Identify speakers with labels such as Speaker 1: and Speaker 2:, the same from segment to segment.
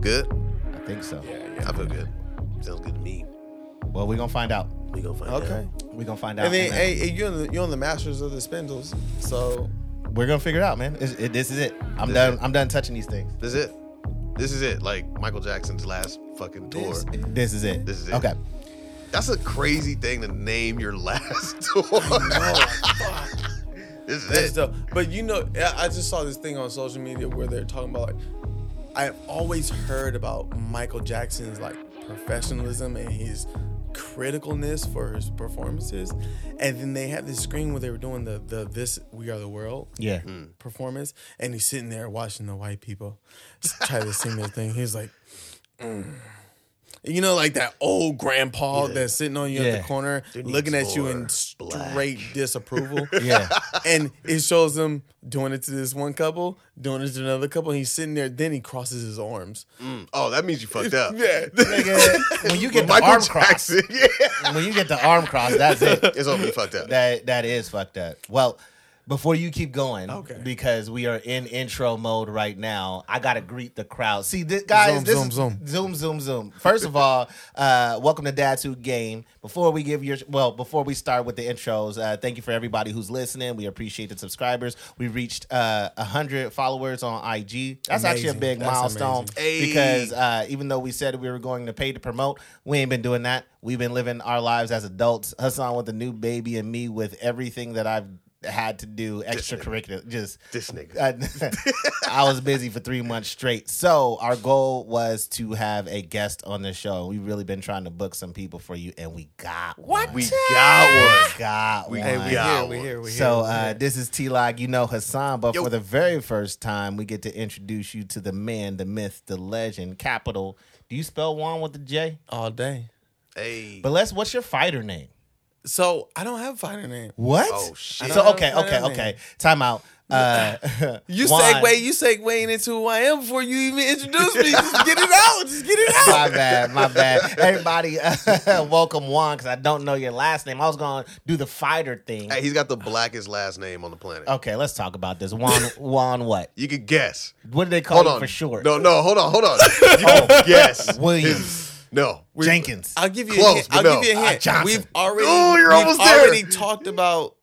Speaker 1: good?
Speaker 2: I think so.
Speaker 1: I feel good. Sounds good to me.
Speaker 2: Well, we're gonna find out.
Speaker 1: We gonna find out.
Speaker 3: Okay.
Speaker 2: We're gonna find out.
Speaker 3: And then
Speaker 2: man.
Speaker 3: hey, hey, you're on the, you're on the masters of the spindles, so
Speaker 2: we're gonna figure it out, man. It's, it, this is it. I'm
Speaker 1: This
Speaker 2: done.
Speaker 1: is it.
Speaker 2: I'm done touching these things.
Speaker 1: This is it. This is it. Like Michael Jackson's last fucking tour.
Speaker 3: this is-
Speaker 2: This is it.
Speaker 1: This is it.
Speaker 2: Okay.
Speaker 1: That's a crazy thing to name your last tour. this is
Speaker 3: That's
Speaker 1: it.
Speaker 3: dope. But you know, I I just saw this thing on social media where they're talking about like I've always heard about Michael Jackson's like professionalism and his criticalness for his performances. And then they had this screen where they were doing the the this we are the world
Speaker 2: Yeah.
Speaker 3: performance and he's sitting there watching the white people try to sing their thing. He's like "Mm." you know, like that old grandpa that's sitting on you at
Speaker 2: Yeah.
Speaker 3: the corner,
Speaker 1: needs
Speaker 3: looking at you
Speaker 1: more
Speaker 3: in
Speaker 1: black.
Speaker 3: straight disapproval.
Speaker 2: Yeah.
Speaker 3: and it shows him doing it to this one couple, doing it to another couple. And he's sitting there. Then he crosses his arms.
Speaker 1: Oh, that means you fucked up.
Speaker 3: Yeah,
Speaker 2: Nigga, when you get the
Speaker 1: Michael
Speaker 2: arm cross,
Speaker 1: Jackson. Yeah.
Speaker 2: when you get the arm cross, that's it.
Speaker 1: It's all be fucked up.
Speaker 2: That that is fucked up. Well, before you keep going,
Speaker 3: Okay.
Speaker 2: because we are in intro mode right now, I gotta greet the crowd. See, this, guys,
Speaker 3: Zoom,
Speaker 2: this
Speaker 3: zoom,
Speaker 2: is-
Speaker 3: zoom.
Speaker 2: zoom, zoom, zoom. First of all, uh, welcome to Dad's Who Game. Before we give your well, before we start with the intros, uh, thank you for everybody who's listening. We appreciate the subscribers. We reached uh, hundred followers on IG. That's actually a
Speaker 3: Amazing.
Speaker 2: big
Speaker 3: That's
Speaker 2: milestone
Speaker 3: amazing.
Speaker 1: Hey.
Speaker 2: because uh, even though we said we were going to pay to promote, we ain't been doing that. We've been living our lives as adults. Hassan with a new baby and me with everything that I've had to do extracurricular. Just
Speaker 1: This nigga.
Speaker 2: I, I was busy for three months straight. So our goal was to have a guest on the show. We've really been trying to book some people for you, and we got what
Speaker 1: we got one.
Speaker 2: Got
Speaker 1: We
Speaker 2: one.
Speaker 1: got
Speaker 3: here,
Speaker 1: one.
Speaker 3: we here, we here.
Speaker 2: So uh, this is T Log, you know Hassan, but
Speaker 1: Yo.
Speaker 2: for the very first time, we get to introduce you to the man, the myth, the legend, capital. Do you spell Juan with the J?
Speaker 3: all day.
Speaker 1: Hey.
Speaker 2: But let's. What's your fighter name?
Speaker 3: So I don't have a fighter name.
Speaker 2: What?
Speaker 1: Oh, shit.
Speaker 2: So okay,
Speaker 3: I don't
Speaker 2: okay,
Speaker 3: know.
Speaker 2: okay. Time out. Uh,
Speaker 3: You
Speaker 2: Juan-
Speaker 3: segue, you segueing into who I am before you even introduce me. Just get it out. Just get it out.
Speaker 2: my bad, my bad. Everybody, uh, welcome Juan, because I don't know your last name. I was gonna do the fighter thing.
Speaker 1: Hey, he's got the blackest last name on the planet.
Speaker 2: Okay, let's talk about this. Juan, Juan, what?
Speaker 1: You could guess.
Speaker 2: What do they call
Speaker 1: Hold
Speaker 2: you
Speaker 1: on.
Speaker 2: for short?
Speaker 1: No, no, hold on, hold on. You could guess.
Speaker 2: Williams,
Speaker 1: No.
Speaker 2: Jenkins.
Speaker 3: I'll give you
Speaker 1: Close,
Speaker 3: a hint.
Speaker 1: but
Speaker 3: I'll
Speaker 1: no.
Speaker 3: give you a
Speaker 2: Ah,
Speaker 3: hint.
Speaker 2: Johnson.
Speaker 3: we've already,
Speaker 1: Ooh, you're
Speaker 3: we've
Speaker 1: almost there.
Speaker 3: already talked about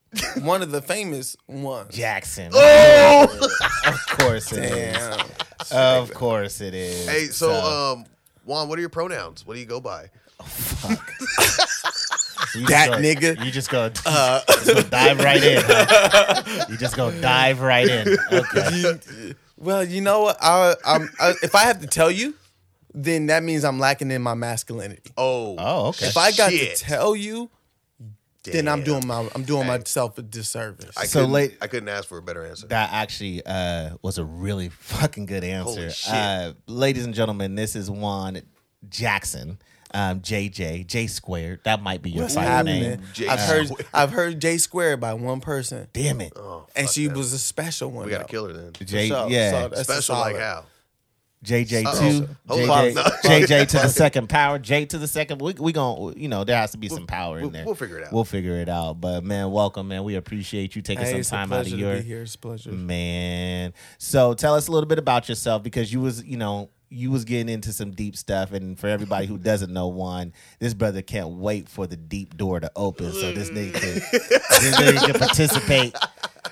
Speaker 3: one of the famous ones.
Speaker 2: Jackson.
Speaker 1: Oh.
Speaker 2: Of course it is.
Speaker 3: Damn.
Speaker 2: Of course it is.
Speaker 1: Hey, so um Juan, what are your pronouns? What do you go by?
Speaker 2: you
Speaker 3: that
Speaker 2: just go-
Speaker 3: nigga. uh,
Speaker 2: You just go, just go dive right in. huh? You just go dive right in. Okay.
Speaker 3: You- well, you know what? I, I'm, I, if I have to tell you, then that means I'm lacking in my masculinity.
Speaker 1: Oh.
Speaker 2: Oh, okay.
Speaker 3: If I got
Speaker 1: Shit.
Speaker 3: to tell you, then I'm
Speaker 1: Damn.
Speaker 3: doing my I'm doing myself a disservice.
Speaker 1: I
Speaker 2: So
Speaker 1: couldn't-
Speaker 2: late-
Speaker 1: I couldn't ask for a better answer.
Speaker 2: That actually uh, was a really fucking good answer.
Speaker 1: Holy shit.
Speaker 2: Uh, ladies and gentlemen, this is Juan Jackson, um, JJ, J squared. That might be your
Speaker 3: What's
Speaker 2: final name.
Speaker 3: happening?
Speaker 1: J
Speaker 3: I've heard I've heard J squared by one person,
Speaker 2: Damn it.
Speaker 3: and she was a special one.
Speaker 1: Oh, we gotta
Speaker 3: though.
Speaker 1: kill her then.
Speaker 2: J,
Speaker 3: So-
Speaker 2: yeah,
Speaker 3: so that's a
Speaker 1: Special like
Speaker 3: solid.
Speaker 1: how?
Speaker 2: JJ2,
Speaker 1: Uh-oh. Hold
Speaker 2: JJ,
Speaker 1: on. No.
Speaker 2: JJ to the second power, J to the second. We we going you know there has to be some power in
Speaker 1: we'll-
Speaker 2: there.
Speaker 1: we'll figure it out.
Speaker 2: We'll figure it out. But man, welcome man. We appreciate you taking
Speaker 3: Hey,
Speaker 2: some
Speaker 3: it's a
Speaker 2: time out of
Speaker 3: pleasure to
Speaker 2: your
Speaker 3: be here. It's a pleasure.
Speaker 1: Mm.
Speaker 2: man. So tell us a little bit about yourself because you was you know you was getting into some deep stuff and for everybody who doesn't know one this brother can't wait for the deep door to open so this nigga can, this nigga can participate
Speaker 3: Look,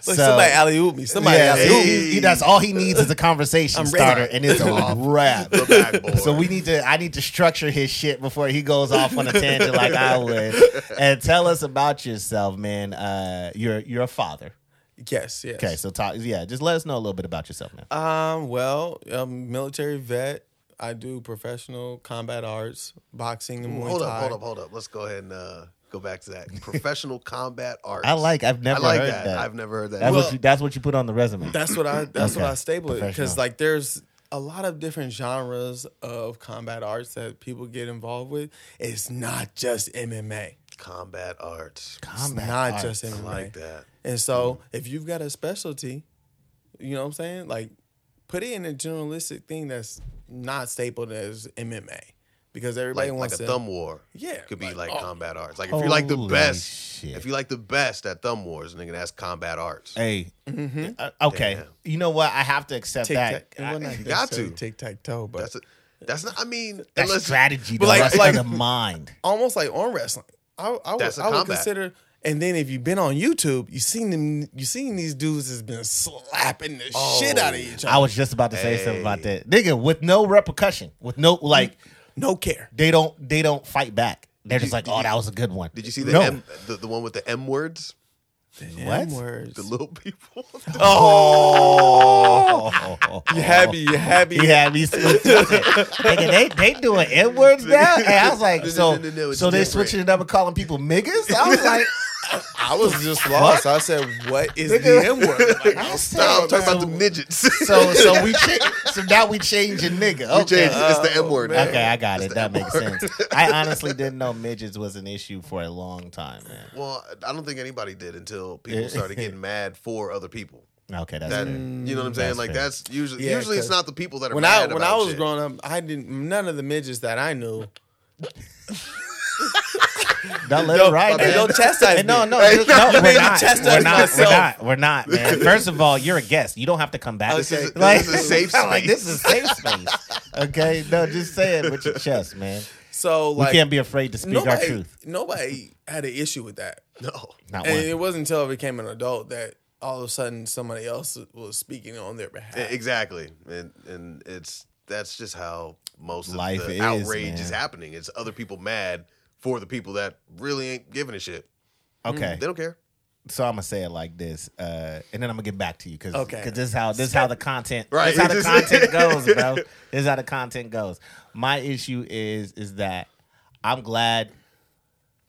Speaker 2: So-
Speaker 3: somebody alley oop me. Somebody
Speaker 2: yeah, he-
Speaker 3: alley oop.
Speaker 2: he- he- that's all he needs is a conversation
Speaker 3: I'm ready.
Speaker 2: starter, and it's a wrap.
Speaker 1: The backboard.
Speaker 2: So we need to. I need to structure his shit before he goes off on a tangent like I would. And tell us about yourself, man. Uh, you're you're a father.
Speaker 3: Yes, yes.
Speaker 2: Okay, so talk. Yeah, just let us know a little bit about yourself, man.
Speaker 3: Um, well, um, military vet. I do professional combat arts, boxing, and Muay
Speaker 1: hold
Speaker 3: Thai.
Speaker 1: up, hold up, hold up. Let's go ahead and uh, go back to that. Professional combat arts.
Speaker 2: I like. I've never
Speaker 1: I like
Speaker 2: heard
Speaker 1: that.
Speaker 2: that.
Speaker 1: I've never heard that.
Speaker 2: that's
Speaker 1: Well,
Speaker 2: what you, that's what you put on the resume.
Speaker 3: That's what I. That's what
Speaker 2: Okay.
Speaker 3: I staple it because
Speaker 2: Professional.
Speaker 3: like there's a lot of different genres of combat arts that people get involved with. It's not just MMA.
Speaker 1: combat arts.
Speaker 3: It's
Speaker 2: Combat
Speaker 3: not
Speaker 2: arts.
Speaker 3: just
Speaker 1: I
Speaker 3: MMA.
Speaker 1: like that.
Speaker 3: And so if you've got a specialty, you know what I'm saying? Like put it in a generalistic thing that's not stapled as MMA because everybody
Speaker 1: Like, like
Speaker 3: wants
Speaker 1: a
Speaker 3: to.
Speaker 1: thumb war.
Speaker 3: Yeah,
Speaker 1: Could be like,
Speaker 3: like, oh.
Speaker 1: combat arts. Like if you like the
Speaker 2: Holy
Speaker 1: best,
Speaker 2: shit.
Speaker 1: if you like the best at thumb wars, nigga, that's combat arts.
Speaker 2: Hey, uh, okay.
Speaker 1: Damn.
Speaker 2: You know what? I have to accept
Speaker 3: Tic
Speaker 2: that.
Speaker 3: tac. Well,
Speaker 2: I-
Speaker 3: not
Speaker 1: got
Speaker 3: necessarily
Speaker 1: to.
Speaker 3: tic tac toe, but
Speaker 1: That's a, That's not. I mean,
Speaker 2: That's
Speaker 1: unless-
Speaker 2: strategy, though.
Speaker 3: like-
Speaker 2: That's
Speaker 3: like-
Speaker 2: for the mind.
Speaker 3: almost like arm wrestling. I, I would,
Speaker 1: That's a
Speaker 3: I would
Speaker 1: combat.
Speaker 3: consider. And then if you've been on YouTube, you seen them. You seen these dudes has been slapping the
Speaker 1: Oh.
Speaker 3: shit out of each other.
Speaker 2: I was just about to say something about that, nigga. With no repercussion, with no like,
Speaker 3: no care.
Speaker 2: they don't they don't fight back. They're just like,
Speaker 1: did
Speaker 2: oh,
Speaker 1: you-
Speaker 2: that was a good one.
Speaker 1: Did you see the,
Speaker 2: No.
Speaker 1: M, the the one with the M words?
Speaker 2: What?
Speaker 3: N-words.
Speaker 1: The little people.
Speaker 2: Oh,
Speaker 3: You happy? You happy?
Speaker 2: You had me switched. Nigga, they they doing N words now. And I was like,
Speaker 1: No, no,
Speaker 2: so
Speaker 1: no, no, it's
Speaker 2: so they
Speaker 1: different.
Speaker 2: switching it up and calling people niggas. I was like,
Speaker 3: I was just lost. I said, "What is the N word?" Like,
Speaker 2: I
Speaker 1: Stop
Speaker 2: said,
Speaker 1: talking about the midgets.
Speaker 2: So so we cha- so now we changing nigga.
Speaker 1: we
Speaker 2: Okay. Oh,
Speaker 1: changed it. It's the M word.
Speaker 3: man.
Speaker 2: Okay, I got it.
Speaker 1: the
Speaker 2: That
Speaker 1: M
Speaker 2: makes
Speaker 1: word.
Speaker 2: sense. I honestly didn't know midgets was an issue for a long time, man.
Speaker 1: Well, I don't think anybody did until people started getting mad for other people.
Speaker 2: Okay, that's
Speaker 1: That
Speaker 2: fair.
Speaker 1: you know what I'm saying?
Speaker 2: That's
Speaker 1: like
Speaker 2: fair.
Speaker 1: that's usually
Speaker 3: Yeah,
Speaker 1: usually it's
Speaker 3: 'cause
Speaker 1: not the people that are
Speaker 3: when I
Speaker 1: mad
Speaker 3: when I
Speaker 1: about
Speaker 3: was
Speaker 1: shit.
Speaker 3: growing up, I didn't. None of the midgets that I knew.
Speaker 2: Don't let
Speaker 3: Yo,
Speaker 2: it ride.
Speaker 1: my
Speaker 2: man.
Speaker 1: bad.
Speaker 3: Don't chastise
Speaker 2: Hey, no,
Speaker 3: me.
Speaker 2: no,
Speaker 1: Hey,
Speaker 2: just- no,
Speaker 1: you
Speaker 2: we're
Speaker 3: made me
Speaker 2: not.
Speaker 3: chastise
Speaker 2: We're not. We're
Speaker 3: myself.
Speaker 2: not. We're not, man. First of all, you're a guest. You don't have to come back.
Speaker 1: This is- this is a safe
Speaker 2: Like this
Speaker 1: space.
Speaker 2: is a safe space. Okay, no, just say it with your chest, man.
Speaker 3: So
Speaker 2: We
Speaker 3: like
Speaker 2: can't be afraid to speak our
Speaker 3: nobody,
Speaker 2: truth.
Speaker 3: nobody had an issue with that.
Speaker 1: No.
Speaker 2: Not
Speaker 3: And
Speaker 2: one.
Speaker 3: it wasn't until I became an adult that all of a sudden somebody else was speaking on their behalf.
Speaker 1: E- Exactly. And and it's that's just how most of
Speaker 2: Life
Speaker 1: the
Speaker 2: is,
Speaker 1: outrage is
Speaker 2: man.
Speaker 1: happening. It's other people mad for the people that really ain't giving a shit.
Speaker 2: Okay,
Speaker 1: They don't care.
Speaker 2: so I'm gonna say it like this, uh, and then I'm gonna get back to you because
Speaker 3: Okay.
Speaker 2: this is how this is how the content
Speaker 1: Right,
Speaker 2: this how the
Speaker 1: it's just-
Speaker 2: content goes, bro. This is how the content goes. My issue is is that I'm glad.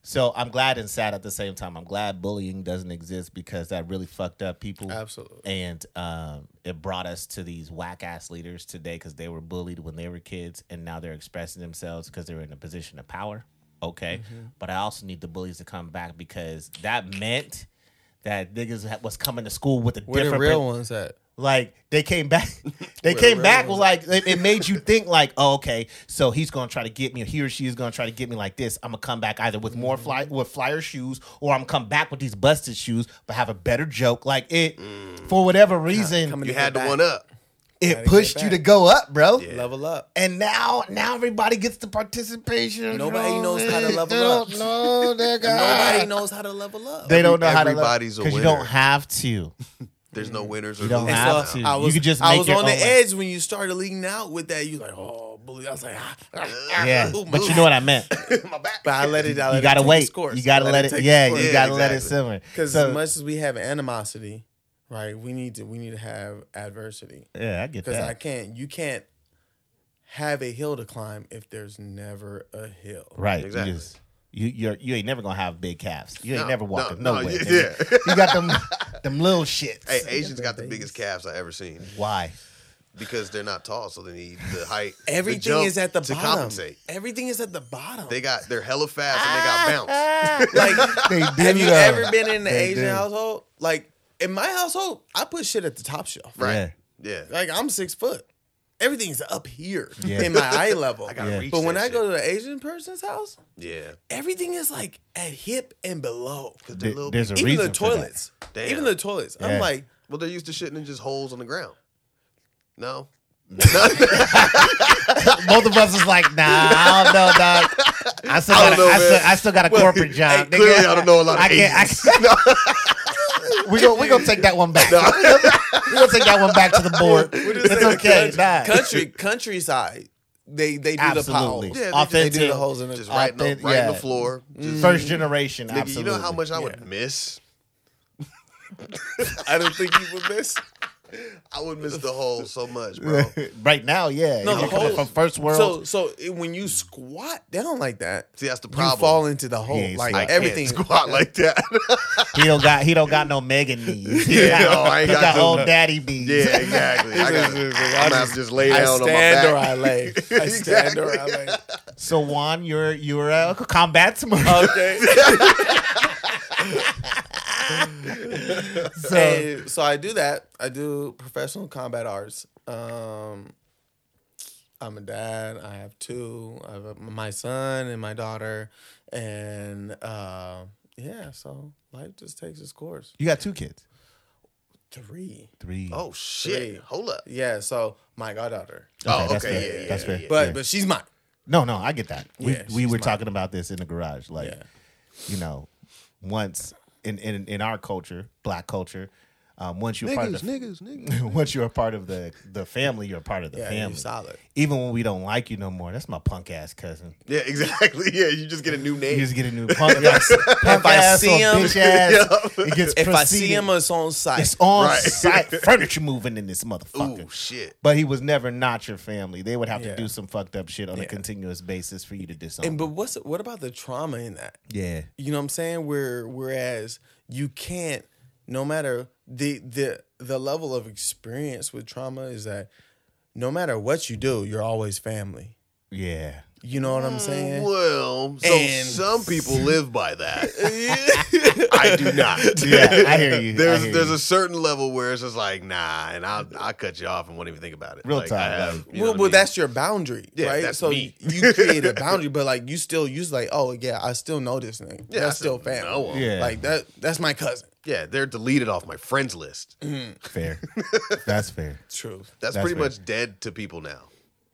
Speaker 2: So I'm glad and sad at the same time. I'm glad bullying doesn't exist because that really fucked up people.
Speaker 3: Absolutely.
Speaker 2: And um, it brought us to these whack ass leaders today because they were bullied when they were kids and now they're expressing themselves because they're in a position of power. Okay. But I also need the bullies to come back because that meant that niggas ha- was coming to school with a
Speaker 3: Where the
Speaker 2: different
Speaker 3: real ones at?
Speaker 2: like they came back, they
Speaker 3: Where
Speaker 2: came
Speaker 3: the
Speaker 2: back
Speaker 3: real-
Speaker 2: like it it made you think like, oh, okay, so he's gonna try to get me, or he or she is gonna try to get me like this. I'm gonna come back either with more
Speaker 3: Mm-hmm.
Speaker 2: fly with flyer shoes, or I'm gonna come back with these busted shoes, but have a better joke. Like it,
Speaker 3: Mm.
Speaker 2: for whatever reason,
Speaker 3: coming
Speaker 1: You
Speaker 3: to
Speaker 1: had
Speaker 3: get
Speaker 1: to
Speaker 3: back.
Speaker 1: one up.
Speaker 2: it
Speaker 3: Gotta get
Speaker 2: pushed you
Speaker 3: back.
Speaker 2: to go up, bro.
Speaker 3: Level up.
Speaker 2: And now, now everybody gets the participation.
Speaker 3: Nobody
Speaker 2: trophy.
Speaker 3: knows how to level
Speaker 2: they
Speaker 3: up.
Speaker 2: Don't know, they got-
Speaker 3: Nobody knows how to level up.
Speaker 2: They don't know how to.
Speaker 1: Everybody's a
Speaker 2: because you
Speaker 1: winner.
Speaker 2: don't have to.
Speaker 1: There's no winners or
Speaker 2: Mm. You don't
Speaker 1: losers
Speaker 2: have
Speaker 1: now.
Speaker 2: to.
Speaker 3: I was,
Speaker 2: You could just
Speaker 3: I
Speaker 2: make
Speaker 3: was
Speaker 2: your
Speaker 3: on the
Speaker 2: own way.
Speaker 3: edge when you started leading out with that. You like, oh, bully. I was like, ah, ah, ah,
Speaker 2: Yeah,
Speaker 3: ooh,
Speaker 2: but you
Speaker 3: ooh.
Speaker 2: know what I meant.
Speaker 1: My back.
Speaker 3: But I let it. I let
Speaker 2: you
Speaker 3: it
Speaker 2: gotta
Speaker 3: take
Speaker 2: wait.
Speaker 3: Its course.
Speaker 2: You gotta let it.
Speaker 3: take
Speaker 2: Yeah,
Speaker 3: its
Speaker 2: you
Speaker 1: Yeah,
Speaker 2: gotta let it
Speaker 1: exactly.
Speaker 2: simmer.
Speaker 3: Because
Speaker 2: So-
Speaker 3: as much as we have animosity, right, we need to we need to have adversity.
Speaker 2: yeah, I get
Speaker 3: Because I
Speaker 2: that.
Speaker 3: can't, you can't have a hill to climb if there's never a hill.
Speaker 2: right,
Speaker 1: Exactly.
Speaker 2: you just you you're, you ain't never gonna have big calves. You ain't
Speaker 1: No,
Speaker 2: never
Speaker 1: no,
Speaker 2: walking
Speaker 1: no,
Speaker 2: nowhere.
Speaker 1: yeah,
Speaker 2: nigga.
Speaker 1: yeah.
Speaker 2: you got them them little shits.
Speaker 1: Hey, Asians got the biggest calves I ever seen
Speaker 2: Why?
Speaker 1: because they're not tall, so they need the height. the
Speaker 3: Everything
Speaker 1: jump
Speaker 3: is at the
Speaker 1: to
Speaker 3: bottom.
Speaker 1: compensate.
Speaker 3: Everything is at the bottom.
Speaker 1: They got they're hella fast and they got bounce.
Speaker 3: like,
Speaker 2: They do.
Speaker 3: have you
Speaker 2: though.
Speaker 3: ever been in an
Speaker 2: They
Speaker 3: Asian
Speaker 2: do.
Speaker 3: household? Like in my household, I put shit at the top shelf.
Speaker 1: Ah. Right.
Speaker 2: Yeah.
Speaker 1: Yeah.
Speaker 3: Like I'm six foot. Everything's up here
Speaker 2: Yeah.
Speaker 3: in my eye level.
Speaker 1: I gotta
Speaker 2: Yeah.
Speaker 1: reach
Speaker 3: but when
Speaker 1: that
Speaker 3: I
Speaker 1: shit.
Speaker 3: go to an Asian person's house,
Speaker 1: Yeah.
Speaker 3: everything is like at hip and below.
Speaker 1: They're
Speaker 2: Th-
Speaker 1: little-
Speaker 2: There's a
Speaker 3: Even
Speaker 2: reason
Speaker 3: the
Speaker 2: for that.
Speaker 3: toilets.
Speaker 1: Damn.
Speaker 3: Even the toilets.
Speaker 2: Yeah.
Speaker 3: I'm like,
Speaker 1: Well, they're used to shitting in just holes on the ground. No.
Speaker 2: Both of us is like, nah, I don't know, dog. I still
Speaker 1: I
Speaker 2: got,
Speaker 1: don't
Speaker 2: a,
Speaker 1: know,
Speaker 2: I still,
Speaker 1: man.
Speaker 2: I still got a corporate job. nigga.
Speaker 1: Clearly, I don't know a lot of
Speaker 2: I can't. I
Speaker 1: Asians.
Speaker 2: can't. we gonna we gonna take that one back. we gonna take that one back to the board. It's okay. Nah.
Speaker 3: country countryside. They they do
Speaker 2: Absolutely.
Speaker 3: the
Speaker 1: Yeah,
Speaker 3: piles. They
Speaker 2: Authentic.
Speaker 3: do the holes in the
Speaker 1: Just right, in the,
Speaker 2: think-
Speaker 1: right in
Speaker 2: yeah.
Speaker 1: the floor. Just,
Speaker 2: First generation.
Speaker 1: nigga, you
Speaker 2: absolutely.
Speaker 1: know how much I would
Speaker 3: Yeah.
Speaker 1: miss?
Speaker 3: I don't think you would miss.
Speaker 1: I would miss the hole so much, bro.
Speaker 2: right now, yeah.
Speaker 3: No,
Speaker 2: If
Speaker 3: the
Speaker 2: you're coming
Speaker 3: holes.
Speaker 2: from first
Speaker 3: So
Speaker 2: world.
Speaker 3: so it- when you squat down like that,
Speaker 1: See, that's the
Speaker 3: you fall
Speaker 1: problem.
Speaker 3: into the hole.
Speaker 2: Yeah, you
Speaker 3: like
Speaker 2: squat.
Speaker 3: everything.
Speaker 1: Can't squat like that.
Speaker 2: he don't got he don't got no Megan knees. He
Speaker 1: Yeah,
Speaker 2: got,
Speaker 1: no, I ain't
Speaker 2: he
Speaker 1: got
Speaker 2: got
Speaker 1: them.
Speaker 2: old daddy knees.
Speaker 1: yeah, exactly. I got,
Speaker 3: This is-
Speaker 1: I'm gonna have to just lay down
Speaker 3: I
Speaker 1: on my
Speaker 3: stand or
Speaker 1: back.
Speaker 3: I lay. I stand or I lay.
Speaker 2: So Juan, you're you're a combat tomorrow.
Speaker 3: Okay.
Speaker 2: so
Speaker 3: And so I do that. I do professional combat arts. Um, I'm a dad. I have two. I have a, my son and my daughter, and uh, yeah. So life just takes its course.
Speaker 2: you got two kids.
Speaker 3: three.
Speaker 2: Three.
Speaker 1: Oh shit!
Speaker 3: Three.
Speaker 1: Hold up.
Speaker 3: Yeah, so my goddaughter.
Speaker 1: Oh,
Speaker 2: that's
Speaker 1: okay,
Speaker 2: fair.
Speaker 1: yeah,
Speaker 2: that's
Speaker 1: yeah,
Speaker 2: fair.
Speaker 1: yeah.
Speaker 3: But
Speaker 2: Yeah.
Speaker 3: but she's mine.
Speaker 2: no, no, I get that. We
Speaker 3: Yeah,
Speaker 2: we
Speaker 3: she's
Speaker 2: were
Speaker 3: mine.
Speaker 2: talking about this in the garage, like
Speaker 3: Yeah.
Speaker 2: you know, once in in, in our culture, black culture, um, once you're part of the,
Speaker 1: niggas, niggas.
Speaker 2: once you're a part of the the family, you're a part of the
Speaker 3: Yeah, you
Speaker 2: family.
Speaker 3: solid.
Speaker 2: Even when we don't like you no more, that's my punk ass cousin.
Speaker 1: Yeah, exactly. Yeah, you just get a new
Speaker 2: You
Speaker 1: name.
Speaker 2: just get a new punk ass, punk
Speaker 3: I
Speaker 2: ass
Speaker 3: see
Speaker 2: or
Speaker 3: him-
Speaker 2: bitch ass.
Speaker 1: Yeah.
Speaker 2: It gets
Speaker 3: If I see
Speaker 2: proceeded.
Speaker 3: him, it's on site.
Speaker 2: it's on
Speaker 1: Right.
Speaker 2: site furniture moving in this motherfucker.
Speaker 1: Ooh, shit.
Speaker 2: But he was never not your family. They would have to
Speaker 3: Yeah.
Speaker 2: do some fucked up shit on a
Speaker 3: Yeah.
Speaker 2: continuous basis for you to disown.
Speaker 3: and but what's what about the trauma in that?
Speaker 2: yeah,
Speaker 3: You know what I'm saying? Where whereas you can't, no matter the the the level of experience with trauma is that no matter what you do, you're always family.
Speaker 2: yeah.
Speaker 3: You know what I'm saying?
Speaker 1: Well, so
Speaker 3: And-
Speaker 1: some people live by that. I do not.
Speaker 2: Yeah, I hear you. I
Speaker 1: There's
Speaker 2: hear
Speaker 1: there's
Speaker 2: you.
Speaker 1: a certain level where it's just like nah, and I'll I cut you off and won't even think about it.
Speaker 2: Real
Speaker 1: like,
Speaker 2: talk,
Speaker 1: I have, you know
Speaker 3: well,
Speaker 1: what I
Speaker 3: well,
Speaker 1: mean?
Speaker 3: that's your boundary,
Speaker 1: Yeah,
Speaker 3: right?
Speaker 1: that's
Speaker 3: so
Speaker 1: me.
Speaker 3: you create a boundary, but like you still use like, oh yeah, I still know this
Speaker 1: Yeah,
Speaker 3: nigga. Yeah,
Speaker 1: I
Speaker 3: that's still
Speaker 1: still
Speaker 3: family.
Speaker 1: know him.
Speaker 2: Yeah.
Speaker 3: Like that. That's my cousin.
Speaker 1: yeah. They're deleted off my friends list. That's,
Speaker 2: fair. That's fair.
Speaker 3: Truth.
Speaker 2: That's
Speaker 1: pretty
Speaker 2: fair.
Speaker 1: much dead to people now.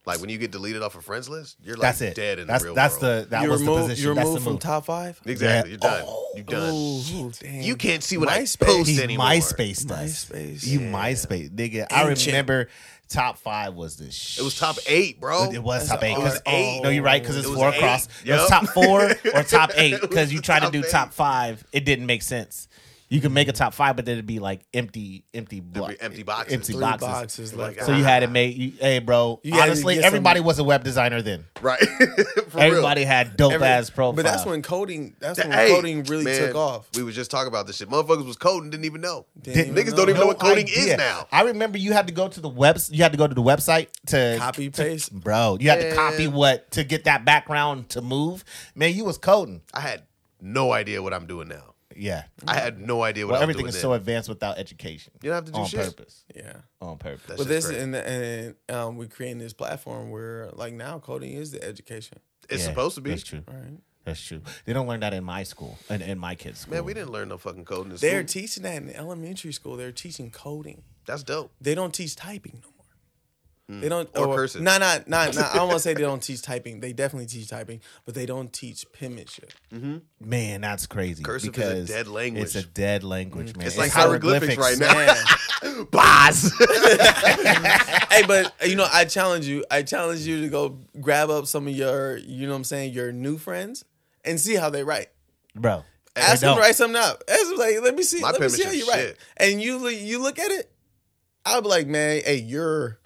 Speaker 1: Like when you get deleted off a friends list, you're like
Speaker 2: That's it.
Speaker 1: dead in
Speaker 2: that's
Speaker 1: the real
Speaker 2: that's
Speaker 1: world.
Speaker 2: the that
Speaker 3: you
Speaker 2: was
Speaker 3: removed,
Speaker 2: the position.
Speaker 3: You
Speaker 2: that's the
Speaker 3: removed from
Speaker 2: move.
Speaker 3: top five.
Speaker 1: exactly.
Speaker 2: Yeah.
Speaker 1: You're done.
Speaker 3: Oh,
Speaker 1: you're done.
Speaker 3: oh, damn.
Speaker 1: You can't see what
Speaker 3: MySpace.
Speaker 1: I post
Speaker 2: He
Speaker 1: anymore.
Speaker 2: MySpace us.
Speaker 3: MySpace.
Speaker 2: You
Speaker 3: Yeah.
Speaker 2: MySpace, nigga. I
Speaker 3: Ancient.
Speaker 2: remember top five was the shit.
Speaker 1: It was top eight, bro.
Speaker 2: It was
Speaker 3: That's
Speaker 2: top
Speaker 3: a-
Speaker 2: eight.
Speaker 3: it
Speaker 2: 'cause-
Speaker 3: was eight.
Speaker 2: No, you're right because it's
Speaker 1: It was
Speaker 2: four
Speaker 1: eight.
Speaker 2: across. It
Speaker 1: Yep.
Speaker 2: was top four or top eight
Speaker 1: It
Speaker 2: because you
Speaker 1: was
Speaker 2: try to
Speaker 1: top
Speaker 2: do
Speaker 1: eight.
Speaker 2: top five. It didn't make sense. You could make a top five, but then it'd be like empty, empty, blo-
Speaker 1: There'd be empty boxes.
Speaker 2: empty
Speaker 1: Three
Speaker 3: Three
Speaker 2: boxes.
Speaker 3: boxes,
Speaker 1: Like,
Speaker 3: left.
Speaker 2: So you had it made. You, hey, bro.
Speaker 3: You had to
Speaker 2: honestly,
Speaker 3: get some-
Speaker 2: everybody was a web designer then.
Speaker 1: Right. For
Speaker 2: Everybody had dope
Speaker 3: Every-
Speaker 2: ass profile.
Speaker 3: But that's when coding. That's
Speaker 1: real.
Speaker 3: when
Speaker 1: Hey,
Speaker 3: coding really
Speaker 1: man,
Speaker 3: took off.
Speaker 1: We was just talking about this shit. Motherfuckers was coding, didn't even know.
Speaker 3: Didn't
Speaker 1: Niggas
Speaker 3: even
Speaker 1: don't even
Speaker 3: know.
Speaker 1: know what coding
Speaker 2: idea.
Speaker 1: is now.
Speaker 2: I remember you had to go to the web. You had to go to the website to
Speaker 3: Copy paste.
Speaker 2: Bro, you had to
Speaker 1: Man.
Speaker 2: copy what to get that background to move. Man, you was coding.
Speaker 1: I had no idea what I'm doing now.
Speaker 2: Yeah.
Speaker 1: I had no idea what
Speaker 2: Well,
Speaker 1: I'm
Speaker 2: everything
Speaker 1: doing
Speaker 2: is
Speaker 1: then.
Speaker 2: so advanced without education.
Speaker 1: You don't have to do
Speaker 2: on
Speaker 1: shit.
Speaker 2: purpose.
Speaker 3: Yeah.
Speaker 2: On purpose.
Speaker 1: That's
Speaker 3: But
Speaker 1: just
Speaker 3: this
Speaker 1: great.
Speaker 3: and and um, we creating this platform where like now coding is the education,
Speaker 1: It's
Speaker 2: Yeah,
Speaker 1: supposed to be.
Speaker 2: That's true.
Speaker 3: right?
Speaker 2: That's true. They don't learn that in my school and in, my kids' school.
Speaker 1: Man, we didn't learn no fucking coding in school.
Speaker 3: They're teaching that in elementary school. They're teaching coding.
Speaker 1: That's dope.
Speaker 3: They don't teach typing no more. They don't
Speaker 1: Mm. Or cursive.
Speaker 3: No, no, no, no. I don't want to say they don't teach typing. They definitely teach typing, but they don't teach penmanship.
Speaker 2: Man, that's crazy.
Speaker 1: Cursive is a
Speaker 2: because
Speaker 1: dead language. Mm.
Speaker 2: It's a dead language, man.
Speaker 1: It's like hieroglyphics right now.
Speaker 3: Man.
Speaker 1: Boss.
Speaker 3: hey, but you know, I challenge you. I challenge you to go grab up some of your, you know, what I'm saying, your new friends, and see how they write.
Speaker 2: Bro.
Speaker 3: Ask
Speaker 2: they don't.
Speaker 3: them to write something up. Ask them like, let me see,
Speaker 1: My
Speaker 3: let me see how
Speaker 1: penmanship
Speaker 3: you write.
Speaker 1: shit.
Speaker 3: And you look- you look at it, I'll be like, man, hey, you're.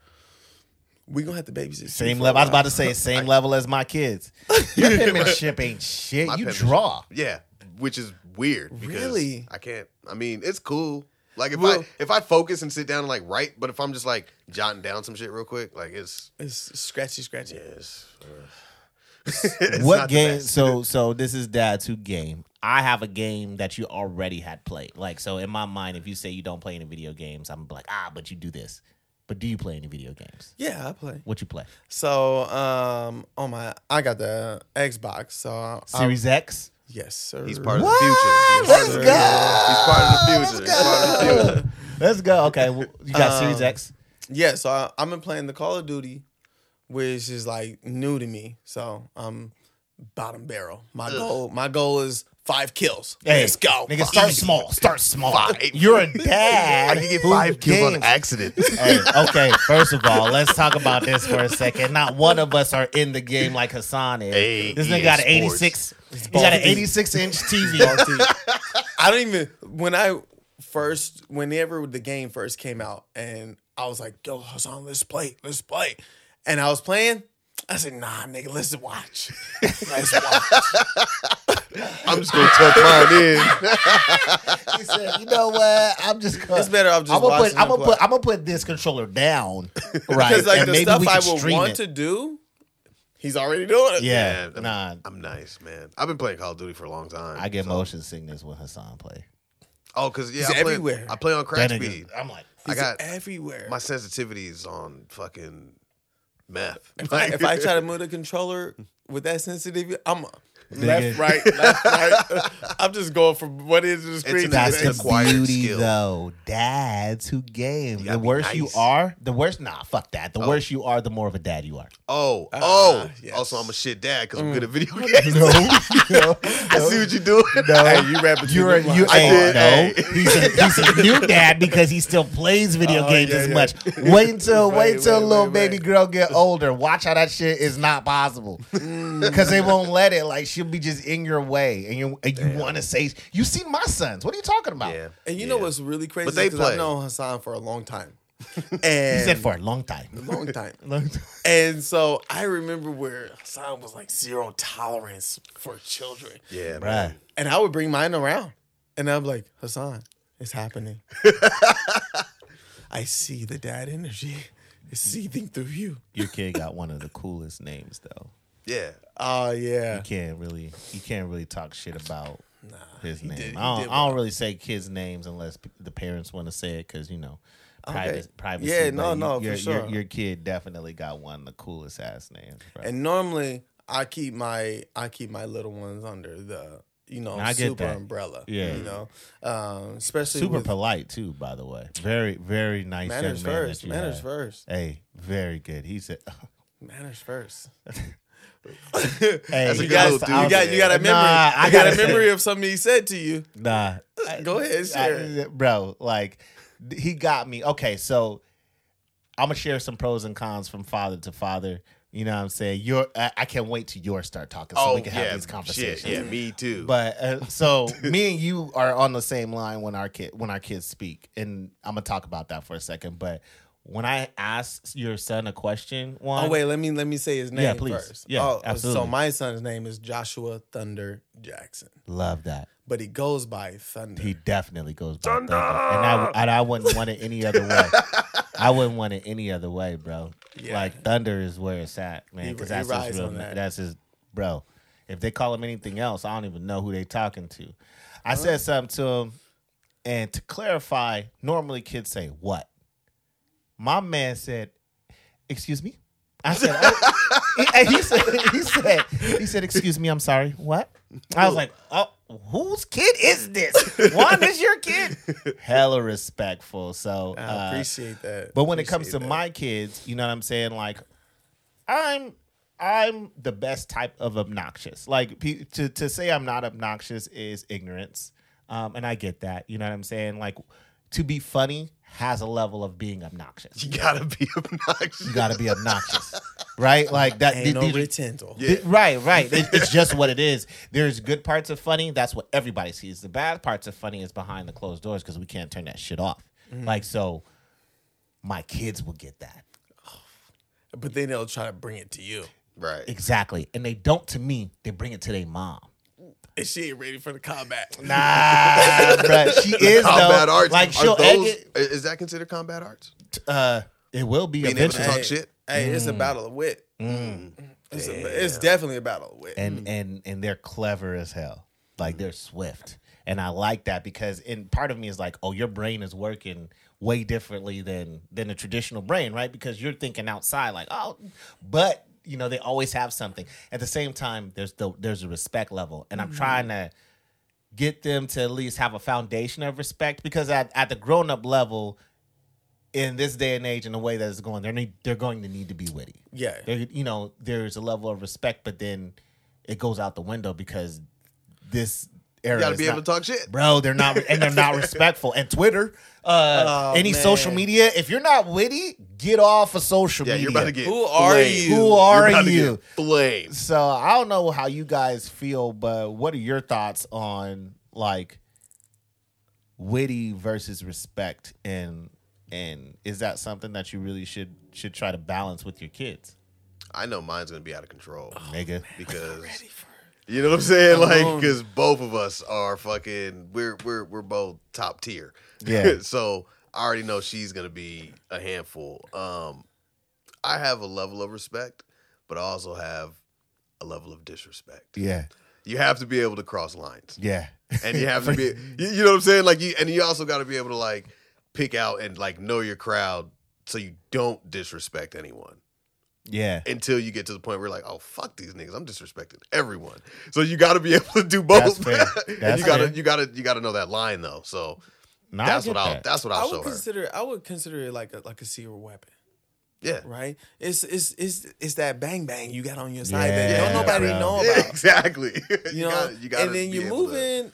Speaker 3: We gonna have to babysit. you
Speaker 2: Same
Speaker 3: for a
Speaker 2: level. I was
Speaker 3: while.
Speaker 2: about to say same level as my kids. Your penmanship ain't shit.
Speaker 1: My
Speaker 2: you
Speaker 1: penmanship-
Speaker 2: draw.
Speaker 1: Yeah, which is weird. Because
Speaker 3: Really?
Speaker 1: I can't. I mean, it's cool. Like if
Speaker 3: Well-
Speaker 1: I if I focus and sit down and like write, but if I'm just like jotting down some shit real quick, like it's
Speaker 3: It's scratchy, scratchy.
Speaker 1: it's, uh,
Speaker 2: what
Speaker 1: not the
Speaker 2: game?
Speaker 1: best.
Speaker 2: So so this is dad's who game. I have a game that you already had played. Like so in my mind, if you say you don't play any video games, I'm like ah, but you do this. But do you play any video games?
Speaker 3: Yeah, I play.
Speaker 2: What you play?
Speaker 3: So, um, oh my, I got the Xbox. So, I,
Speaker 1: Um,
Speaker 3: I,
Speaker 2: Series X.
Speaker 3: yes, sir.
Speaker 1: he's part of
Speaker 2: What?
Speaker 1: the future. He's part of the
Speaker 2: Let's
Speaker 1: future. He's part of the
Speaker 2: go.
Speaker 1: future. He's part of the future.
Speaker 2: Let's go. Okay, well, you
Speaker 1: Um,
Speaker 2: got Series X.
Speaker 3: Yeah, so I, I've been playing the Call of Duty, which is like new to me. So I'm bottom barrel. My goal, my goal is five kills. Let's go.
Speaker 2: nigga. Start small. Start small. You're a dad.
Speaker 1: I can get
Speaker 2: who
Speaker 1: five kills on
Speaker 2: games-
Speaker 1: accident.
Speaker 2: Hey, okay, first of all, let's talk about this for a second. Not one of us are in the game like Hassan is.
Speaker 1: Hey,
Speaker 2: this nigga
Speaker 1: EA
Speaker 2: got an
Speaker 1: Sports.
Speaker 2: 86. He got an
Speaker 3: ballsy.
Speaker 2: 86 inch TV.
Speaker 3: I don't even when I first whenever the game first came out and I was like, yo, Hassan, let's play, let's play. And I was playing, I said, nah, nigga, let's watch. Let's watch.
Speaker 1: I'm just gonna tuck mine in.
Speaker 2: he said, "You know what? I'm just. Gonna,
Speaker 3: It's better off just
Speaker 2: I'm gonna put.
Speaker 3: watching
Speaker 2: I'm gonna
Speaker 3: the
Speaker 2: put.
Speaker 3: play.
Speaker 2: I'm gonna put this controller down, right?
Speaker 3: Because like
Speaker 2: and
Speaker 3: the
Speaker 2: maybe
Speaker 3: stuff
Speaker 2: we
Speaker 3: I
Speaker 2: can
Speaker 3: would
Speaker 2: stream
Speaker 3: want
Speaker 2: it.
Speaker 3: to do, he's already doing it.
Speaker 2: Yeah,
Speaker 1: Man,
Speaker 2: nah.
Speaker 1: I'm nice, man. I've been playing Call of Duty for a long time.
Speaker 2: I get motion sickness when Hassan play.
Speaker 1: oh, cause yeah,
Speaker 3: He's
Speaker 1: I play,
Speaker 3: everywhere.
Speaker 1: I play on
Speaker 2: That
Speaker 1: crack
Speaker 2: nigga,
Speaker 1: speed.
Speaker 2: I'm like,
Speaker 1: I
Speaker 3: He's
Speaker 1: got
Speaker 3: everywhere.
Speaker 1: my sensitivities on fucking meth.
Speaker 3: if I try to move the controller with that sensitivity, I'm
Speaker 2: Nigga.
Speaker 3: left, right, left, right. I'm just going from what is the screen.
Speaker 1: an
Speaker 3: to
Speaker 2: That's
Speaker 1: It's
Speaker 3: the
Speaker 2: the
Speaker 3: next.
Speaker 1: acquired
Speaker 2: beauty,
Speaker 1: skill.
Speaker 2: though. Dads who game.
Speaker 1: gotta
Speaker 2: The
Speaker 1: be
Speaker 2: worse you
Speaker 1: nice.
Speaker 2: are, the worse. Nah, fuck that. The
Speaker 3: Oh.
Speaker 2: worse you are, the more of a dad you are.
Speaker 1: Oh, oh.
Speaker 3: yes.
Speaker 1: Also, I'm a shit dad because I'm good at video games. I see what you're doing.
Speaker 3: Hey, you read between
Speaker 2: You're a,
Speaker 3: the
Speaker 2: you,
Speaker 3: lines.
Speaker 1: I
Speaker 2: hey,
Speaker 1: did,
Speaker 2: no,
Speaker 1: hey.
Speaker 2: he's, a, he's a new dad because he still plays video
Speaker 3: Oh,
Speaker 2: games
Speaker 3: yeah,
Speaker 2: as
Speaker 3: yeah.
Speaker 2: much. Wait until
Speaker 3: Right,
Speaker 2: wait till
Speaker 3: right,
Speaker 2: little
Speaker 3: right,
Speaker 2: baby
Speaker 3: right.
Speaker 2: girl get older. Watch how that shit is not possible because they won't let it. Like she'll be just in your way, and you and you want to say you see my sons. What are you talking about?
Speaker 1: Yeah.
Speaker 3: And you know
Speaker 1: Yeah.
Speaker 3: what's really crazy?
Speaker 1: But they
Speaker 3: Because
Speaker 1: play.
Speaker 3: I've known Hassan for a long time. And
Speaker 2: He said for a long time.
Speaker 3: long time.
Speaker 2: Long time.
Speaker 3: And so I remember where Hassan was like zero tolerance for children.
Speaker 1: Yeah, man.
Speaker 2: Bruh.
Speaker 3: And I would bring mine around. And I'm like, Hassan, it's happening. I see the dad energy. It's seething through you.
Speaker 2: Your kid got one of the coolest names though.
Speaker 1: Yeah.
Speaker 3: Oh yeah.
Speaker 2: Can't really you can't really talk shit about his name.
Speaker 3: did- he
Speaker 2: I, don't,
Speaker 3: did
Speaker 2: I don't really say kids' names unless p- the parents want to say it because you know private privacy.
Speaker 3: Yeah,
Speaker 2: but
Speaker 3: no,
Speaker 2: you-
Speaker 3: no, for
Speaker 2: your,
Speaker 3: sure.
Speaker 2: Your, your kid definitely got one of the coolest ass names. Bro.
Speaker 3: And normally I keep my I keep my little ones under the you know
Speaker 2: I get
Speaker 3: super
Speaker 2: that.
Speaker 3: umbrella.
Speaker 2: Yeah.
Speaker 3: You know? Um especially
Speaker 2: Super
Speaker 3: with
Speaker 2: polite too, by the way. Very, very nice
Speaker 3: manners
Speaker 2: young man.
Speaker 3: first.
Speaker 2: that you
Speaker 3: Manners
Speaker 2: had.
Speaker 3: first.
Speaker 2: Hey, very good. He said,
Speaker 3: Manners first.
Speaker 2: "Hey,
Speaker 1: That's a good
Speaker 3: You got,
Speaker 1: little
Speaker 3: you
Speaker 1: dude,
Speaker 3: got you got a
Speaker 2: Nah,
Speaker 3: memory.
Speaker 2: I
Speaker 3: I got
Speaker 2: gotta
Speaker 3: a
Speaker 2: say-
Speaker 3: memory of something he said to you.
Speaker 2: Nah,
Speaker 3: Go ahead, share. it.
Speaker 2: I- bro, like th- he got me. Okay, so I'm gonna share some pros and cons from father to father. You know what I'm saying? Your I, I can't wait till yours start talking so
Speaker 1: oh,
Speaker 2: we can
Speaker 1: yeah.
Speaker 2: have these
Speaker 1: shit,
Speaker 2: conversations.
Speaker 1: yeah, me too.
Speaker 2: But uh, so me and you are on the same line when our kid when our kids speak, and I'm gonna talk about that for a second. But when I ask your son a question, one
Speaker 3: Oh wait, let me let me say his name
Speaker 2: Yeah, please.
Speaker 3: first.
Speaker 2: Yeah,
Speaker 3: oh,
Speaker 2: absolutely.
Speaker 3: So my son's name is Joshua Thunder Jackson,
Speaker 2: love that.
Speaker 3: but he goes by Thunder.
Speaker 2: He definitely goes by thunder, and I and I wouldn't want it any other way. I wouldn't want it any other way, bro.
Speaker 3: Yeah.
Speaker 2: Like thunder is where it's at, man.
Speaker 3: He-
Speaker 2: Because
Speaker 3: he
Speaker 2: that's
Speaker 3: rides
Speaker 2: his real.
Speaker 3: on that.
Speaker 2: That's his bro. If they call him anything else, I don't even know who they talking to. I said something to him, and to clarify, normally kids say what. My man said, "Excuse me." I said, oh. and he said, he said, he said, "Excuse me, I'm sorry." What? I was like, "Oh, whose kid is this? Juan is your kid." Hella respectful. So,
Speaker 3: I
Speaker 2: uh,
Speaker 3: appreciate that.
Speaker 2: but when it comes to
Speaker 3: Appreciate that.
Speaker 2: my kids, you know what I'm saying? Like, I'm I'm the best type of obnoxious. Like pe- to to say I'm not obnoxious is ignorance, um, and I get that. You know what I'm saying? Like to be funny has a level of being obnoxious.
Speaker 1: you gotta be obnoxious.
Speaker 2: You got to be obnoxious, right? Like that.
Speaker 3: ain't
Speaker 2: th-
Speaker 3: no
Speaker 2: these are-
Speaker 3: retental.
Speaker 2: th- Right, right. It- it's just what it is. There's good parts of funny. That's what everybody sees. The bad parts of funny is behind the closed doors because we can't turn that shit off. Like so, my kids will get that.
Speaker 3: But then they'll try to bring it to you.
Speaker 1: Right.
Speaker 2: Exactly. And they don't to me, they bring it to their mom.
Speaker 3: And she ain't ready for the combat.
Speaker 2: Nah, bruh. She is
Speaker 1: Combat
Speaker 2: though.
Speaker 1: arts.
Speaker 2: Like
Speaker 1: are
Speaker 2: she'll egg
Speaker 1: those,
Speaker 2: it.
Speaker 1: Is that considered combat arts?
Speaker 2: Uh, it will be
Speaker 1: Being able to
Speaker 2: eventually.
Speaker 1: talk shit?
Speaker 3: Hey, it's
Speaker 2: Mm.
Speaker 3: a battle of wit. It's, a, it's definitely a battle of wit.
Speaker 2: and and and they're clever as hell. Like they're swift, and I like that because in part of me is like, oh, your brain is working way differently than than a traditional brain, right? Because you're thinking outside, like, oh, but you know they always have something. At the same time, there's the there's a respect level, and I'm trying to get them to at least have a foundation of respect because at, at the grown up level. In this day and age, in the way that it's going, they're need, they're going to need to be witty
Speaker 3: yeah.
Speaker 2: there you know there's a level of respect but then it goes out the window because this era
Speaker 1: You gotta
Speaker 2: is
Speaker 1: be
Speaker 2: not-
Speaker 1: able to talk shit.
Speaker 2: bro they're not and they're not respectful and twitter uh
Speaker 3: Oh,
Speaker 2: any
Speaker 3: man.
Speaker 2: social media if you're not witty get off of social
Speaker 1: Yeah,
Speaker 2: media
Speaker 1: you're about to get.
Speaker 3: Who are
Speaker 1: flamed.
Speaker 3: you?
Speaker 2: who are
Speaker 1: about to get
Speaker 2: you
Speaker 1: Flamed.
Speaker 2: so i don't know how you guys feel but what are your thoughts on like witty versus respect and and is that something that you really should should try to balance with your kids
Speaker 1: I know mine's gonna be out of control
Speaker 2: nigga
Speaker 1: because you know what I'm saying. Like,
Speaker 3: on
Speaker 1: because both of us are fucking. We're we're we're both top tier.
Speaker 2: Yeah.
Speaker 1: so I already know she's gonna be a handful. Um, I have a level of respect, but I also have a level of disrespect.
Speaker 2: yeah
Speaker 1: You have to be able to cross lines.
Speaker 2: Yeah.
Speaker 1: and you have to be you, you know what i'm saying like you and you also got to be able to like pick out and like know your crowd so you don't disrespect anyone
Speaker 2: Yeah.
Speaker 1: until you get to the point where you're like, oh fuck these niggas, I'm disrespecting everyone. So you got to be able to do both.
Speaker 2: That's fair.
Speaker 1: and
Speaker 2: That's
Speaker 1: you gotta
Speaker 2: fair.
Speaker 1: you gotta you gotta know that line though. So
Speaker 2: No, I
Speaker 1: that's
Speaker 2: get
Speaker 1: what I'll
Speaker 2: that.
Speaker 1: that's what
Speaker 3: I
Speaker 1: I'll
Speaker 3: would
Speaker 1: show her.
Speaker 3: consider I would consider it like a like a secret weapon,
Speaker 1: Yeah.
Speaker 3: right? It's it's it's it's that bang bang you got on your side that
Speaker 2: Yeah,
Speaker 3: don't nobody
Speaker 2: bro.
Speaker 3: know
Speaker 1: Yeah,
Speaker 3: about.
Speaker 1: exactly.
Speaker 3: You know,
Speaker 1: gotta- gotta
Speaker 3: and then
Speaker 1: be
Speaker 3: you're
Speaker 1: able to-
Speaker 3: moving,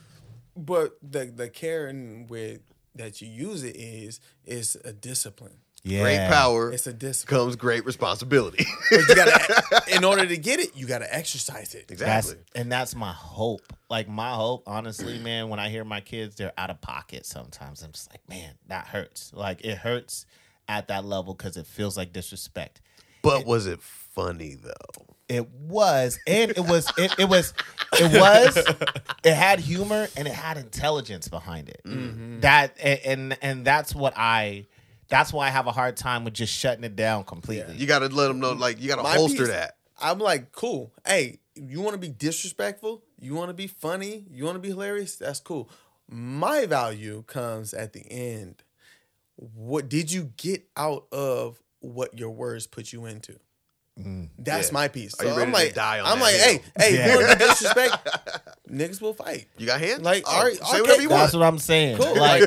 Speaker 3: but the the care and with that you use it is is a discipline.
Speaker 2: yeah.
Speaker 1: Great power
Speaker 3: It's a discipline.
Speaker 1: comes great responsibility.
Speaker 3: But you gotta, in order to get it, you gotta exercise it.
Speaker 1: exactly.
Speaker 2: That's, and that's my hope. Like my hope, honestly, man, when I hear my kids, they're out of pocket sometimes. I'm just like, man, that hurts. Like it hurts at that level because it feels like disrespect.
Speaker 1: But was it funny though?
Speaker 2: It was, and it was, it, it was, it was, it had humor and it had intelligence behind it.
Speaker 1: Mm-hmm.
Speaker 2: That and, and and that's what I, that's why I have a hard time with just shutting it down completely.
Speaker 1: You got to let them know, like you got to
Speaker 3: My
Speaker 1: holster
Speaker 3: piece-
Speaker 1: that.
Speaker 3: I'm like, cool. Hey, you want to be disrespectful? You want to be funny? You want to be hilarious? That's cool. My value comes at the end. What did you get out of what your words put you into? That's
Speaker 1: Mm, Yeah.
Speaker 3: my piece.
Speaker 1: Are you
Speaker 3: So
Speaker 1: ready
Speaker 3: I'm
Speaker 1: to
Speaker 3: like,
Speaker 1: die on
Speaker 3: I'm
Speaker 1: that
Speaker 3: like, hey,
Speaker 1: hill?
Speaker 3: hey,
Speaker 2: Yeah.
Speaker 3: you want to disrespect? Niggas will fight.
Speaker 1: You got hands?
Speaker 3: Like,
Speaker 1: Oh,
Speaker 3: all right,
Speaker 1: say
Speaker 3: okay,
Speaker 1: whatever you
Speaker 2: That's
Speaker 1: want.
Speaker 2: what I'm saying.
Speaker 3: Cool.
Speaker 2: Like,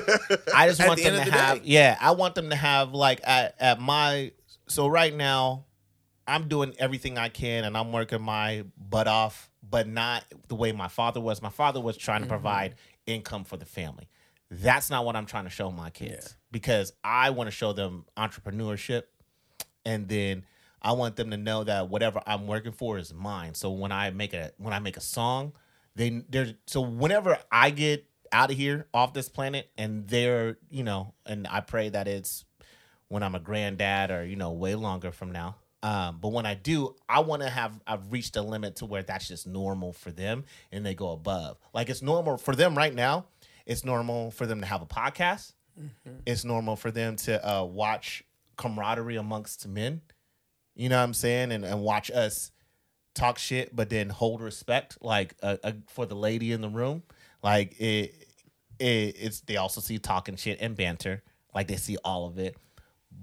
Speaker 2: I just
Speaker 3: At
Speaker 2: want
Speaker 3: the
Speaker 2: them to
Speaker 3: end of the
Speaker 2: have,
Speaker 3: day.
Speaker 2: yeah, I want them to have like at, at my. So right now, I'm doing everything I can, and I'm working my butt off, but not the way my father was. My father was trying to
Speaker 3: Mm-hmm.
Speaker 2: provide income for the family. That's not what I'm trying to show my kids because I want to show them entrepreneurship and then I want them to know that whatever I'm working for is mine. So when I make a when I make a song, they they're so whenever I get out of here off this planet and they're you know and I pray that it's when I'm a granddad or you know way longer from now. Um, but when I do, I want to have I've reached a limit to where that's just normal for them and they go above. Like it's normal for them right now. It's normal for them to have a podcast it's normal for them to uh, watch camaraderie amongst men. You know what I'm saying? And, and watch us talk shit, but then hold respect, like uh, uh, for the lady in the room. Like it, it, it's they also see talking shit and banter. Like they see all of it.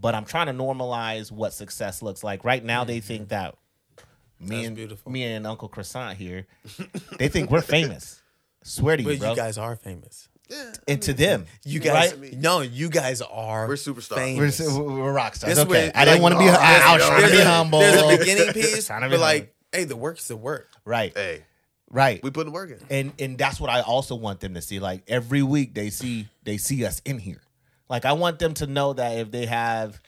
Speaker 2: But I'm trying to normalize what success looks like. Right now, they think that me
Speaker 3: Mm-hmm. That's
Speaker 2: and
Speaker 3: beautiful.
Speaker 2: me and Uncle Croissant here, they think we're famous. Swear to you,
Speaker 3: But
Speaker 2: bro.
Speaker 3: you guys are famous.
Speaker 1: Yeah.
Speaker 2: and to them,
Speaker 3: You guys,
Speaker 2: right?
Speaker 3: no, you guys are.
Speaker 1: We're superstars.
Speaker 2: We're,
Speaker 3: famous.
Speaker 2: s- we're rock stars.
Speaker 3: This
Speaker 2: okay.
Speaker 3: way-
Speaker 2: I didn't
Speaker 3: like,
Speaker 2: want to be.
Speaker 1: oh,
Speaker 2: I, I was
Speaker 1: there's
Speaker 2: trying to be
Speaker 1: a-
Speaker 2: humble.
Speaker 3: There's a beginning piece,
Speaker 2: Trying to
Speaker 3: but
Speaker 2: be
Speaker 3: like, hey, the work's the work.
Speaker 2: right,
Speaker 1: Hey,
Speaker 2: right.
Speaker 1: we putting the work in.
Speaker 2: And and that's what I also want them to see. Like every week they see they see us in here. Like I want them to know that if they have,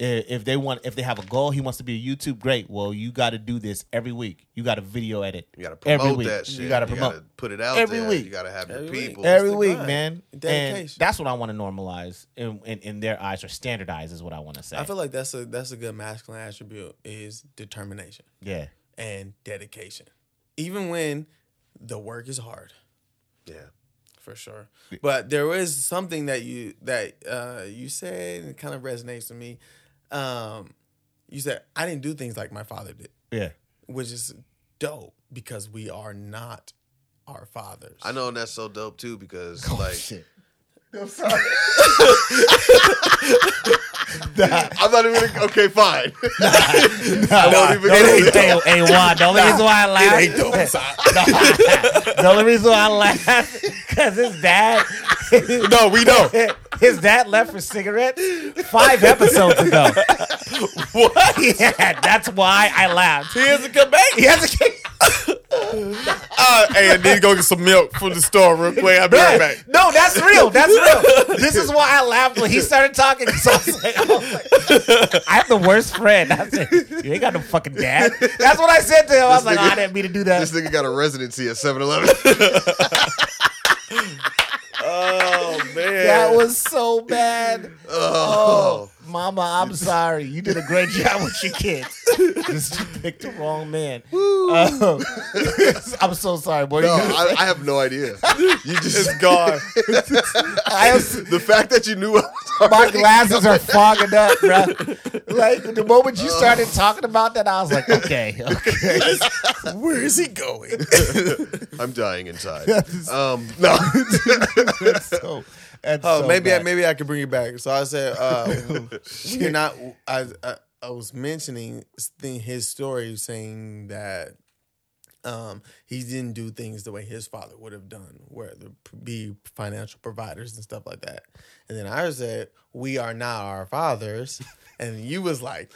Speaker 2: i- if they want, if they have a goal, he wants to be a YouTube. Great. Well, you got to do this every week. You got to video edit.
Speaker 1: You got to
Speaker 2: every
Speaker 1: promote
Speaker 2: week.
Speaker 1: that shit.
Speaker 2: You got to promote.
Speaker 1: gotta put it out
Speaker 2: Every
Speaker 1: there.
Speaker 2: week.
Speaker 1: You got to have your
Speaker 3: Every week.
Speaker 1: people.
Speaker 2: Every
Speaker 3: the
Speaker 2: week,
Speaker 3: grind,
Speaker 2: man, and
Speaker 3: dedication.
Speaker 2: that's what I want to normalize in, in, in their eyes or standardize is what I want to say.
Speaker 3: I feel like that's a that's a good masculine attribute is determination
Speaker 2: yeah,
Speaker 3: and dedication, even when the work is hard,
Speaker 1: yeah.
Speaker 3: for sure. But there is something that you that uh, you said and it kind of resonates with me. Um, you said I didn't do things like my father did,
Speaker 2: yeah.
Speaker 3: which is dope because we are not our fathers.
Speaker 1: I know, and that's so dope too because like
Speaker 2: Shit.
Speaker 1: I'm not even okay. Fine.
Speaker 2: Nah,
Speaker 1: don't even-
Speaker 2: the only reason- hey, hey, Juan, the only reason why I laugh. the only reason why I laugh because his dad,
Speaker 1: no, we know.
Speaker 2: his dad left for cigarettes five episodes ago. what? Yeah, that's why I laughed.
Speaker 3: he has to come back.
Speaker 2: He has a kid.
Speaker 1: Uh, hey, I need to go get some milk from the store real quick. I'll be right back.
Speaker 2: No, that's real. That's real. This is why I laughed when he started talking. 'cause I, was like, I was like- I have the worst friend. I said, "You ain't got no fucking dad." That's what I said to him. I was like, oh, "I didn't mean to do that."
Speaker 1: This nigga got a residency at 7-Eleven.
Speaker 3: Oh man,
Speaker 2: That was so bad.
Speaker 1: Oh.
Speaker 2: Oh, mama, I'm sorry. You did a great job with your kids. Just you picked the wrong man. Um, I'm so sorry, boy.
Speaker 1: No,
Speaker 2: You-
Speaker 1: I, I have no idea. You just
Speaker 3: God.
Speaker 2: I am-
Speaker 1: the fact that you knew I was
Speaker 2: my
Speaker 1: already-
Speaker 2: glasses are fogging up, bro. Like the moment
Speaker 3: Oh.
Speaker 2: you started talking about that, I was like, okay, okay.
Speaker 3: Where is he going?
Speaker 1: I'm dying inside. Um, no,
Speaker 2: That's so, that's
Speaker 3: Oh,
Speaker 2: so
Speaker 3: maybe I,
Speaker 2: bad.
Speaker 3: maybe I could bring it back. So I said, uh, you're not. I, I I was mentioning s- thing- his story, saying that um, he didn't do things the way his father would have done, where there p- be financial providers and stuff like that. And then I said, "We are not our fathers," and you was like,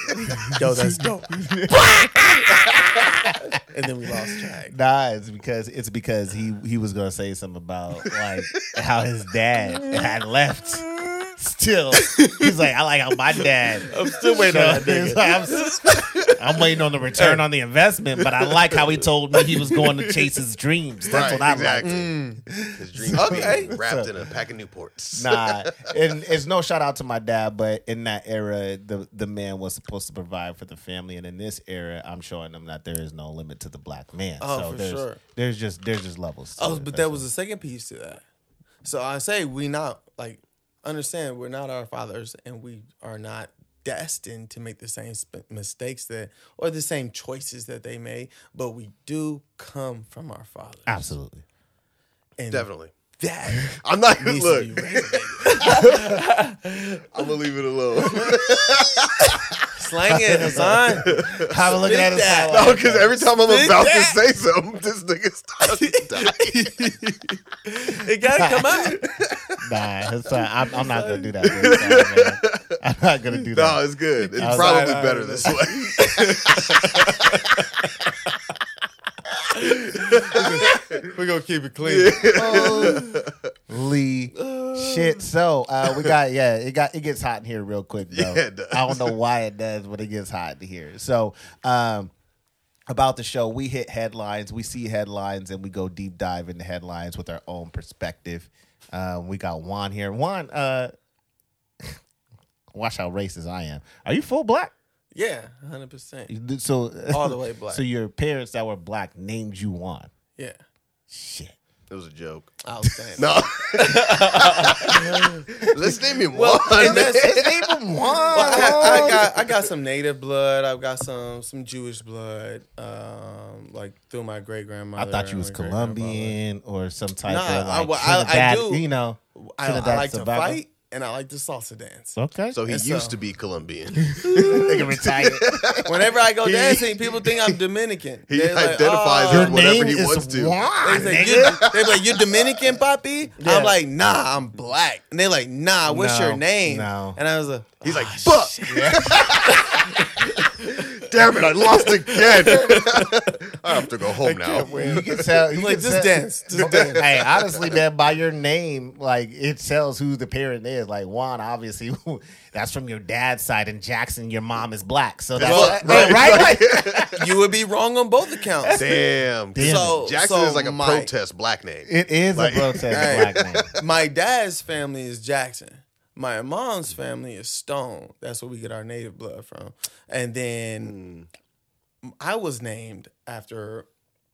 Speaker 3: "Yo, that's dope." and then we lost track.
Speaker 2: Nah, it's because it's because he he was gonna say something about like how his dad had left. Still, he's like, I like how my dad. I'm
Speaker 3: still waiting on that nigga.
Speaker 2: I'm, s- I'm waiting on the return on the investment, but I like how he told me he was going to chase his dreams. That's what I
Speaker 1: exactly.
Speaker 2: like.
Speaker 1: His dreams
Speaker 3: Okay.
Speaker 1: being wrapped in a pack of Newports.
Speaker 2: Nah, and it's no shout out to my dad, but in that era, the the man was supposed to provide for the family, and in this era, I'm showing them that there is no limit to the black man.
Speaker 3: Oh,
Speaker 2: so
Speaker 3: for
Speaker 2: there's,
Speaker 3: sure.
Speaker 2: There's just there's just levels. to
Speaker 3: Oh,
Speaker 2: it. That's
Speaker 3: but that was the second piece to that. So I say we not like understand we're not our fathers, and we are not destined to make the same sp- mistakes that or the same choices that they made. But we do come from our fathers,
Speaker 2: absolutely.
Speaker 3: and
Speaker 1: Definitely.
Speaker 3: that
Speaker 1: I'm not gonna
Speaker 3: needs to
Speaker 1: look.
Speaker 3: be regulated.
Speaker 1: I'm gonna leave it alone.
Speaker 3: Slang it, son.
Speaker 2: How we looking at us
Speaker 3: Spit that.
Speaker 2: now,
Speaker 1: no,
Speaker 2: like,
Speaker 1: because every time I'm
Speaker 3: Spit
Speaker 1: about
Speaker 3: that.
Speaker 1: to say something, this nigga starts to die.
Speaker 3: It gotta come out.
Speaker 2: nah, it's fine. I'm, I'm not gonna do that. this time, man. I'm not gonna do
Speaker 1: no,
Speaker 2: that.
Speaker 1: it's good. It's
Speaker 2: I'm
Speaker 1: probably
Speaker 3: sorry,
Speaker 1: better
Speaker 3: I-
Speaker 1: this way.
Speaker 3: We're gonna keep it clean.
Speaker 2: Lee, shit. So uh, we got yeah. It got it gets hot in here real quick. Though.
Speaker 1: Yeah, it does.
Speaker 2: I don't know why it does, but it gets hot in here. So. um about the show, we hit headlines, we see headlines, and we go deep dive into headlines with our own perspective. Um, we got Juan here. Juan, uh, watch how racist I am. Are you full black?
Speaker 3: Yeah, hundred percent.
Speaker 2: You did- So
Speaker 3: All the way black.
Speaker 2: So your parents that were black named you Juan.
Speaker 3: Yeah,
Speaker 2: Shit.
Speaker 1: It was a joke.
Speaker 3: outstanding.
Speaker 1: No. Let's name him
Speaker 3: Well,
Speaker 1: one.
Speaker 3: and that's-
Speaker 2: His name was Juan.
Speaker 3: I got, I got I got some native blood. I've got some some Jewish blood. Um, like through my great
Speaker 2: I
Speaker 3: grandmother.
Speaker 2: thought you was
Speaker 3: and my great-grandfather.
Speaker 2: Colombian or some type
Speaker 3: Nah,
Speaker 2: of like
Speaker 3: I- well, I- I
Speaker 2: Trinidad,
Speaker 3: do.
Speaker 2: you know.
Speaker 3: I,
Speaker 2: Trinidad
Speaker 3: I like to
Speaker 2: Tobago.
Speaker 3: fight and I like to salsa dance.
Speaker 2: Okay.
Speaker 1: So he
Speaker 3: Yes,
Speaker 1: used
Speaker 3: sir.
Speaker 1: to be Colombian.
Speaker 2: they can retire.
Speaker 3: Whenever I go dancing, people think I'm Dominican.
Speaker 1: He
Speaker 3: They're like,
Speaker 1: identifies
Speaker 3: "Oh."
Speaker 2: Your
Speaker 1: as Uh, whatever
Speaker 2: name
Speaker 1: he
Speaker 2: is
Speaker 1: wants to.
Speaker 2: Juan.
Speaker 3: They
Speaker 2: nigga.
Speaker 3: like, you, they're like, you Dominican, Papi?
Speaker 2: Yeah.
Speaker 3: I'm like, nah, I'm black. And they're like, nah, what's
Speaker 2: No,
Speaker 3: your name?
Speaker 2: no.
Speaker 3: And I was like,
Speaker 1: He's like,
Speaker 3: "Ah,
Speaker 1: fuck.
Speaker 3: shit."
Speaker 1: Damn it, I lost again. I have to go home now.
Speaker 2: You can tell. You
Speaker 3: Like,
Speaker 2: can
Speaker 3: just
Speaker 2: tell-
Speaker 3: dance. Just dance.
Speaker 2: Hey, honestly, man, by your name, like it tells who the parent is. Like Juan, obviously, that's from your dad's side, and Jackson, your mom is black. So that's
Speaker 3: Well,
Speaker 2: right, right? Like-
Speaker 3: You would be wrong on both accounts.
Speaker 1: Damn.
Speaker 2: Damn.
Speaker 3: So
Speaker 1: Jackson
Speaker 3: so
Speaker 1: is like a
Speaker 3: my-
Speaker 1: protest black name.
Speaker 2: it is
Speaker 1: Like-
Speaker 2: a protest
Speaker 3: Hey.
Speaker 2: black man.
Speaker 3: my dad's family is Jackson. My mom's family is Stone. That's where we get our native blood from. And then I was named after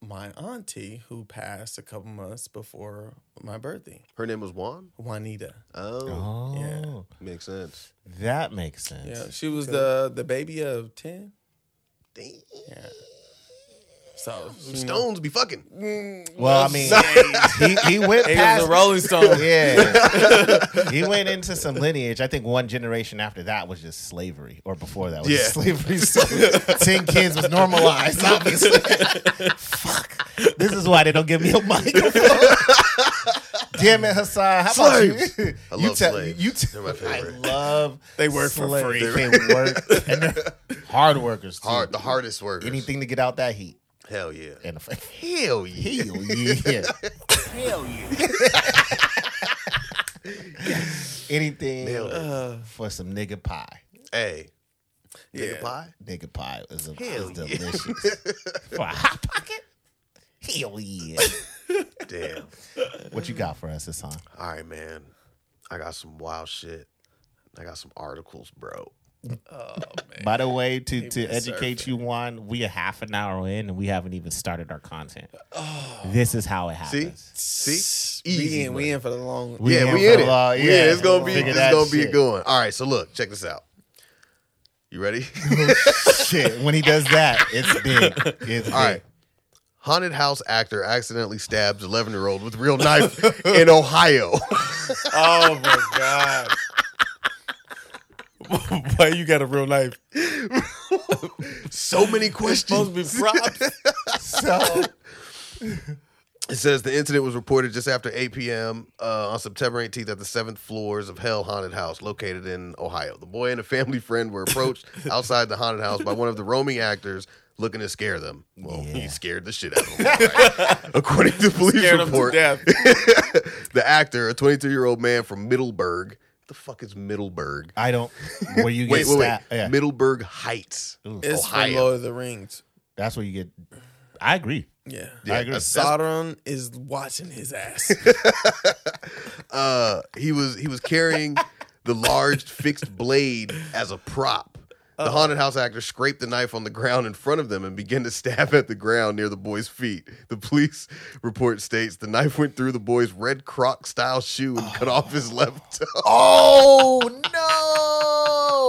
Speaker 3: my auntie who passed a couple months before my birthday,
Speaker 1: Her name was Juan?
Speaker 3: Juanita.
Speaker 1: Oh,
Speaker 2: Oh,
Speaker 1: makes sense.
Speaker 2: that makes sense.
Speaker 3: Yeah, she was the the baby of 10.
Speaker 1: Damn.
Speaker 3: Yeah. So, you know,
Speaker 1: Stones be fucking.
Speaker 2: Well, I mean, he, he went
Speaker 3: it was
Speaker 2: past.
Speaker 3: the Rolling Stone.
Speaker 2: yeah, he went into some lineage. I think one generation after that was just slavery, or before that was
Speaker 1: Yeah.
Speaker 2: slavery. So Ten kids was normalized. Obviously, fuck. This is why they don't give me a microphone. Damn it, Hassan. How
Speaker 1: Slaves.
Speaker 2: about you?
Speaker 1: I
Speaker 2: you
Speaker 1: love
Speaker 2: tell-
Speaker 1: slaves.
Speaker 2: you tell-
Speaker 1: They're my favorite.
Speaker 2: I love.
Speaker 3: They work for
Speaker 2: slaves.
Speaker 3: free.
Speaker 2: They work and they're hard workers. Too.
Speaker 1: Hard, the hardest workers.
Speaker 2: Anything to get out that heat.
Speaker 1: Hell yeah.
Speaker 2: And if-
Speaker 1: Hell yeah.
Speaker 2: Hell yeah. Hell yeah. Anything
Speaker 1: Nailed
Speaker 3: Uh.
Speaker 1: it.
Speaker 2: for some nigga pie.
Speaker 1: Hey. Nigga
Speaker 3: Yeah.
Speaker 1: pie?
Speaker 2: Nigga pie is, a,
Speaker 1: Hell
Speaker 2: is
Speaker 1: yeah.
Speaker 2: delicious. for a hot pocket? Hell yeah.
Speaker 1: Damn.
Speaker 2: what you got for us this time?
Speaker 1: All right, man. I got some wild shit. I got some articles, bro.
Speaker 2: By the way, to, to
Speaker 3: been
Speaker 2: educate you, Juan, we are half an hour in and we haven't even started our content. This is how it
Speaker 1: Oh. See?
Speaker 2: happens.
Speaker 1: See?
Speaker 3: We in, we in for the long.
Speaker 2: We
Speaker 1: yeah,
Speaker 2: in
Speaker 1: we
Speaker 2: for
Speaker 1: in
Speaker 2: the
Speaker 1: it.
Speaker 2: law.
Speaker 1: We in it. It's gonna be
Speaker 2: Figure
Speaker 1: it's
Speaker 2: that
Speaker 1: gonna be
Speaker 2: shit.
Speaker 1: going. All right, so look, check this out. You ready?
Speaker 2: Shit, when he does that, it's big. It's
Speaker 1: All right. Haunted house actor accidentally stabs 11 year old with real knife in Ohio.
Speaker 3: Oh my god. Why you got a real knife?
Speaker 1: So many
Speaker 3: Supposed
Speaker 1: questions.
Speaker 3: to be props.
Speaker 2: So
Speaker 1: It says the incident was reported just after 8 p.m. Uh, on September 18th at the seventh floors of Hell Haunted House, located in Ohio. The boy and a family friend were approached outside the haunted house by one of the roaming actors looking to scare them. Well,
Speaker 2: Yeah.
Speaker 1: he scared the shit out of them. right? According to police
Speaker 3: Scared him to
Speaker 1: report,
Speaker 3: death.
Speaker 1: the actor, a 23 year old man from Middleburg, the fuck is Middleburg?
Speaker 2: I don't. Where you get
Speaker 1: Wait, wait, wait.
Speaker 2: stabbed? Yeah,
Speaker 1: Middleburg Heights,
Speaker 2: Ooh.
Speaker 3: It's from
Speaker 1: Ohio.
Speaker 3: Lord of the Rings.
Speaker 2: that's where you get. I agree.
Speaker 3: Yeah.
Speaker 1: Yeah,
Speaker 2: agree.
Speaker 1: that's- that's-
Speaker 3: Sauron is watching his ass.
Speaker 1: uh, he was he was carrying the large fixed blade as a prop. The
Speaker 2: Uh-huh.
Speaker 1: haunted house actor scraped the knife on the ground in front of them and began to stab at the ground near the boy's feet. The police report states the knife went through the boy's red croc style shoe and cut off his left toe.
Speaker 2: Oh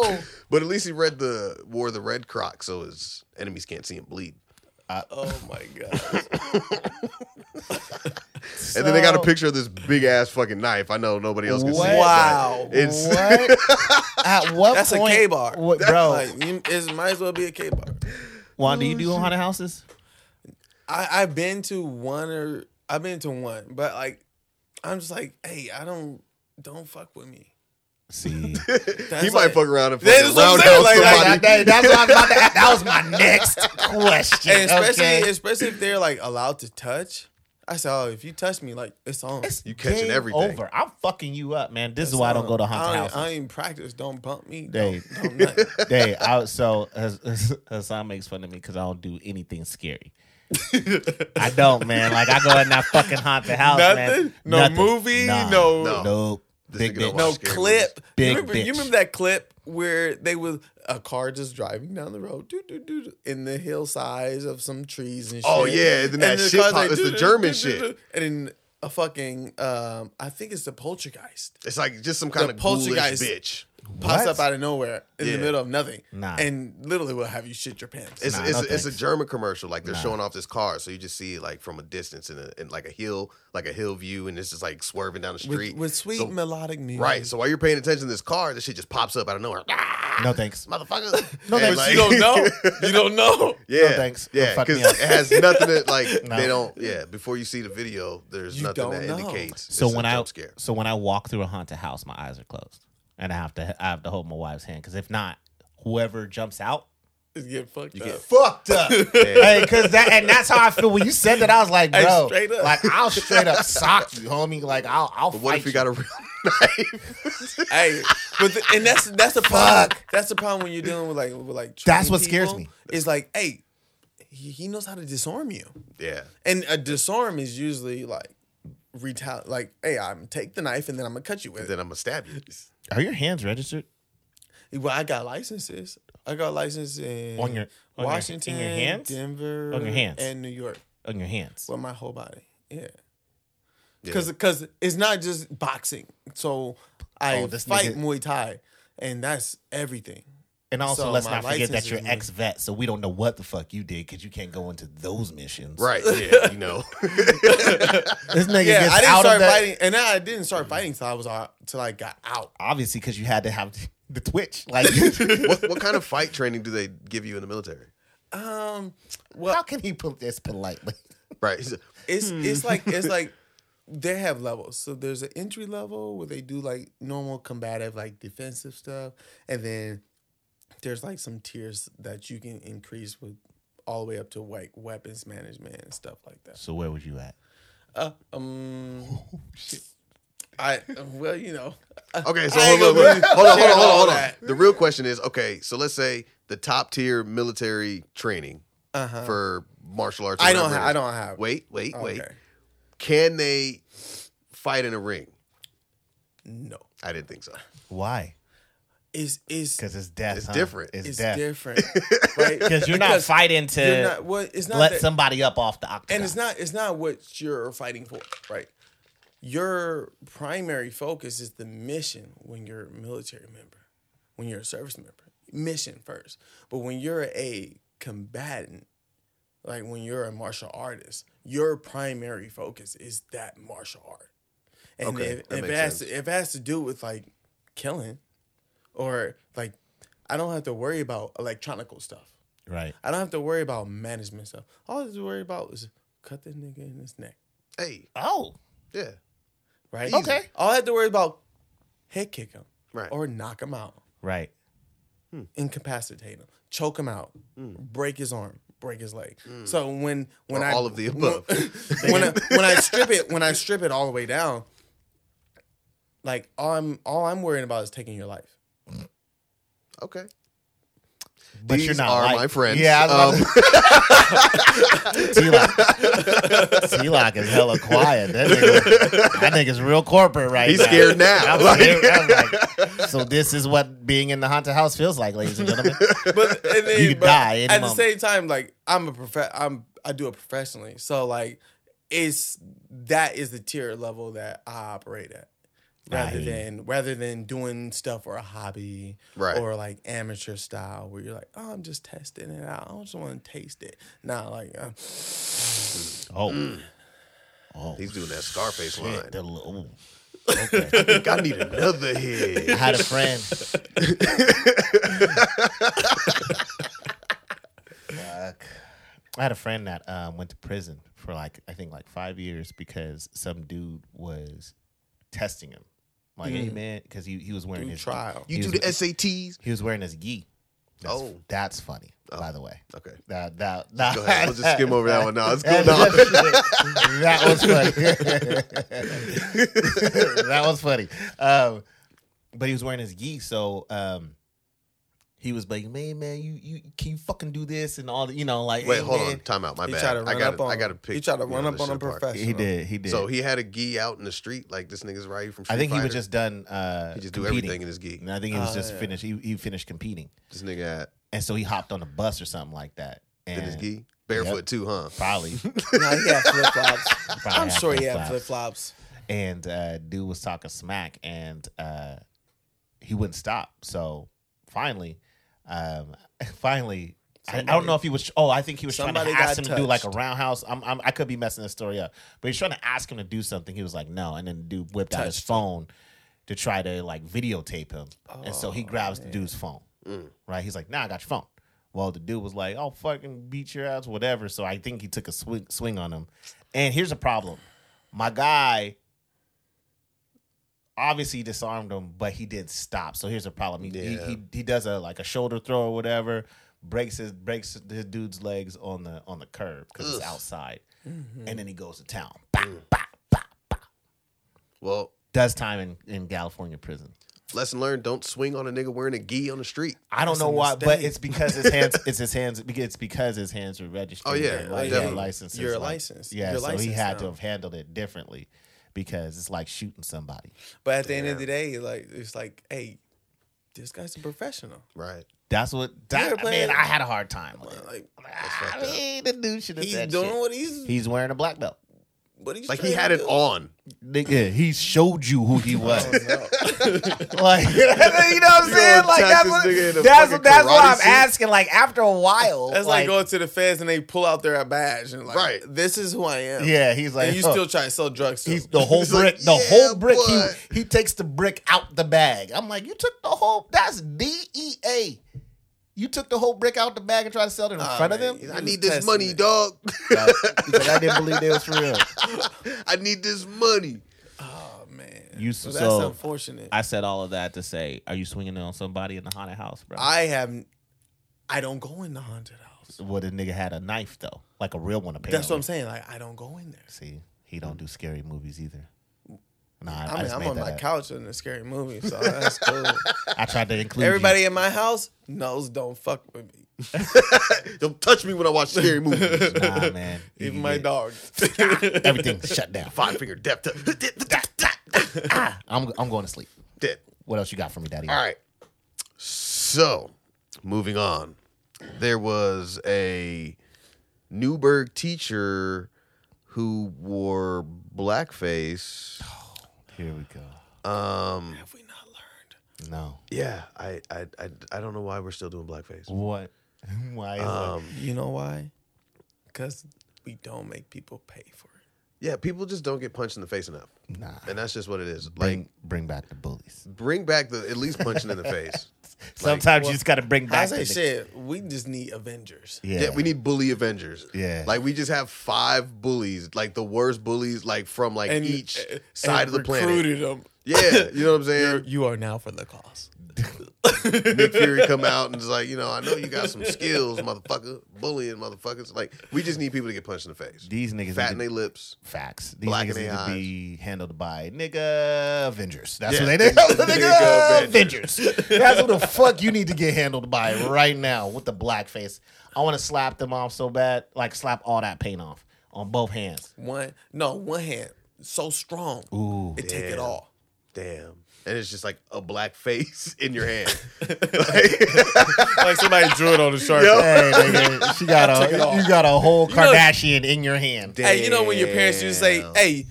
Speaker 2: no!
Speaker 1: But at least he read the wore the red croc so his enemies can't see him bleed.
Speaker 3: oh my god.
Speaker 1: And then they
Speaker 2: Oh.
Speaker 1: got a picture of this big ass fucking knife. I know nobody else can see it. but
Speaker 3: Wow.
Speaker 1: It's
Speaker 2: What? At what
Speaker 3: That's a
Speaker 2: point,
Speaker 3: K bar.
Speaker 2: What, bro,
Speaker 3: Like, you- it might as well be a K bar.
Speaker 2: Juan, do you do
Speaker 1: Mm-hmm.
Speaker 2: haunted houses?
Speaker 3: I I've been to one or I've been to one, but like I'm just like, hey, I don't don't fuck with me.
Speaker 2: See,
Speaker 1: he
Speaker 3: That's
Speaker 1: might
Speaker 3: like-
Speaker 1: fuck around and
Speaker 3: That's
Speaker 1: fucking
Speaker 3: what I'm
Speaker 1: roundhouse
Speaker 3: saying, like, like,
Speaker 1: somebody.
Speaker 3: like
Speaker 2: that, that's what I'm about to ask. That was my next question.
Speaker 3: And especially
Speaker 2: okay?
Speaker 3: especially if they're like allowed to touch. I said, oh, if you touch me, like it's on.
Speaker 1: You catching
Speaker 2: Game
Speaker 1: everything.
Speaker 2: Over. I'm fucking you up, man. This is why I don't go to haunted
Speaker 3: I
Speaker 2: houses.
Speaker 3: ain't- I ain't practice. Don't bump me.
Speaker 2: Hey.
Speaker 3: Don't, don't nothing.
Speaker 2: They, I, so Hass- Hassan makes fun of me because I don't do anything scary. I don't, man. Like I go in that fucking haunted house, man.
Speaker 3: Nothing? No movie,
Speaker 2: Nah.
Speaker 3: no-
Speaker 1: No.
Speaker 2: nope.
Speaker 1: This
Speaker 2: Big
Speaker 1: nigga don't
Speaker 2: dick.
Speaker 1: watch
Speaker 3: no
Speaker 1: scary
Speaker 3: clip.
Speaker 2: Big
Speaker 3: you, remember, you
Speaker 2: bitch.
Speaker 3: remember that clip where they was a car just driving down the road, doo, doo, doo, doo, in the hillsides of some trees and shit.
Speaker 1: Oh, yeah, and then that shit
Speaker 3: car's
Speaker 1: pop- it's the
Speaker 3: doo, doo,
Speaker 1: German
Speaker 3: doo, doo,
Speaker 1: shit.
Speaker 3: doo, And then a fucking, um, I think it's the Poltergeist
Speaker 1: It's like just some kind
Speaker 3: The
Speaker 1: of ghoulish
Speaker 3: poltergeist.
Speaker 1: bitch.
Speaker 3: pops
Speaker 2: What?
Speaker 3: up out of nowhere in
Speaker 1: Yeah.
Speaker 3: the middle of nothing,
Speaker 2: Nah.
Speaker 3: and literally will have you shit your pants.
Speaker 1: It's
Speaker 2: Nah,
Speaker 1: it's,
Speaker 2: no
Speaker 1: it's a
Speaker 2: thanks.
Speaker 1: German commercial. Like they're showing off this car, so you just see it, like from a distance in, a, in like a hill, like a hill view, and it's just like swerving down the
Speaker 3: with,
Speaker 1: street
Speaker 3: with sweet
Speaker 1: So-
Speaker 3: melodic music,
Speaker 1: Right. So while you're paying attention to this car, this shit just pops up out of nowhere. Ah,
Speaker 2: No thanks. No
Speaker 1: motherfucker.
Speaker 2: No,
Speaker 1: And,
Speaker 2: thanks.
Speaker 1: like-
Speaker 3: you don't know. You don't know.
Speaker 1: Yeah.
Speaker 2: thanks.
Speaker 1: Yeah.
Speaker 2: Don't fuck
Speaker 1: Because
Speaker 2: me up.
Speaker 1: it has nothing that like
Speaker 2: No.
Speaker 1: they don't. Yeah. Before you see the video, there's
Speaker 3: You
Speaker 1: nothing
Speaker 3: don't
Speaker 1: that
Speaker 3: know.
Speaker 1: indicates.
Speaker 2: So
Speaker 1: it's a
Speaker 2: when I
Speaker 1: jump scare.
Speaker 2: so when I walk through a haunted house, my eyes are closed, and I have to I have to hold my wife's hand because if not, whoever jumps out
Speaker 3: Just get fucked
Speaker 1: You
Speaker 3: up.
Speaker 1: get
Speaker 2: fucked up. Hey, cause that and that's how I feel. When you said that, I was like,
Speaker 3: Hey,
Speaker 2: bro,
Speaker 3: straight up.
Speaker 2: like I'll straight up sock you, homie. Like I'll I'll
Speaker 1: But what
Speaker 2: fight
Speaker 1: if you got a real knife?
Speaker 3: Hey, but the, and that's that's the problem. That's the problem when you're dealing with like with like.
Speaker 2: That's
Speaker 3: trained
Speaker 2: what scares
Speaker 3: people,
Speaker 2: me.
Speaker 3: Is like, hey, he, he knows how to disarm you,
Speaker 1: yeah.
Speaker 3: and a disarm is usually like retali Like, hey, I'm take the knife and then I'm gonna cut you with
Speaker 1: Then I'm gonna stab you.
Speaker 2: Are your hands registered?
Speaker 3: it. Well, I got licenses. I got licenses in
Speaker 2: On your- on your- in your
Speaker 3: Washington,
Speaker 2: hands?
Speaker 3: Denver,
Speaker 2: On your hands.
Speaker 3: and New York.
Speaker 2: On your hands.
Speaker 3: Well, my whole body, yeah.
Speaker 1: Yeah.
Speaker 3: Because it's not just boxing. So I
Speaker 2: Oh, this
Speaker 3: fight
Speaker 2: nigga-
Speaker 3: Muay Thai, and that's everything.
Speaker 2: And also,
Speaker 3: So
Speaker 2: let's
Speaker 3: my
Speaker 2: not forget
Speaker 3: license
Speaker 2: that you're
Speaker 3: is-
Speaker 2: ex vet, so we don't know what the fuck you did because you can't go into those missions.
Speaker 1: Right. Yeah. You know.
Speaker 2: This nigga
Speaker 3: Yeah,
Speaker 2: gets
Speaker 3: I didn't
Speaker 2: out
Speaker 3: start
Speaker 2: of that.
Speaker 3: fighting, and then I didn't start fighting till I was out, till I got out.
Speaker 2: Obviously, because you had to have the twitch. Like,
Speaker 1: what, what kind of fight training do they give you in the military?
Speaker 3: Um,
Speaker 2: how can he put this politely?
Speaker 1: Right. He's a-
Speaker 3: it's
Speaker 2: Hmm.
Speaker 3: it's like it's like they have levels. So there's an entry level where they do like normal combative, like defensive stuff, and then there's like some tiers that you can increase with all the way up to like weapons management and stuff like that.
Speaker 2: So where was you at?
Speaker 3: Uh, um, I well, you know,
Speaker 1: okay, so
Speaker 3: Uh, I ain't
Speaker 1: hold on, hold
Speaker 3: gonna
Speaker 1: on,
Speaker 3: be-
Speaker 1: hold on, hold
Speaker 3: share
Speaker 1: on,
Speaker 3: all
Speaker 1: hold on.
Speaker 3: that.
Speaker 1: The real question is, okay, so let's say the top tier military training
Speaker 3: Uh-huh.
Speaker 1: for martial arts. or
Speaker 3: I don't,
Speaker 1: whatever
Speaker 3: ha-
Speaker 1: it
Speaker 3: I
Speaker 1: is.
Speaker 3: don't have. Oh,
Speaker 1: Wait, wait, wait.
Speaker 3: Okay.
Speaker 1: Can they fight in a ring?
Speaker 3: no,
Speaker 1: I didn't think so.
Speaker 2: Why?
Speaker 3: it's it's
Speaker 2: Because it's death.
Speaker 1: It's
Speaker 2: huh?
Speaker 1: different.
Speaker 2: It's,
Speaker 3: it's
Speaker 2: death.
Speaker 3: different, right?
Speaker 2: Because you're not fighting to
Speaker 3: You're not. Well, it's not.
Speaker 2: let
Speaker 3: that-
Speaker 2: somebody up off the octagon.
Speaker 3: and it's not. It's not what you're fighting for, right? Your primary focus is the mission when you're a military member, when you're a service member. Mission first, but when you're a combatant, like when you're a martial artist, your primary focus is that martial art. And
Speaker 1: Okay,
Speaker 3: if,
Speaker 1: that
Speaker 3: if it
Speaker 1: makes
Speaker 3: has
Speaker 1: sense.
Speaker 3: to, if it has to do with like killing or like I don't have to worry about electronical stuff.
Speaker 2: Right.
Speaker 3: I don't have to worry about management stuff. All I have to worry about is cut this nigga in his neck,
Speaker 1: Hey,
Speaker 2: Oh.
Speaker 1: yeah,
Speaker 3: right?
Speaker 1: Easy.
Speaker 2: Okay.
Speaker 3: All I have to worry about head kick him,
Speaker 1: Right.
Speaker 3: or knock him out,
Speaker 2: Right.
Speaker 3: incapacitate him, choke him out, break his arm, break his leg. So when when
Speaker 1: Mm. Or
Speaker 3: I
Speaker 1: all of the
Speaker 3: when-
Speaker 1: above.
Speaker 3: when I, when I strip it when I strip it all the way down, like all I'm all I'm worrying about is taking your life.
Speaker 1: okay.
Speaker 2: But
Speaker 1: These
Speaker 2: you're not
Speaker 1: are
Speaker 2: like-
Speaker 1: my friends.
Speaker 2: Yeah. I
Speaker 1: Um,
Speaker 2: was T-Lock.
Speaker 1: Um,
Speaker 2: T-Lock is hella quiet. That nigga, that nigga's real corporate right
Speaker 1: He's
Speaker 2: now.
Speaker 1: scared now.
Speaker 2: I'm scared. I'm like, so this is what being in the haunted house feels like, ladies and gentlemen.
Speaker 3: but, and then,
Speaker 2: You could
Speaker 3: but
Speaker 2: die any
Speaker 3: at
Speaker 2: moment.
Speaker 3: the same time like i'm a prof i'm i do it professionally so like it's that is the tier level that i operate at rather
Speaker 2: Right.
Speaker 3: than rather than doing stuff for a hobby
Speaker 1: Right.
Speaker 3: or like amateur style where you're like oh i'm just testing it out i just want to taste it nah like uh,
Speaker 2: Oh. Oh.
Speaker 1: Mm. he's doing that Scarface line.
Speaker 2: shit, the little- ooh.
Speaker 1: I think I need another head.
Speaker 2: I had a friend. Fuck. I had a friend that um, went to prison for like I think like five years because some dude was testing him, like hey man, because he, he was wearing
Speaker 3: do
Speaker 2: his
Speaker 3: trial
Speaker 1: You
Speaker 2: He's-
Speaker 1: Mm. do the SATs.
Speaker 2: he was wearing his gi. That's,
Speaker 1: Oh.
Speaker 2: that's funny, by the way.
Speaker 1: Okay.
Speaker 2: That that that.
Speaker 1: Go ahead. We'll just skim over that one. No, it's cool.
Speaker 2: That,
Speaker 1: No.
Speaker 2: that was funny. that was funny. Um, but he was wearing his gi, so um, he was like, "Man, man, you you can you fucking do this and all the you know like."
Speaker 1: Wait,
Speaker 2: "Hey,
Speaker 1: hold
Speaker 2: man."
Speaker 1: on. Time out. My
Speaker 3: He
Speaker 1: bad.
Speaker 3: tried to
Speaker 1: I
Speaker 3: run
Speaker 1: got.
Speaker 3: up on
Speaker 1: I got to
Speaker 3: him.
Speaker 1: pick.
Speaker 3: He tried to
Speaker 1: you know,
Speaker 3: run up
Speaker 1: this
Speaker 3: on
Speaker 1: shit
Speaker 3: a
Speaker 1: apart.
Speaker 3: professional.
Speaker 2: He did. He did.
Speaker 1: So he had a gi out in the street. Like this nigga's right from. Street
Speaker 2: I think he was
Speaker 1: Fighter.
Speaker 2: just done. Uh,
Speaker 1: He just do
Speaker 2: competing.
Speaker 1: everything in his gi.
Speaker 2: And I think he was
Speaker 3: Oh,
Speaker 2: just
Speaker 3: yeah.
Speaker 2: finished. He, he finished competing,
Speaker 1: This nigga had
Speaker 2: and so he hopped on a bus or something like that.
Speaker 1: in
Speaker 2: And
Speaker 1: his gi. Barefoot
Speaker 2: Yep.
Speaker 1: too, huh?
Speaker 2: Probably.
Speaker 3: nah, he had flip-flops i'm
Speaker 2: had
Speaker 3: sure he had
Speaker 2: flip-flops.
Speaker 3: flip-flops
Speaker 2: and uh, dude was talking smack, and uh, he wouldn't stop. So finally, um, finally, I, I don't know if he was. Oh, I think he was trying to
Speaker 3: Somebody
Speaker 2: ask
Speaker 3: got
Speaker 2: him to do like a
Speaker 3: touched.
Speaker 2: roundhouse. I'm, I'm, I could be messing this story up, but he's trying to ask him to do something. He was like, no, and then the dude whipped out his
Speaker 3: Touched
Speaker 2: phone to try to like videotape him, and so
Speaker 3: Oh,
Speaker 2: he grabs the dude's phone.
Speaker 3: Mm.
Speaker 2: Right? He's like, nah, I got your phone. Well, the dude was like, "I'll fucking beat your ass, whatever." So I think he took a swing swing on him. And here's the problem: my guy obviously disarmed him, but he did stop. So here's the problem. He, he,
Speaker 1: Yeah.
Speaker 2: he he does a like a shoulder throw or whatever, breaks his breaks his dude's legs on the on the curb because it's
Speaker 1: Ugh. Mm.
Speaker 2: outside, and then he goes to town. Bah, bah, bah, bah.
Speaker 1: Well,
Speaker 2: Does time in, in California prison.
Speaker 1: lesson learned: don't swing on a nigga wearing a gi on the street.
Speaker 2: I don't
Speaker 3: That's
Speaker 2: know
Speaker 3: a
Speaker 2: why, but
Speaker 3: mistake.
Speaker 2: it's because his hands. It's his hands. It's because his hands were registered.
Speaker 1: Oh, yeah,
Speaker 2: and, like,
Speaker 1: yeah,
Speaker 2: your
Speaker 1: definitely.
Speaker 2: license. is,
Speaker 3: You're
Speaker 2: like-
Speaker 3: licensed.
Speaker 2: Yeah,
Speaker 3: You're
Speaker 2: so he
Speaker 3: licensed
Speaker 2: had
Speaker 3: now.
Speaker 2: to have handled it differently because it's like shooting somebody.
Speaker 3: but at the end of the day like it's like hey this guy's a professional
Speaker 1: Right.
Speaker 2: That's what.
Speaker 3: ever
Speaker 2: That, I
Speaker 3: played-
Speaker 2: mean, I had a hard time. With it.
Speaker 3: like
Speaker 2: I mean, the dude should have
Speaker 3: he's
Speaker 2: said
Speaker 3: doing
Speaker 2: shit.
Speaker 3: what he's
Speaker 2: He's wearing a black belt.
Speaker 3: what he's
Speaker 1: Like he
Speaker 3: trying to
Speaker 1: had it
Speaker 3: do.
Speaker 1: on.
Speaker 2: Nigga, he showed you who he was.
Speaker 3: No.
Speaker 2: like, you know what I'm
Speaker 1: You
Speaker 2: saying?
Speaker 1: gonna
Speaker 2: Like
Speaker 1: attack
Speaker 2: that's
Speaker 1: this
Speaker 2: what,
Speaker 1: nigga in a
Speaker 2: that's
Speaker 1: fucking
Speaker 2: that's what
Speaker 1: karate
Speaker 2: I'm
Speaker 1: suit?
Speaker 2: asking. Like after a while,
Speaker 3: That's like, going to the feds and they pull out their badge and like,
Speaker 1: Right.
Speaker 3: this is who I am.
Speaker 2: yeah, he's like
Speaker 3: and you
Speaker 2: "Oh."
Speaker 3: still try to sell drugs to
Speaker 2: He's
Speaker 3: him.
Speaker 2: the whole
Speaker 1: He's
Speaker 2: brick.
Speaker 1: like,
Speaker 2: the
Speaker 1: "Yeah,
Speaker 2: whole brick. He,
Speaker 1: boy."
Speaker 2: he takes the brick out the bag. I'm like, you took the whole. That's DEA. You took the whole brick out the bag and tried to sell it in
Speaker 3: Nah,
Speaker 2: front
Speaker 3: man,
Speaker 2: of
Speaker 3: he's
Speaker 2: them.
Speaker 1: I
Speaker 3: was
Speaker 1: need this
Speaker 3: testing
Speaker 1: money,
Speaker 3: it.
Speaker 1: dog.
Speaker 2: Like, he's like, I didn't believe they was for real.
Speaker 1: I need this money.
Speaker 3: Oh man.
Speaker 2: You-
Speaker 3: so that's
Speaker 2: so-
Speaker 3: unfortunate. I,
Speaker 2: I said all of that to say, are you swinging on somebody in the haunted house, bro?
Speaker 3: have I don't go in the haunted house.
Speaker 2: well, the nigga had a knife though, like a real one. Apparently,
Speaker 3: That's what I'm saying. Like I don't go in there.
Speaker 2: See, he don't do scary movies either. Nah, I, I
Speaker 3: I mean,
Speaker 2: just
Speaker 3: I'm
Speaker 2: made
Speaker 3: on
Speaker 2: that
Speaker 3: my
Speaker 2: up.
Speaker 3: couch in a scary movie, so that's cool.
Speaker 2: I tried to include you.
Speaker 3: Everybody in my house knows don't fuck with me.
Speaker 1: Don't touch me when I watch scary movies.
Speaker 2: Nah, man. You
Speaker 3: Even
Speaker 2: can
Speaker 3: my
Speaker 2: get-
Speaker 3: dog.
Speaker 2: Everything shut down. Ah,
Speaker 1: Five finger death.
Speaker 2: I'm I'm going to sleep.
Speaker 1: Dead.
Speaker 2: What else you got for me, Daddy?
Speaker 1: All right. So, moving on. There was a Newberg teacher who wore blackface.
Speaker 2: Here we go.
Speaker 1: Um,
Speaker 3: have we not learned?
Speaker 2: No.
Speaker 1: yeah, I, I, I, I don't know why we're still doing blackface.
Speaker 2: What? Why? Is
Speaker 1: Um,
Speaker 3: You know why? Because we don't make people pay for it.
Speaker 1: Yeah, people just don't get punched in the face enough,
Speaker 2: Nah.
Speaker 1: and that's just what it is.
Speaker 2: Bring,
Speaker 1: Like,
Speaker 2: bring back the bullies.
Speaker 1: bring back the at least punching in the face.
Speaker 2: Sometimes you just got to bring
Speaker 3: I
Speaker 2: back.
Speaker 3: say
Speaker 2: the-
Speaker 3: shit. We just need Avengers.
Speaker 2: Yeah.
Speaker 1: Yeah. we need bully Avengers.
Speaker 2: Yeah.
Speaker 1: like we just have five bullies, like the worst bullies, like from like
Speaker 3: And uh,
Speaker 1: each
Speaker 3: and
Speaker 1: side of the planet.
Speaker 3: recruited them.
Speaker 1: Yeah, you know what I'm saying.
Speaker 3: You are now for the cause.
Speaker 1: Nick Fury come out and is like, you know, I know you got some skills, motherfucker. Bullying motherfuckers. Like, we just need people to get punched in the face.
Speaker 2: These niggas
Speaker 1: Fatten
Speaker 2: need
Speaker 1: their
Speaker 2: to,
Speaker 1: lips.
Speaker 2: facts. These
Speaker 1: black in
Speaker 2: niggas need
Speaker 1: their
Speaker 2: to
Speaker 1: eyes.
Speaker 2: be handled by nigga Avengers. That's
Speaker 1: Yeah,
Speaker 2: what they do.
Speaker 1: there you go,
Speaker 2: nigga Avengers.
Speaker 1: Avengers.
Speaker 2: That's what the fuck you need to get handled by right now with the blackface. I want to slap them off so bad, like slap all that paint off on both hands.
Speaker 3: One, no, one hand so strong.
Speaker 2: Ooh.
Speaker 3: it take it
Speaker 1: Damn.
Speaker 3: all.
Speaker 1: Damn. And it's just like a black face in your hand.
Speaker 3: Like somebody drew it on the shark.
Speaker 2: Hey, nigga, she got
Speaker 3: Took it
Speaker 2: a
Speaker 3: off.
Speaker 2: you got a whole
Speaker 3: know-
Speaker 2: Kardashian in your hand.
Speaker 3: Hey, you know when your parents used to say,
Speaker 1: Damn.
Speaker 3: "Hey,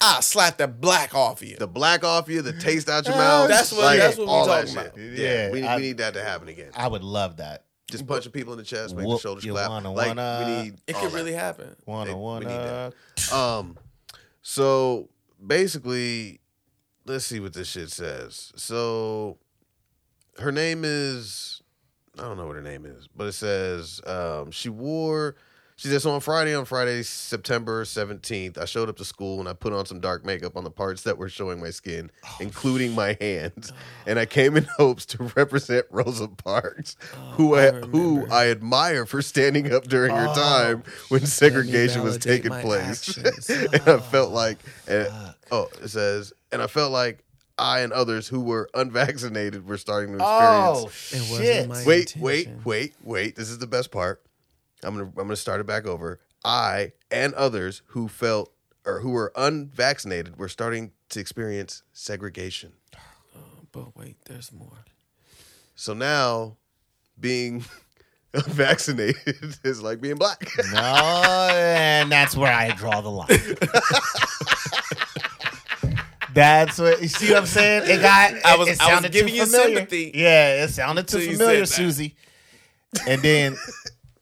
Speaker 3: I slap that black off you."
Speaker 1: the black off you, the taste out your
Speaker 2: Oh,
Speaker 1: mouth.
Speaker 3: that's what-
Speaker 1: like,
Speaker 3: that's what we
Speaker 1: all that
Speaker 3: talking about.
Speaker 1: shit. Yeah,
Speaker 2: Yeah,
Speaker 1: we,
Speaker 2: I-
Speaker 1: we need that to happen again.
Speaker 2: I would love that.
Speaker 1: Just punching people in the chest, making
Speaker 2: Whoop
Speaker 1: shoulders
Speaker 2: you
Speaker 1: clap.
Speaker 2: wanna,
Speaker 1: like
Speaker 2: wanna.
Speaker 1: we need.
Speaker 3: It
Speaker 1: all
Speaker 3: could
Speaker 1: that.
Speaker 3: really happen.
Speaker 2: Wanna
Speaker 1: Hey, we
Speaker 2: wanna
Speaker 1: need that. Um, so basically, let's see what this shit says. So her name is I don't know what her name is, but it says um, she wore. She says so on Friday, on Friday, September 17th, I showed up to school and I put on some dark makeup on the parts that were showing my skin,
Speaker 3: Oh,
Speaker 1: including my hands. And I came in hopes to represent Rosa Parks, who
Speaker 3: Oh, I
Speaker 1: I, who
Speaker 3: remember.
Speaker 1: I admire for standing up during her
Speaker 2: Oh.
Speaker 1: time when segregation was
Speaker 3: validate
Speaker 1: taking
Speaker 3: my
Speaker 1: place.
Speaker 3: actions. uh,
Speaker 1: and I felt like, and-
Speaker 2: Oh, fuck.
Speaker 1: oh, it says, and I felt like I and others who were unvaccinated were starting to
Speaker 2: Oh
Speaker 1: experience.
Speaker 3: It wasn't
Speaker 2: shit!
Speaker 3: my-
Speaker 1: wait,
Speaker 3: intention.
Speaker 1: wait, wait, wait. This is the best part. I'm gonna I'm gonna start it back over. I and others who felt or who were unvaccinated were starting to experience segregation.
Speaker 3: But wait, there's more.
Speaker 1: So now, being unvaccinated is like being black.
Speaker 2: No, and that's where I draw the line. that's what you see. What I'm saying? It got. It,
Speaker 3: I was-
Speaker 2: it
Speaker 3: I was
Speaker 2: sounded too
Speaker 3: giving you
Speaker 2: familiar.
Speaker 3: sympathy
Speaker 2: Yeah, it sounded too
Speaker 3: until you
Speaker 2: familiar,
Speaker 3: said that.
Speaker 2: Susie. And then,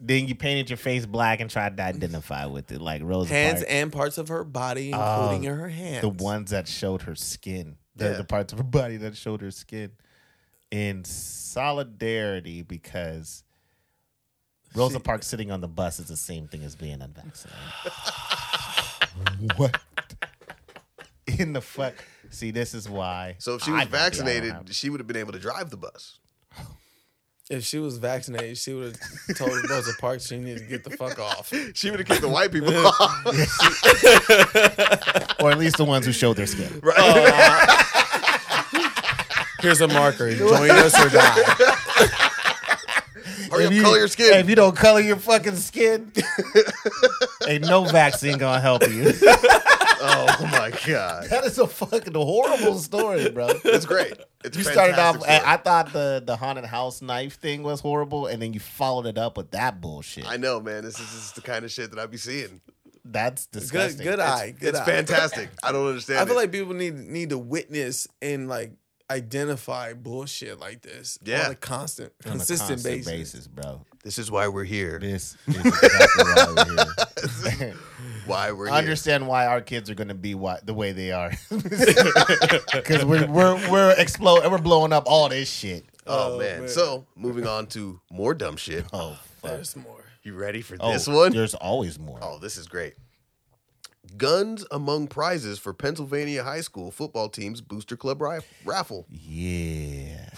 Speaker 2: then you painted your face black and tried to identify with it, like Rosa
Speaker 3: Hands
Speaker 2: Parks,
Speaker 3: and parts of her body,
Speaker 1: Uh,
Speaker 3: including her hands.
Speaker 2: the ones that showed her skin, the,
Speaker 1: Yeah.
Speaker 2: the parts of her body that showed her skin, in solidarity because. Rosa Parks sitting on the bus is the same thing as being unvaccinated. what in the fuck? See, this is why.
Speaker 1: So if she was
Speaker 2: I don't think I don't
Speaker 1: vaccinated,
Speaker 2: have-
Speaker 1: she would have been able to drive the bus.
Speaker 3: If she was vaccinated, she would have told Rosa Parks she needed to get the fuck off.
Speaker 1: She would have kicked the white people off.
Speaker 2: or at least the ones who showed their skin.
Speaker 1: Right?
Speaker 3: Here's a marker. Join us or die.
Speaker 1: Hurry
Speaker 2: If
Speaker 1: up,
Speaker 2: you-
Speaker 1: color your
Speaker 2: hey,
Speaker 1: skin.
Speaker 2: If you don't color your fucking skin, ain't no vaccine gonna help you.
Speaker 1: oh my god,
Speaker 2: that is a fucking horrible story, bro.
Speaker 1: it's great. It's
Speaker 2: You started off.
Speaker 1: fantastic
Speaker 2: I, I
Speaker 1: story.
Speaker 2: thought the the haunted house knife thing was horrible, and then you followed it up with that bullshit.
Speaker 1: I know, man. This is, this is the kind of shit that I be seeing.
Speaker 2: That's
Speaker 3: Good,
Speaker 2: disgusting.
Speaker 3: good eye. Good
Speaker 1: it's
Speaker 3: eye.
Speaker 1: fantastic. I don't understand.
Speaker 3: I feel
Speaker 1: it.
Speaker 3: like people need need to witness and like identify bullshit like this
Speaker 1: Yeah.
Speaker 3: on a constant,
Speaker 2: On a
Speaker 3: consistent
Speaker 2: constant
Speaker 3: basis.
Speaker 2: basis, bro.
Speaker 1: this is why we're here.
Speaker 2: This is exactly why we're here.
Speaker 1: Why we're
Speaker 2: I understand why our kids are going to be why, the way they are, because we're we're we're exploding, we're blowing up all this
Speaker 1: here.
Speaker 2: shit.
Speaker 1: Oh,
Speaker 3: Oh,
Speaker 1: man.
Speaker 3: man.
Speaker 1: So moving on to more dumb shit.
Speaker 2: Oh, fuck.
Speaker 3: There's more.
Speaker 1: You ready for
Speaker 2: Oh,
Speaker 1: this one?
Speaker 2: There's always more.
Speaker 1: Oh, this is great. Guns among prizes for Pennsylvania high school football team's booster club ri- raffle.
Speaker 2: Yeah.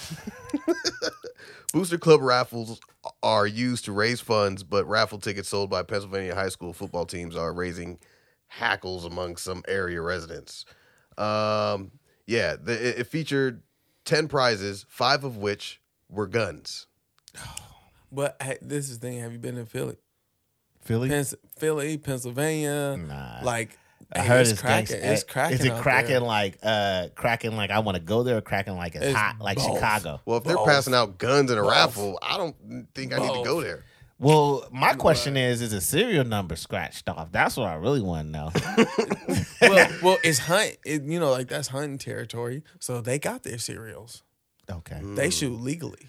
Speaker 1: Booster Club raffles are used to raise funds, but raffle tickets sold by Pennsylvania high school football teams are raising hackles among some area residents. Um, yeah, the, it, it featured 10 prizes, five of which were guns.
Speaker 3: But hey, this is the thing. Have you been in Philly?
Speaker 2: Philly.
Speaker 3: Pens- Philly, Pennsylvania.
Speaker 2: Nah.
Speaker 3: Like
Speaker 2: I
Speaker 3: hey,
Speaker 2: heard
Speaker 3: it's
Speaker 2: it's
Speaker 3: cracking.
Speaker 2: gangsta- eh,
Speaker 3: It's cracking.
Speaker 2: Is it
Speaker 3: out
Speaker 2: cracking
Speaker 3: there.
Speaker 2: like uh cracking like I want to go there or cracking like it's,
Speaker 3: It's
Speaker 2: hot like
Speaker 3: both.
Speaker 2: Chicago?
Speaker 1: Well, if they're
Speaker 3: Both.
Speaker 1: passing out guns in a
Speaker 3: Both.
Speaker 1: raffle, I don't think I need to
Speaker 3: Both.
Speaker 1: go there.
Speaker 2: Well, my question is: Is a serial number scratched off? That's what I really want to know.
Speaker 3: well, well, it's hunt. It, you know, like that's hunting territory. So they got their cereals.
Speaker 2: okay,
Speaker 3: They shoot legally.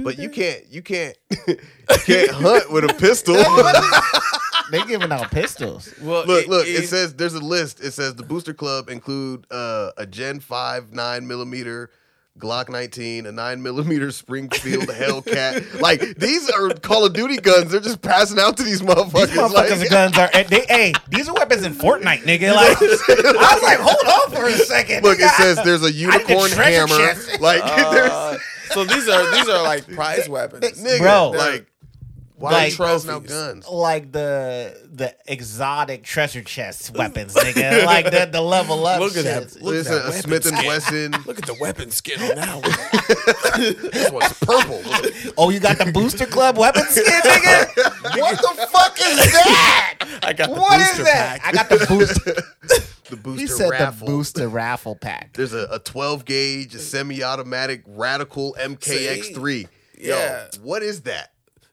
Speaker 1: But you can't, you can't, you can't hunt with a pistol.
Speaker 2: they giving out pistols.
Speaker 3: Well,
Speaker 1: Look, look. It
Speaker 3: it's
Speaker 1: says there's a list. It says the Booster Club include uh, a Gen Five nine millimeter Glock 19, a nine millimeter Springfield Hellcat. Like these are Call of Duty guns. They're just passing out to these motherfuckers.
Speaker 2: These motherfuckers'
Speaker 1: like,
Speaker 2: guns are. eh, They, hey, these are weapons in Fortnite, nigga. Like, I was like, hold on for a second.
Speaker 1: look, it
Speaker 2: nigga.
Speaker 1: says there's a unicorn
Speaker 2: treasure
Speaker 1: hammer.
Speaker 2: chest.
Speaker 1: Like
Speaker 3: uh,
Speaker 1: there's
Speaker 3: so these are these are like prize weapons.
Speaker 1: nigga,
Speaker 2: Bro.
Speaker 1: like why
Speaker 2: Like- oh,
Speaker 1: are you passing out
Speaker 3: Trophies.
Speaker 1: guns?
Speaker 2: like the the exotic treasure chest weapons, nigga. Like the the level up.
Speaker 3: Look at
Speaker 2: shits.
Speaker 3: that.
Speaker 1: Look
Speaker 3: Look
Speaker 1: this
Speaker 3: at
Speaker 1: a
Speaker 3: that
Speaker 1: Smith and Wesson.
Speaker 3: Look at the weapon skin on that one.
Speaker 1: this one's purple.
Speaker 2: Oh, you got the Booster Club weapon skin, nigga. What the fuck is that?
Speaker 3: I got the
Speaker 2: What is
Speaker 3: booster
Speaker 2: that? I got the booster.
Speaker 1: The
Speaker 2: He
Speaker 1: booster
Speaker 2: said
Speaker 1: raffle.
Speaker 2: the booster raffle pack.
Speaker 1: There's a, a 12 gauge,
Speaker 2: Mm.
Speaker 1: a semi-automatic Radical MKX3.
Speaker 3: Yeah.
Speaker 1: Yo, what is that?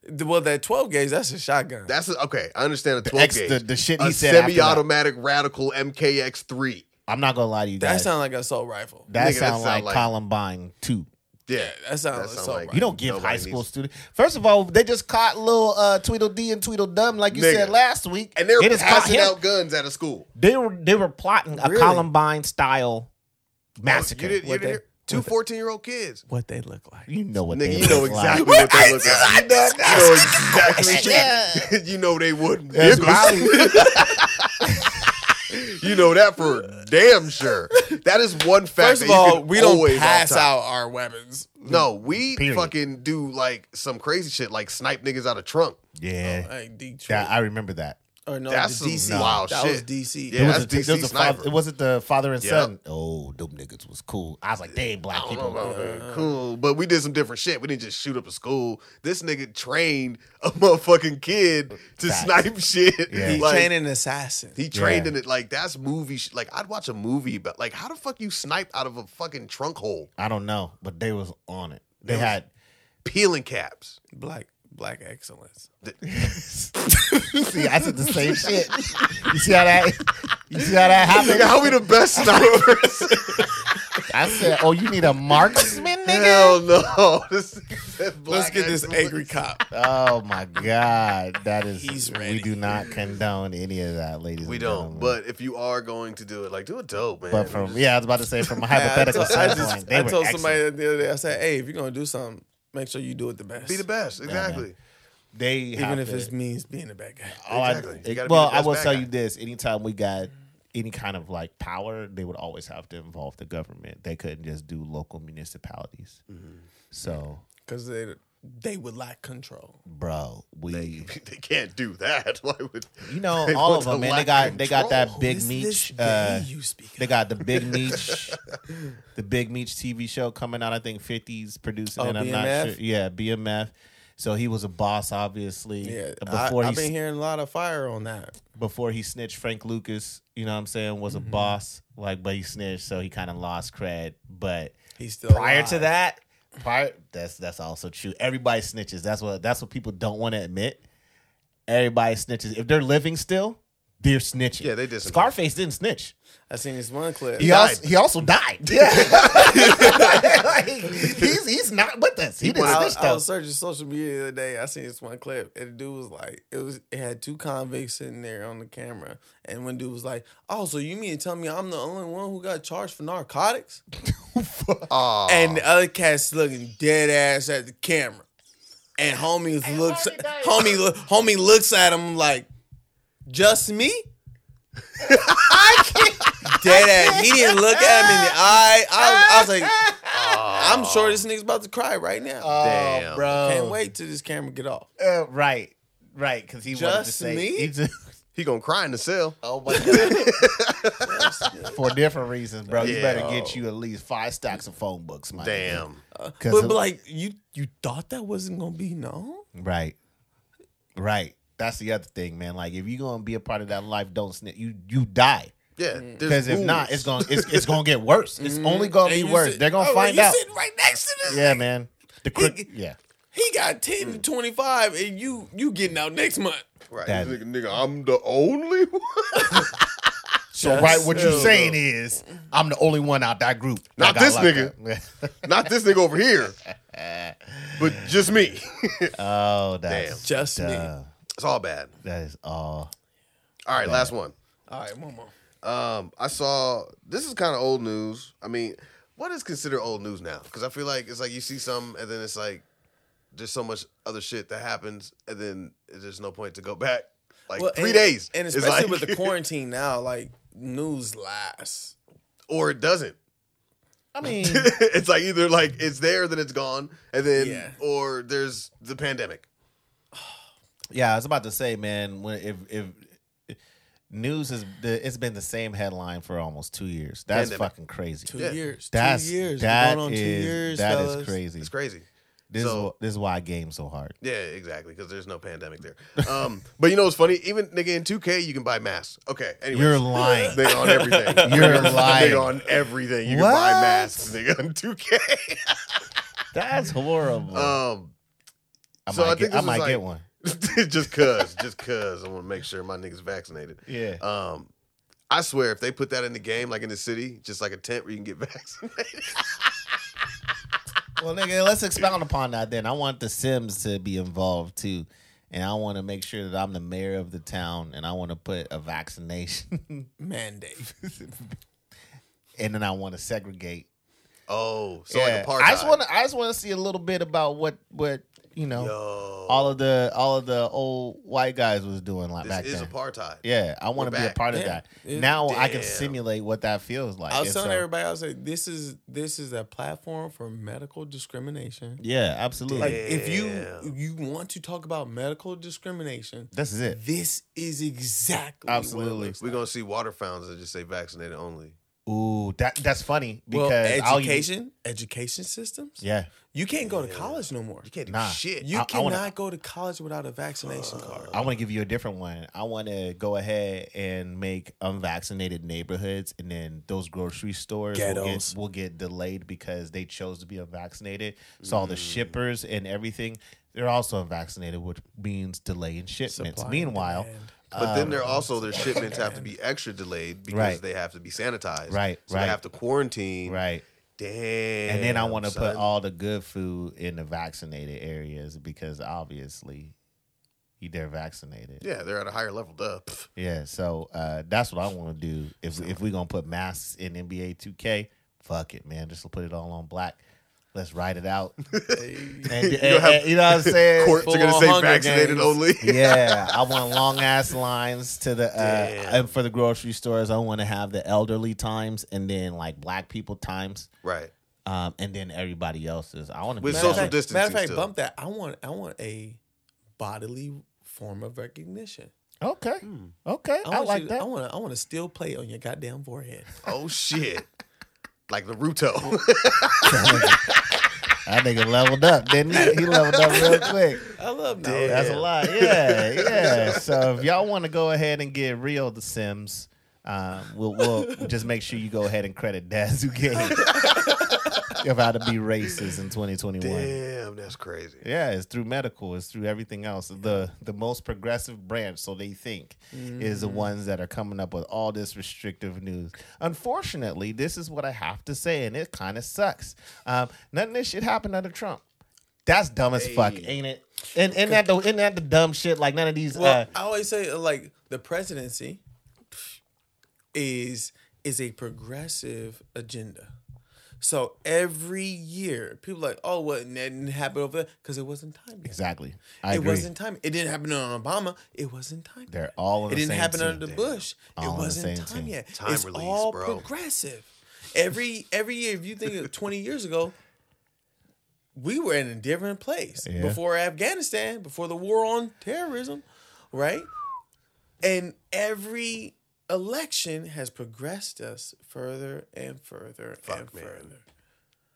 Speaker 3: pack. Well, that 12 gauge, that's a shotgun.
Speaker 1: That's a, okay. I understand a 12
Speaker 2: X-
Speaker 1: gauge.
Speaker 2: the- the shit he
Speaker 1: a
Speaker 2: said after that.
Speaker 1: Semi-automatic Radical MKX3.
Speaker 2: I'm not gonna lie to you
Speaker 3: that
Speaker 2: guys.
Speaker 3: sounds like an assault rifle.
Speaker 2: that
Speaker 1: Nigga, that
Speaker 2: sound
Speaker 1: sound
Speaker 2: like,
Speaker 1: like-
Speaker 2: Columbine too.
Speaker 1: Yeah,
Speaker 3: that sound- that sound right.
Speaker 2: You don't give
Speaker 1: nobody
Speaker 2: high school
Speaker 1: needs-
Speaker 2: students. First of all, they just caught little uh, Tweedledee and Tweedledum, like you
Speaker 1: Nigga.
Speaker 2: said last week,
Speaker 1: And they're
Speaker 2: They just caught
Speaker 1: passing
Speaker 2: him.
Speaker 1: out guns at a school.
Speaker 2: They were they were plotting a
Speaker 3: Really?
Speaker 2: Columbine style
Speaker 1: Oh, You
Speaker 2: massacre.
Speaker 1: didn't, you
Speaker 3: What
Speaker 1: didn't
Speaker 3: they-
Speaker 1: hear? Two 14 year old kids.
Speaker 3: What they look like.
Speaker 2: You know what?
Speaker 1: Nigga,
Speaker 2: they
Speaker 1: you know
Speaker 2: look like.
Speaker 1: exactly what they look like. You know exactly.
Speaker 2: Yeah.
Speaker 1: you know they wouldn't.
Speaker 2: That's
Speaker 1: Niggas. you know that for damn sure. That is one fact.
Speaker 3: First
Speaker 1: that
Speaker 3: of
Speaker 1: you
Speaker 3: all,
Speaker 1: can
Speaker 3: we don't
Speaker 1: always
Speaker 3: pass
Speaker 1: off-top.
Speaker 3: out our weapons.
Speaker 1: No, we
Speaker 2: Period.
Speaker 1: fucking do like some crazy shit, like snipe niggas out of trunk.
Speaker 2: Yeah,
Speaker 3: Like Detroit.
Speaker 2: that, I remember that.
Speaker 3: or no,
Speaker 1: That's
Speaker 3: the DC.
Speaker 1: some wild
Speaker 3: that
Speaker 1: shit.
Speaker 3: was DC.
Speaker 1: Yeah,
Speaker 2: It
Speaker 1: that's
Speaker 2: was a,
Speaker 1: DC
Speaker 2: it was a
Speaker 1: sniper.
Speaker 2: father, it wasn't the father and
Speaker 1: Yep.
Speaker 2: son. Oh, them niggas was cool. I was like, they ain't black
Speaker 1: I don't know
Speaker 3: Oh,
Speaker 2: people.
Speaker 1: about that. Cool, but we did some different shit. We didn't just shoot up a school. This nigga trained a motherfucking kid to
Speaker 2: Facts.
Speaker 1: snipe shit.
Speaker 2: Yeah.
Speaker 3: He
Speaker 1: Like,
Speaker 3: trained an assassin.
Speaker 1: he trained
Speaker 2: Yeah.
Speaker 1: in it like that's movie. Sh- like I'd watch a movie about like how the fuck you sniped out of a fucking trunk hole
Speaker 2: I don't know, but they was on it. They,
Speaker 1: They was-
Speaker 2: had
Speaker 1: peeling caps.
Speaker 3: black black excellence.
Speaker 2: see, I said the same shit. You see how that? You see how that happened?
Speaker 1: Nigga, how we the best snipers?
Speaker 2: I said, oh, you need a marksman, nigga.
Speaker 1: Hell no. This, this
Speaker 3: Let's
Speaker 1: black
Speaker 3: get this
Speaker 1: excellence.
Speaker 3: angry cop.
Speaker 2: Oh my God, that is.
Speaker 3: He's
Speaker 2: We
Speaker 3: ready.
Speaker 2: do not condone any of that, ladies.
Speaker 1: We
Speaker 2: and
Speaker 1: don't.
Speaker 2: gentlemen.
Speaker 1: But if you are going to do it, like do it dope, man.
Speaker 2: but from yeah, I was about to say from a hypothetical
Speaker 3: I, told- I
Speaker 2: standpoint,
Speaker 3: just-
Speaker 2: they
Speaker 3: I
Speaker 2: were
Speaker 3: told
Speaker 2: excellent.
Speaker 3: somebody the other day. I said, "Hey, if you're gonna do something, make sure you do it the best.
Speaker 1: be the best. Exactly.
Speaker 2: They
Speaker 3: even
Speaker 2: have
Speaker 3: if
Speaker 2: to-
Speaker 3: it means being a bad guy.
Speaker 2: all I-
Speaker 1: Exactly. You gotta be
Speaker 2: well,
Speaker 1: the
Speaker 2: I
Speaker 1: best
Speaker 2: will
Speaker 1: bad
Speaker 2: tell
Speaker 1: guy.
Speaker 2: you this: anytime we got any kind of like power, they would always have to involve the government. They couldn't just do local municipalities.
Speaker 1: Mm-hmm.
Speaker 2: So,
Speaker 3: because they they would lack control.
Speaker 2: bro, we.
Speaker 1: they can't do that. Why would
Speaker 2: you know,
Speaker 1: they
Speaker 2: all
Speaker 1: want
Speaker 2: of
Speaker 1: to
Speaker 2: them, man. They
Speaker 1: lack
Speaker 2: got they got that
Speaker 1: control.
Speaker 2: big
Speaker 3: This-
Speaker 2: meat.
Speaker 3: this
Speaker 2: Uh,
Speaker 3: day you speak
Speaker 2: They got the Big Meech, the Big Meech TV show coming out. I think 50s producing,
Speaker 3: Oh,
Speaker 2: and I'm not
Speaker 3: BMF?
Speaker 2: sure. Yeah, BMF. So he was a boss, obviously.
Speaker 3: Yeah,
Speaker 2: Before
Speaker 3: I,
Speaker 2: he
Speaker 3: I've been
Speaker 2: s-
Speaker 3: hearing a lot of fire on that.
Speaker 2: before he snitched, Frank Lucas, you know what I'm saying, was
Speaker 3: Mm-hmm.
Speaker 2: a boss. Like, but he snitched, so he kind of lost cred. But
Speaker 3: He's still
Speaker 2: prior to
Speaker 3: alive.
Speaker 2: that, prior that's that's also true. Everybody snitches. That's what that's what people don't want to admit. Everybody snitches. If they're living still, they're snitching.
Speaker 1: Yeah, they did some-
Speaker 2: Scarface didn't snitch.
Speaker 3: I seen this one clip.
Speaker 2: He,
Speaker 1: died.
Speaker 2: also, he also died. Yeah. Like, he's, he's not with us. He didn't
Speaker 3: I,
Speaker 2: snitch
Speaker 3: was-
Speaker 2: though.
Speaker 3: I was searching social media the other day. I seen this one clip, and the dude was like, "It was it had two convicts sitting there on the camera." And one dude was like, "Oh, so you mean to tell me I'm the only one who got charged for narcotics?"
Speaker 1: Aw.
Speaker 3: And the other cat's looking dead ass at the camera. And homie looks homie loo- homie looks at him like, just me? dead ass. He didn't look at him in the eye. I was, I was like, I'm sure this nigga's about to cry right now.
Speaker 1: Damn.
Speaker 2: oh, bro.
Speaker 3: Can't wait till this camera get off.
Speaker 2: Uh, right, right, because he wanted to
Speaker 3: Just
Speaker 2: say
Speaker 3: me?
Speaker 2: he just-
Speaker 1: he gonna cry in the cell.
Speaker 2: oh my god, for different reasons, bro. You
Speaker 1: Yeah.
Speaker 2: better get you at least five stacks of phone books, man.
Speaker 1: Damn.
Speaker 2: Cause
Speaker 3: But,
Speaker 2: it-
Speaker 3: but like you you thought that wasn't gonna be known?
Speaker 2: right, right. That's the other thing, man. Like if you're gonna be a part of that life, don't snitch. You you die.
Speaker 1: Yeah.
Speaker 2: Because if not, it's gonna it's, it's gonna get worse. It's only gonna
Speaker 3: And
Speaker 2: be
Speaker 3: you
Speaker 2: worse.
Speaker 3: sit-
Speaker 2: They're gonna
Speaker 3: oh,
Speaker 2: find
Speaker 3: you
Speaker 2: out.
Speaker 3: sitting right next to this
Speaker 2: Yeah, man. The cri- yeah.
Speaker 3: He got 10 to 25 and you you getting out next month.
Speaker 1: right.
Speaker 2: That-
Speaker 1: Nigga, nigga, I'm the only one.
Speaker 2: So right, what you
Speaker 3: so-
Speaker 2: saying is I'm the only one out that group. that
Speaker 1: Not
Speaker 2: got
Speaker 1: this
Speaker 2: locked
Speaker 1: nigga.
Speaker 2: up.
Speaker 1: not this nigga over here, but just me.
Speaker 2: oh, that's
Speaker 3: Just me.
Speaker 2: duh.
Speaker 1: It's all bad.
Speaker 2: That is all.
Speaker 1: All right, last one.
Speaker 3: All right, one more.
Speaker 1: Um, I saw this is kind of old news. I mean, what is considered old news now? Because I feel like it's like you see some, and then it's like there's so much other shit that happens, and then there's no point to go back. Like
Speaker 3: Well,
Speaker 1: three
Speaker 3: and-
Speaker 1: days,
Speaker 3: and
Speaker 1: It's
Speaker 3: especially
Speaker 1: like-
Speaker 3: with the quarantine now, like news lasts.
Speaker 1: or it doesn't.
Speaker 2: I mean,
Speaker 1: it's like either like it's there, then it's gone, and then
Speaker 3: Yeah.
Speaker 1: or there's the pandemic.
Speaker 2: yeah, I was about to say, man, when if if news is the, it's been the same headline for almost two years. That's
Speaker 1: Pandemic.
Speaker 2: fucking crazy.
Speaker 3: Two
Speaker 1: Yeah.
Speaker 3: years.
Speaker 2: That's
Speaker 3: two years. We're
Speaker 2: that
Speaker 3: going on two
Speaker 2: is-
Speaker 3: years,
Speaker 2: that is
Speaker 3: fellas.
Speaker 2: crazy.
Speaker 1: It's crazy.
Speaker 2: This is
Speaker 1: So-
Speaker 2: wh- this is why I game so hard.
Speaker 1: Yeah, exactly. Because there's no pandemic there. Um, but you know what's funny? Even nigga in 2K, you can buy masks. Okay, anyway,
Speaker 2: You're lying.
Speaker 1: They on everything.
Speaker 2: You're lying.
Speaker 1: They on everything. You
Speaker 2: What?
Speaker 1: can buy masks. Nigga on 2K.
Speaker 2: That's horrible.
Speaker 1: Um,
Speaker 2: I
Speaker 1: so I
Speaker 2: might, get,
Speaker 1: think
Speaker 2: I
Speaker 1: this is
Speaker 2: might get
Speaker 1: like-
Speaker 2: one.
Speaker 1: just cause, just cause, I want to make sure my niggas vaccinated.
Speaker 2: Yeah.
Speaker 1: Um, I swear, if they put that in the game, like in the city, just like a tent where you can get vaccinated.
Speaker 2: Well, nigga, let's expound upon that then. I want the Sims to be involved too. And I want to make sure that I'm the mayor of the town and I want to put a vaccination
Speaker 3: Mandate.
Speaker 2: and then I want to segregate.
Speaker 1: Oh, so
Speaker 2: Yeah.
Speaker 1: like apartheid.
Speaker 2: I just want to I just want to see a little bit about what what, you know,
Speaker 1: Yo,
Speaker 2: all of the all of the old white guys was doing like back
Speaker 1: this is
Speaker 2: then.
Speaker 1: apartheid.
Speaker 2: yeah, I want
Speaker 1: We're
Speaker 2: to be a
Speaker 1: back.
Speaker 2: part of
Speaker 3: Yeah.
Speaker 2: that.
Speaker 3: It-
Speaker 2: now I can
Speaker 1: Damn.
Speaker 2: simulate what that feels like.
Speaker 3: I was
Speaker 2: And
Speaker 3: telling
Speaker 2: so-
Speaker 3: everybody, I was like, this is this is a platform for medical discrimination.
Speaker 2: Yeah, absolutely.
Speaker 3: Like if you
Speaker 1: Damn.
Speaker 3: you want to talk about medical discrimination,
Speaker 2: this is it.
Speaker 3: this is exactly What it
Speaker 2: Absolutely.
Speaker 3: looks
Speaker 1: We're
Speaker 3: like.
Speaker 1: gonna see water fountains that just say vaccinated only.
Speaker 2: Ooh, that that's funny because
Speaker 3: Well,
Speaker 2: I'll use-
Speaker 3: education, education systems.
Speaker 2: yeah.
Speaker 3: You can't go to
Speaker 1: Yeah.
Speaker 3: college no more.
Speaker 1: You can't do
Speaker 2: Nah.
Speaker 1: shit.
Speaker 3: You
Speaker 2: I- I
Speaker 3: cannot
Speaker 2: wanna-
Speaker 3: go to college without a vaccination card.
Speaker 2: I want to give you a different one. I want to go ahead and make unvaccinated neighborhoods, and then those grocery stores will get,
Speaker 3: Ghettos.
Speaker 2: will get delayed because they chose to be unvaccinated. So all the
Speaker 3: Mm.
Speaker 2: shippers and everything, they're also unvaccinated, which means delay in shipments.
Speaker 3: Supply and
Speaker 2: Meanwhile,
Speaker 3: demand.
Speaker 1: But
Speaker 2: Um,
Speaker 1: then they're also their shipments have to be extra delayed because
Speaker 2: Right.
Speaker 1: they have to be sanitized.
Speaker 2: Right,
Speaker 1: So
Speaker 2: right.
Speaker 1: they have to quarantine.
Speaker 2: right.
Speaker 1: Damn.
Speaker 2: And then I want to put
Speaker 1: son.
Speaker 2: all the good food in the vaccinated areas because obviously they're vaccinated.
Speaker 1: Yeah, they're at a higher level. Duh. Pff.
Speaker 2: Yeah, so uh, that's what I want to do. If if we gonna put masks in NBA 2K, fuck it, man. Just put it all on black. Let's ride it out. And, and-
Speaker 1: gonna have
Speaker 2: and- you know what I'm saying?
Speaker 1: Courts are gonna
Speaker 3: full-on
Speaker 1: say
Speaker 3: Hunger
Speaker 1: vaccinated
Speaker 3: Games.
Speaker 1: only.
Speaker 2: yeah, I want long ass lines to the uh,
Speaker 1: Damn.
Speaker 2: and for the grocery stores. I want to have the elderly times and then like black people times,
Speaker 1: right.
Speaker 2: um, and then everybody else's. I want to be
Speaker 1: With
Speaker 3: Matter
Speaker 1: social
Speaker 3: of fact-
Speaker 1: distancing
Speaker 3: Matter of fact,
Speaker 1: still.
Speaker 3: bump that. I want I want a bodily form of recognition.
Speaker 2: Okay,
Speaker 1: Hmm.
Speaker 2: okay,
Speaker 3: I,
Speaker 2: I,
Speaker 3: want
Speaker 2: like
Speaker 3: you,
Speaker 2: that.
Speaker 3: I want to I want to still play on your goddamn forehead.
Speaker 1: Oh shit. like Naruto.
Speaker 2: that nigga leveled up, didn't he? He leveled up real quick.
Speaker 3: I love
Speaker 1: Damn.
Speaker 3: that.
Speaker 2: That's a lot. Yeah, yeah. So if y'all want to go ahead and get real the Sims, um, we'll, we'll just make sure you go ahead and credit Daz who gave of how to be racist in 2021.
Speaker 1: Damn, that's crazy.
Speaker 2: Yeah, it's through medical. It's through everything else. The the most progressive branch, so they think, is
Speaker 3: Mm.
Speaker 2: the ones that are coming up with all this restrictive news. Unfortunately, this is what I have to say, and it kind of sucks. Um, none of this shit happened under Trump. That's dumb as fuck, ain't it? And and that the and that the dumb shit. Like none of these.
Speaker 3: Well,
Speaker 2: uh,
Speaker 3: I always say uh, like the presidency is is a progressive agenda. So every year, people like, oh, well, it didn't happen over there because it wasn't time yet.
Speaker 2: exactly. I
Speaker 3: it
Speaker 2: agree.
Speaker 3: wasn't time. It didn't happen on Obama. It wasn't time.
Speaker 2: They're all. On
Speaker 3: it
Speaker 2: the
Speaker 3: didn't
Speaker 2: same
Speaker 3: happen
Speaker 2: team.
Speaker 3: under Bush.
Speaker 2: All on
Speaker 3: it
Speaker 2: the
Speaker 3: wasn't
Speaker 2: same
Speaker 3: time
Speaker 2: team.
Speaker 3: yet.
Speaker 1: Time
Speaker 3: it's
Speaker 1: release,
Speaker 3: all
Speaker 1: bro.
Speaker 3: progressive. Every every year, if you think of twenty years ago, we were in a different place
Speaker 2: Yeah.
Speaker 3: before Afghanistan, before the war on terrorism, right? And every election has progressed us further and further and
Speaker 1: man.
Speaker 3: further.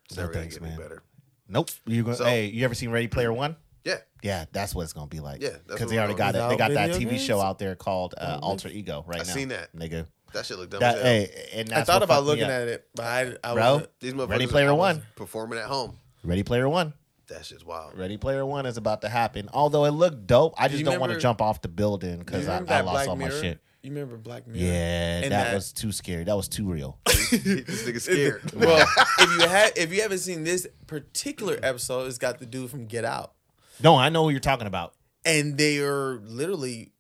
Speaker 1: It's never gonna
Speaker 2: thanks,
Speaker 1: get any
Speaker 2: man.
Speaker 1: better.
Speaker 2: Nope. You going
Speaker 1: So-
Speaker 2: hey, you ever seen Ready Player One?
Speaker 1: Yeah.
Speaker 2: Yeah, that's what it's gonna be like.
Speaker 1: Yeah, that's
Speaker 2: because
Speaker 1: what
Speaker 2: they
Speaker 1: we're
Speaker 2: already got
Speaker 1: gonna-
Speaker 2: it. They got that
Speaker 3: Without
Speaker 2: TV
Speaker 3: video
Speaker 2: show
Speaker 3: games?
Speaker 2: out there called
Speaker 3: Oh,
Speaker 2: uh, Alter Ego right now.
Speaker 1: seen that.
Speaker 2: nigga.
Speaker 1: That shit look dumb
Speaker 2: That
Speaker 1: as hell.
Speaker 2: hey, and that's
Speaker 3: I thought about looking at it, but I, I
Speaker 2: Bro?
Speaker 3: wasn't-
Speaker 1: These motherfuckers
Speaker 2: Ready
Speaker 1: are
Speaker 2: Player One.
Speaker 1: performing at home.
Speaker 2: Ready Player One.
Speaker 1: That shit's wild.
Speaker 2: Ready Player One is about to happen. Although it looked dope, I just
Speaker 3: you
Speaker 2: don't want to
Speaker 3: remember-
Speaker 2: jump off the building
Speaker 3: You
Speaker 2: because I,
Speaker 3: remember
Speaker 2: I
Speaker 3: that
Speaker 2: lost
Speaker 3: Black
Speaker 2: all my
Speaker 3: Mirror?
Speaker 2: shit.
Speaker 3: You remember Black Mirror?
Speaker 2: Yeah, that,
Speaker 3: And that-
Speaker 2: was too scary. That was too real.
Speaker 1: this nigga scared.
Speaker 3: Well, if you have if you haven't seen this particular episode, it's got the dude from Get Out.
Speaker 2: no, I know who you're talking about.
Speaker 3: and they are literally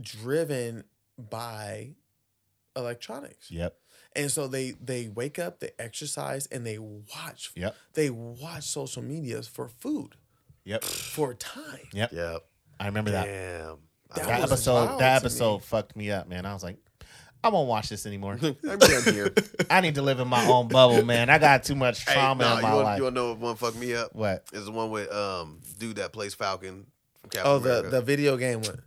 Speaker 3: driven by electronics.
Speaker 2: Yep.
Speaker 3: And so they they wake up, they exercise, and they watch.
Speaker 2: Yep.
Speaker 3: They watch social medias for food,
Speaker 2: Yep.
Speaker 3: for time.
Speaker 2: Yep.
Speaker 1: Yep.
Speaker 2: I remember that.
Speaker 1: Damn.
Speaker 3: That
Speaker 2: That
Speaker 3: was
Speaker 2: episode
Speaker 3: wild
Speaker 2: that
Speaker 3: to
Speaker 2: episode
Speaker 3: me.
Speaker 2: fucked me up, man. I was like, I won't watch this anymore.
Speaker 1: I'm down here.
Speaker 2: I need to live in my own bubble, man. I got too much
Speaker 1: Hey,
Speaker 2: trauma
Speaker 1: nah,
Speaker 2: in
Speaker 1: you
Speaker 2: my
Speaker 1: wanna-
Speaker 2: life.
Speaker 1: You want to know what one fucked me up?
Speaker 2: what?
Speaker 1: Is the one with um dude that plays Falcon. From Captain
Speaker 3: Oh, the
Speaker 1: America.
Speaker 3: the video game one.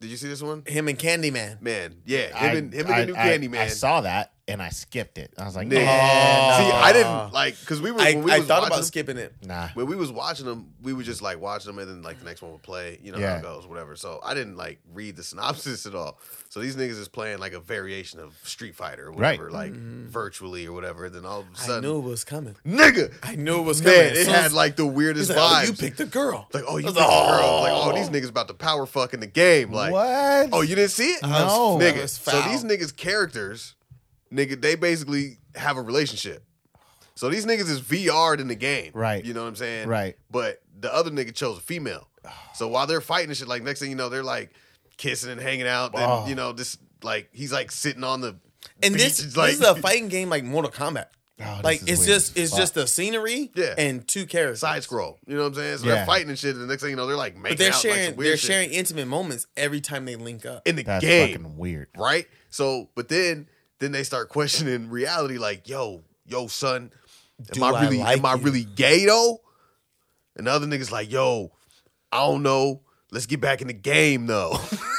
Speaker 1: Did you see this one?
Speaker 3: Him and Candyman.
Speaker 1: Man, yeah, him
Speaker 2: I-
Speaker 1: and him
Speaker 2: I-
Speaker 1: and the new
Speaker 2: I-
Speaker 1: Candyman.
Speaker 2: I saw that and I skipped it. I was like,
Speaker 1: Yeah.
Speaker 2: "Nah,
Speaker 1: See, I
Speaker 3: Nah.
Speaker 1: didn't like because we were
Speaker 3: I,
Speaker 1: when we
Speaker 3: I
Speaker 1: was
Speaker 3: thought
Speaker 1: watching
Speaker 3: about
Speaker 1: them-
Speaker 3: skipping it.
Speaker 2: nah.
Speaker 1: when we was watching them, we would just like watch them and then like the next one would play, you know how
Speaker 2: Yeah.
Speaker 1: it goes, whatever. So I didn't like read the synopsis at all. So these niggas is playing like a variation of Street Fighter or
Speaker 2: Right.
Speaker 1: whatever, like virtually or whatever. Then all of a
Speaker 3: Mm-hmm. I
Speaker 1: sudden,
Speaker 3: knew it was coming.
Speaker 1: nigga,
Speaker 3: I knew it was coming.
Speaker 1: man,
Speaker 3: As
Speaker 1: it
Speaker 3: soon as-
Speaker 1: had like the
Speaker 3: he's
Speaker 1: weirdest
Speaker 3: like, oh,
Speaker 1: vibes.
Speaker 3: you picked a girl.
Speaker 1: like, oh, you
Speaker 3: I was
Speaker 1: picked the girl. Like,
Speaker 3: oh.
Speaker 1: oh, these niggas about to power fuck in the game. Like,
Speaker 2: what?
Speaker 1: oh, you didn't see it?
Speaker 2: No.
Speaker 1: nigga.
Speaker 3: That's
Speaker 1: So
Speaker 3: foul.
Speaker 1: these niggas characters, nigga, they basically have a relationship. So these niggas is VR'd in the game.
Speaker 2: Right.
Speaker 1: You know what I'm saying?
Speaker 2: Right.
Speaker 1: But the other nigga chose a female. So while they're fighting and shit, like next thing you know, they're like kissing and hanging out. Then
Speaker 2: Oh.
Speaker 1: you know, this like he's like sitting on the
Speaker 3: and this,
Speaker 1: beach,
Speaker 3: this is a fighting game like Mortal Kombat.
Speaker 2: Oh, this
Speaker 3: like
Speaker 2: is
Speaker 3: it's
Speaker 2: weird
Speaker 3: just
Speaker 2: as
Speaker 3: it's
Speaker 2: fuck.
Speaker 3: just the scenery
Speaker 1: Yeah.
Speaker 3: and two characters.
Speaker 1: side scroll. You know what I'm saying? So
Speaker 2: Yeah.
Speaker 1: they're fighting and shit, and the next thing you know, they're like making
Speaker 3: But they're
Speaker 1: out like, some
Speaker 3: sharing
Speaker 1: weird
Speaker 3: they're
Speaker 1: shit
Speaker 3: sharing intimate moments every time they link up.
Speaker 1: in the
Speaker 2: That's
Speaker 1: game.
Speaker 2: fucking weird. Uh,
Speaker 1: right? So, but then then they start questioning reality, like, yo, yo, son, am
Speaker 3: Do
Speaker 1: I
Speaker 3: I
Speaker 1: really
Speaker 3: like
Speaker 1: am I
Speaker 3: you?
Speaker 1: really gay though? And the other niggas like, yo, I don't know. Let's get back in the game though.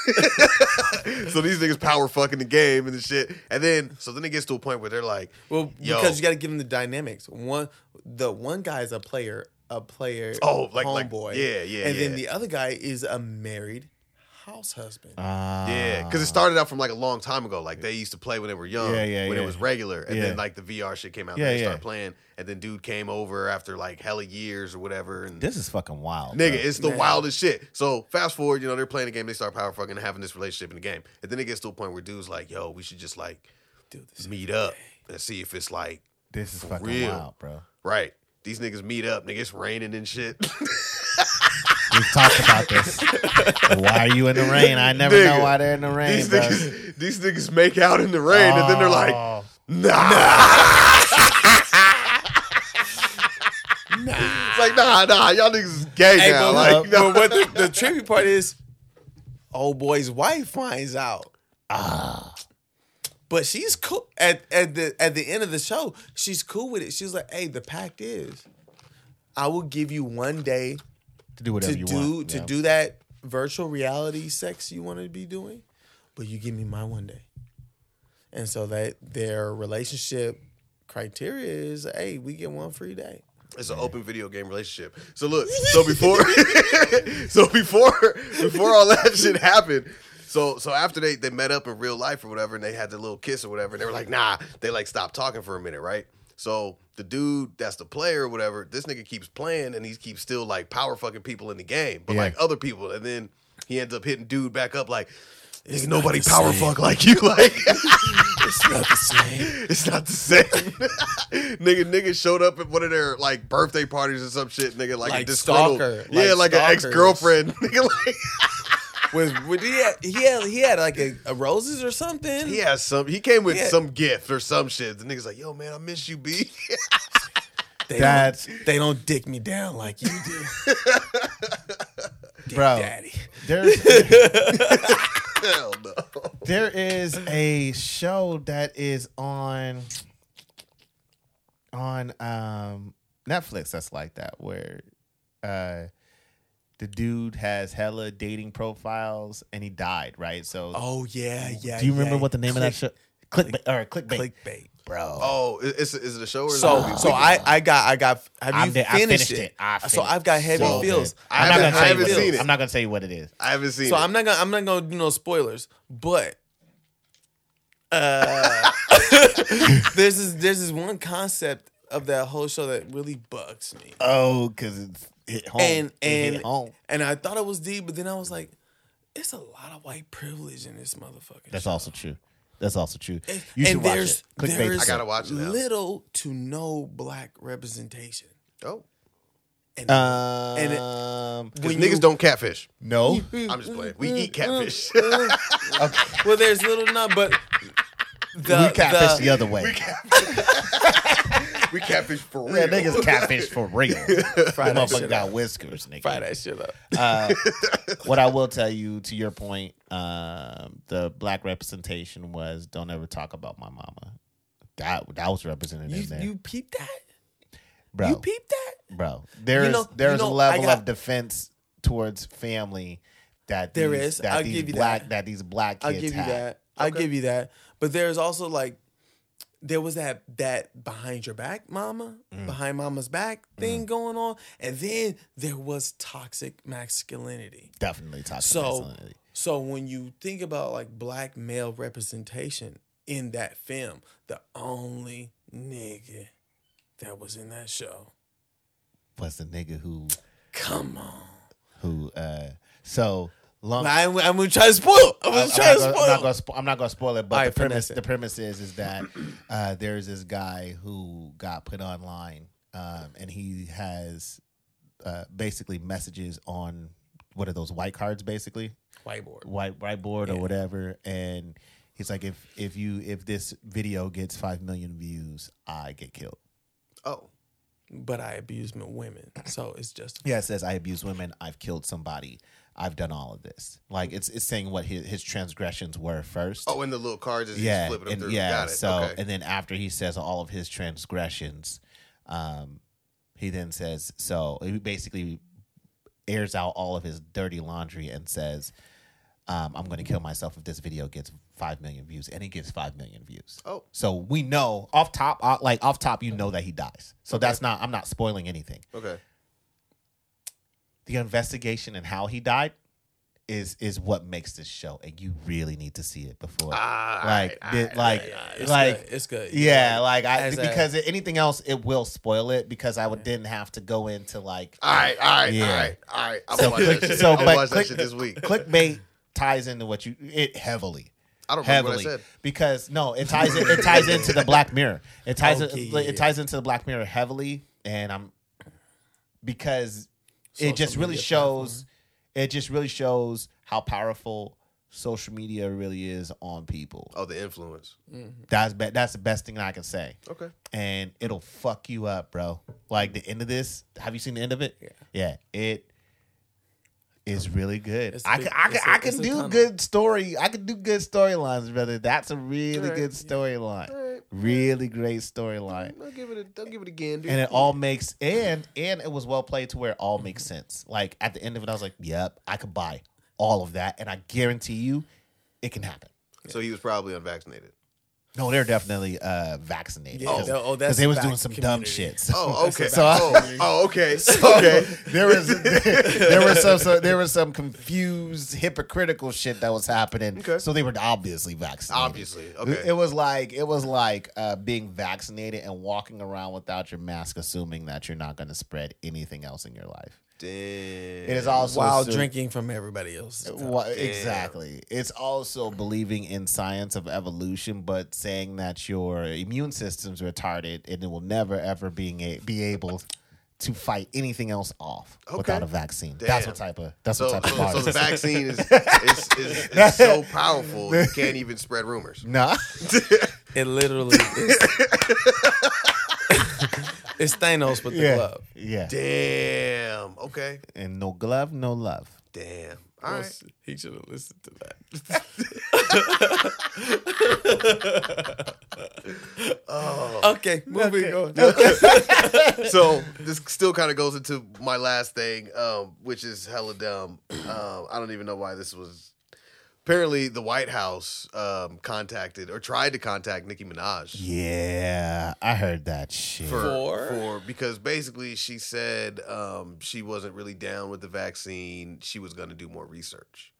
Speaker 1: so these niggas power fucking the game and the shit. And then so then it gets to a point where they're like,
Speaker 3: well,
Speaker 1: yo.
Speaker 3: because you got to give them the dynamics. One the one guy is a player, a player.
Speaker 1: Oh, like- like-
Speaker 3: homeboy.
Speaker 1: yeah, yeah,
Speaker 3: And then
Speaker 1: yeah.
Speaker 3: the other guy is a married house husband.
Speaker 2: Ah.
Speaker 1: yeah, because it started out from like a long time ago. Like they used to play when they were young,
Speaker 2: Yeah, yeah,
Speaker 1: when
Speaker 2: yeah.
Speaker 1: it was regular, and
Speaker 2: Yeah.
Speaker 1: then like the VR shit came out,
Speaker 2: Yeah,
Speaker 1: and they
Speaker 2: yeah.
Speaker 1: started playing, and then dude came over after like hella years or whatever, and
Speaker 2: This is fucking wild.
Speaker 1: Nigga,
Speaker 2: bro.
Speaker 1: it's the
Speaker 3: Man.
Speaker 1: wildest shit. So fast forward, you know, they're playing the game, they start power fucking having this relationship in the game. And then it gets to a point where dude's like, yo, we should just like
Speaker 3: Dude, this
Speaker 1: meet up and see if it's like
Speaker 2: this is fucking
Speaker 1: real.
Speaker 2: wild, bro.
Speaker 1: right. These niggas meet up, nigga, it's raining and shit.
Speaker 2: We've talked about this. why are you in the rain? I never know
Speaker 1: Nigga,
Speaker 2: why they're in the rain,
Speaker 1: these
Speaker 2: bro.
Speaker 1: niggas these niggas make out in the rain and then they're like,
Speaker 2: Oh.
Speaker 1: nah. It's like, nah, nah, y'all niggas is gay
Speaker 3: Hey,
Speaker 1: now.
Speaker 3: but,
Speaker 1: Like,
Speaker 3: but
Speaker 1: no.
Speaker 3: what the, the trippy part is, old boy's wife finds out. But she's cool at, at the at the end of the show. She's cool with it. She's like, "Hey, the pact is, I will give you one day
Speaker 2: to do whatever
Speaker 3: to
Speaker 2: you
Speaker 3: do
Speaker 2: want.
Speaker 3: to
Speaker 2: yeah.
Speaker 3: do that virtual reality sex you want to be doing, but you give me my one day." And so that their relationship criteria is, "Hey, we get one free day."
Speaker 1: It's an open video game relationship. So look, so before, so before, before all that shit happened, so so after they they met up in real life or whatever, and they had their little kiss or whatever, and they were like, nah, they like stopped talking for a minute, right? So the dude that's the player or whatever, this nigga keeps playing and he keeps still like power fucking people in the game, but
Speaker 2: Yeah.
Speaker 1: like other people, and then he ends up hitting dude back up like. Nigga,
Speaker 3: not
Speaker 1: nobody
Speaker 3: the
Speaker 1: power
Speaker 3: same.
Speaker 1: fuck like you. Like
Speaker 3: It's not the same.
Speaker 1: it's not the same. nigga, nigga showed up at one of their like birthday parties or some shit. Nigga, like, a
Speaker 3: Like
Speaker 1: disgruntled,
Speaker 3: stalker,
Speaker 1: yeah, like
Speaker 3: like
Speaker 1: an ex
Speaker 3: stalkers.
Speaker 1: girlfriend. Nigga, like
Speaker 3: with, with he, had, he had he had like a, a roses or something.
Speaker 1: he has some. He came with
Speaker 3: Yeah.
Speaker 1: some gift or some shit. The nigga's like, yo, man, I miss you, B.
Speaker 3: they
Speaker 2: That's-
Speaker 3: don't, they don't dick me down like you do, Dick
Speaker 2: Bro.
Speaker 3: daddy.
Speaker 2: There's
Speaker 1: Hell no.
Speaker 2: there is a show that is on on um Netflix that's like that where uh the dude has hella dating profiles and he died, right? So
Speaker 3: Oh yeah, yeah.
Speaker 2: do you remember
Speaker 3: yeah.
Speaker 2: what the name of that show? Clickbait or clickbait,
Speaker 3: Click- Clickbait, bro.
Speaker 1: Oh, i- is, is it a show or is it a
Speaker 3: So
Speaker 1: movie?
Speaker 3: so I I got I got have you
Speaker 2: I'm the- I
Speaker 3: finished, it?
Speaker 2: I
Speaker 3: so
Speaker 2: finished
Speaker 3: I've got heavy
Speaker 2: so
Speaker 3: feels.
Speaker 2: good.
Speaker 1: I
Speaker 2: I'm not
Speaker 1: haven't-
Speaker 2: gonna tell
Speaker 1: I
Speaker 2: you
Speaker 1: haven't
Speaker 2: what it
Speaker 1: seen
Speaker 2: is.
Speaker 1: it.
Speaker 2: I'm not gonna tell you what it is.
Speaker 1: I haven't seen.
Speaker 3: So
Speaker 1: it.
Speaker 3: I'm not gonna I'm not gonna do no spoilers, but uh, there's this there's this one concept of that whole show that really bugs me.
Speaker 2: Oh, because it's hit home
Speaker 3: and
Speaker 2: It hit
Speaker 3: and
Speaker 2: home.
Speaker 3: and I thought it was deep, but then I was like, it's a lot of white privilege in this motherfucker.
Speaker 2: That's also true. That's also true. You
Speaker 3: and
Speaker 2: should watch
Speaker 3: there's
Speaker 2: it. Clickbait.
Speaker 1: I gotta watch it now.
Speaker 3: Little to no black representation.
Speaker 1: oh,
Speaker 3: And,
Speaker 2: Um,
Speaker 3: it-
Speaker 1: Because niggas don't catfish.
Speaker 2: no.
Speaker 1: I'm just playing. We eat catfish.
Speaker 3: well, there's little not, but the
Speaker 2: we catfish the,
Speaker 3: the,
Speaker 2: other way.
Speaker 1: we catfish for real.
Speaker 2: Yeah, niggas catfish for real.
Speaker 3: Fried that
Speaker 2: Motherfucker
Speaker 3: shit up.
Speaker 2: got whiskers, nigga.
Speaker 3: Fry that shit up.
Speaker 2: Uh, what I will tell you, to your point, um, the black representation was "Don't ever talk about my mama." That that was represented
Speaker 3: You,
Speaker 2: in there,
Speaker 3: you peeped that?
Speaker 2: bro.
Speaker 3: You peeped that?
Speaker 2: bro, there
Speaker 3: You
Speaker 2: is
Speaker 3: know-
Speaker 2: there
Speaker 3: you
Speaker 2: is
Speaker 3: know,
Speaker 2: a
Speaker 3: I
Speaker 2: level
Speaker 3: got-
Speaker 2: of defense towards family that
Speaker 3: There
Speaker 2: these,
Speaker 3: is.
Speaker 2: That
Speaker 3: I'll
Speaker 2: these
Speaker 3: give you
Speaker 2: black
Speaker 3: that.
Speaker 2: that these black
Speaker 3: I'll
Speaker 2: kids
Speaker 3: give you
Speaker 2: have.
Speaker 3: that. I'll give you that. But there's also like there was that that behind your back mama,
Speaker 2: Mm.
Speaker 3: behind mama's back thing going on. And then there was toxic masculinity.
Speaker 2: Definitely toxic
Speaker 3: So
Speaker 2: masculinity.
Speaker 3: so when you think about like black male representation in that film, the only nigga that was in that show.
Speaker 2: was the nigga who
Speaker 3: Come on.
Speaker 2: who uh so long.
Speaker 3: I, am gonna try to spoil. I'm
Speaker 2: Um, I'm
Speaker 3: gonna
Speaker 2: I'm
Speaker 3: try
Speaker 2: not gonna-
Speaker 3: to spoil.
Speaker 2: I'm not gonna spo- I'm not gonna spoil it, but
Speaker 3: All
Speaker 2: the
Speaker 3: right,
Speaker 2: premise
Speaker 3: finesse it.
Speaker 2: the premise is is that uh, there's this guy who got put online, um, and he has uh, basically messages on what are those white cards, basically
Speaker 3: Whiteboard.
Speaker 2: white whiteboard or
Speaker 3: Yeah.
Speaker 2: whatever, and he's like, if if you if this video gets five million views, I get killed.
Speaker 1: Oh,
Speaker 3: But I abuse my women, so it's just
Speaker 2: Yeah, it says I abuse women, I've killed somebody, I've done all of this. Like it's it's saying what his, his transgressions were first.
Speaker 1: oh, and the little cards is
Speaker 2: yeah,
Speaker 1: yeah, flipping them
Speaker 2: and
Speaker 1: through.
Speaker 2: yeah.
Speaker 1: Got it.
Speaker 2: So,
Speaker 1: okay.
Speaker 2: and then after he says all of his transgressions, um, he then says, so he basically airs out all of his dirty laundry and says, um, "I'm going to kill myself if this video gets five million views," and he gets five million views.
Speaker 1: Oh.
Speaker 2: so we know off top, uh, like off top, you know that he dies. So that's not. I'm not spoiling anything.
Speaker 1: okay.
Speaker 2: The investigation and how he died is is what makes this show, and you really need to see it before.
Speaker 1: Ah,
Speaker 2: like,
Speaker 1: all
Speaker 2: did-
Speaker 1: right,
Speaker 2: like,
Speaker 1: all right, all right.
Speaker 3: It's
Speaker 2: like,
Speaker 3: good. it's good.
Speaker 2: Yeah, like I
Speaker 3: As a-
Speaker 2: because anything else it will spoil it because I would then have to go into like
Speaker 1: All right, all right,
Speaker 2: Yeah.
Speaker 1: all right, all right. I'm
Speaker 2: So
Speaker 1: gonna watch that
Speaker 2: click-
Speaker 1: shit.
Speaker 2: so,
Speaker 1: I'm
Speaker 2: but
Speaker 1: gonna watch that
Speaker 2: click-
Speaker 1: shit this week.
Speaker 2: clickbait ties into what you it heavily.
Speaker 1: I don't remember
Speaker 2: Heavily,
Speaker 1: what I said.
Speaker 2: because no, it ties in, it ties into the Black Mirror. It ties
Speaker 3: Okay,
Speaker 2: in, it
Speaker 3: yeah.
Speaker 2: ties into the Black Mirror heavily, and I'm because
Speaker 3: Social
Speaker 2: it just really
Speaker 3: media
Speaker 2: shows it just really shows how powerful social media really is on people.
Speaker 1: Oh, the influence.
Speaker 2: That's be- that's the best thing I can say.
Speaker 1: Okay.
Speaker 2: and it'll fuck you up, bro. Like the end of this. Have you seen the end of it?
Speaker 3: Yeah.
Speaker 2: Yeah. It is really good.
Speaker 3: It's a
Speaker 2: I
Speaker 3: big-
Speaker 2: can, I can,
Speaker 3: it's a-
Speaker 2: I can
Speaker 3: it's a
Speaker 2: do
Speaker 3: tunnel.
Speaker 2: good story. I can do good storylines, brother. That's a really
Speaker 1: Alright.
Speaker 2: good storyline.
Speaker 1: Alright.
Speaker 2: Really great storyline.
Speaker 1: I'll give it. A, I'll give it again, dude.
Speaker 2: And it all makes and and it was well played to where it all makes
Speaker 3: Mm-hmm.
Speaker 2: sense. Like at the end of it, I was like, "Yep, I could buy all of that," and I guarantee you, it can happen.
Speaker 1: So he was probably unvaccinated.
Speaker 2: No, they're definitely uh vaccinated.
Speaker 3: Yeah,
Speaker 2: Because
Speaker 3: that- oh, that's
Speaker 2: they was
Speaker 3: back
Speaker 2: doing some dumb
Speaker 3: community.
Speaker 2: shit. so-
Speaker 1: Oh, okay.
Speaker 2: So I-
Speaker 1: oh, oh, okay.
Speaker 2: Okay,
Speaker 1: okay.
Speaker 2: there was there was some, so there was some confused hypocritical shit that was happening.
Speaker 1: Okay.
Speaker 2: So they were obviously vaccinated.
Speaker 1: Obviously. Okay.
Speaker 2: It was like it was like uh, being vaccinated and walking around without your mask, assuming that you're not going to spread anything else in your life.
Speaker 1: Damn.
Speaker 2: It is also
Speaker 3: while
Speaker 2: assumed-
Speaker 3: drinking from everybody else.
Speaker 2: Wha- exactly. It's also believing in science of evolution, but saying that your immune system's retarded and it will never ever being a, be able to fight anything else off without
Speaker 1: Okay.
Speaker 2: a vaccine. That's
Speaker 1: Damn.
Speaker 2: what type of that's
Speaker 1: So,
Speaker 2: what type
Speaker 1: so, so
Speaker 2: of
Speaker 1: the
Speaker 2: virus.
Speaker 1: vaccine is is, is, is so powerful you can't even spread rumors.
Speaker 2: Nah,
Speaker 3: It literally is. it's Thanos with the
Speaker 2: yeah,
Speaker 3: glove.
Speaker 2: yeah,
Speaker 1: Damn. Okay.
Speaker 2: and no glove, no love.
Speaker 1: Damn. All right.
Speaker 3: He should have listened to that. Okay, moving on.
Speaker 1: so this still kind of goes into my last thing, um, which is hella dumb. Um, I don't even know why this was. Apparently, the White House um, contacted or tried to contact Nicki Minaj
Speaker 2: Yeah, I heard that shit.
Speaker 1: for,
Speaker 3: For?
Speaker 1: for because basically she said um, she wasn't really down with the vaccine. She was going to do more research.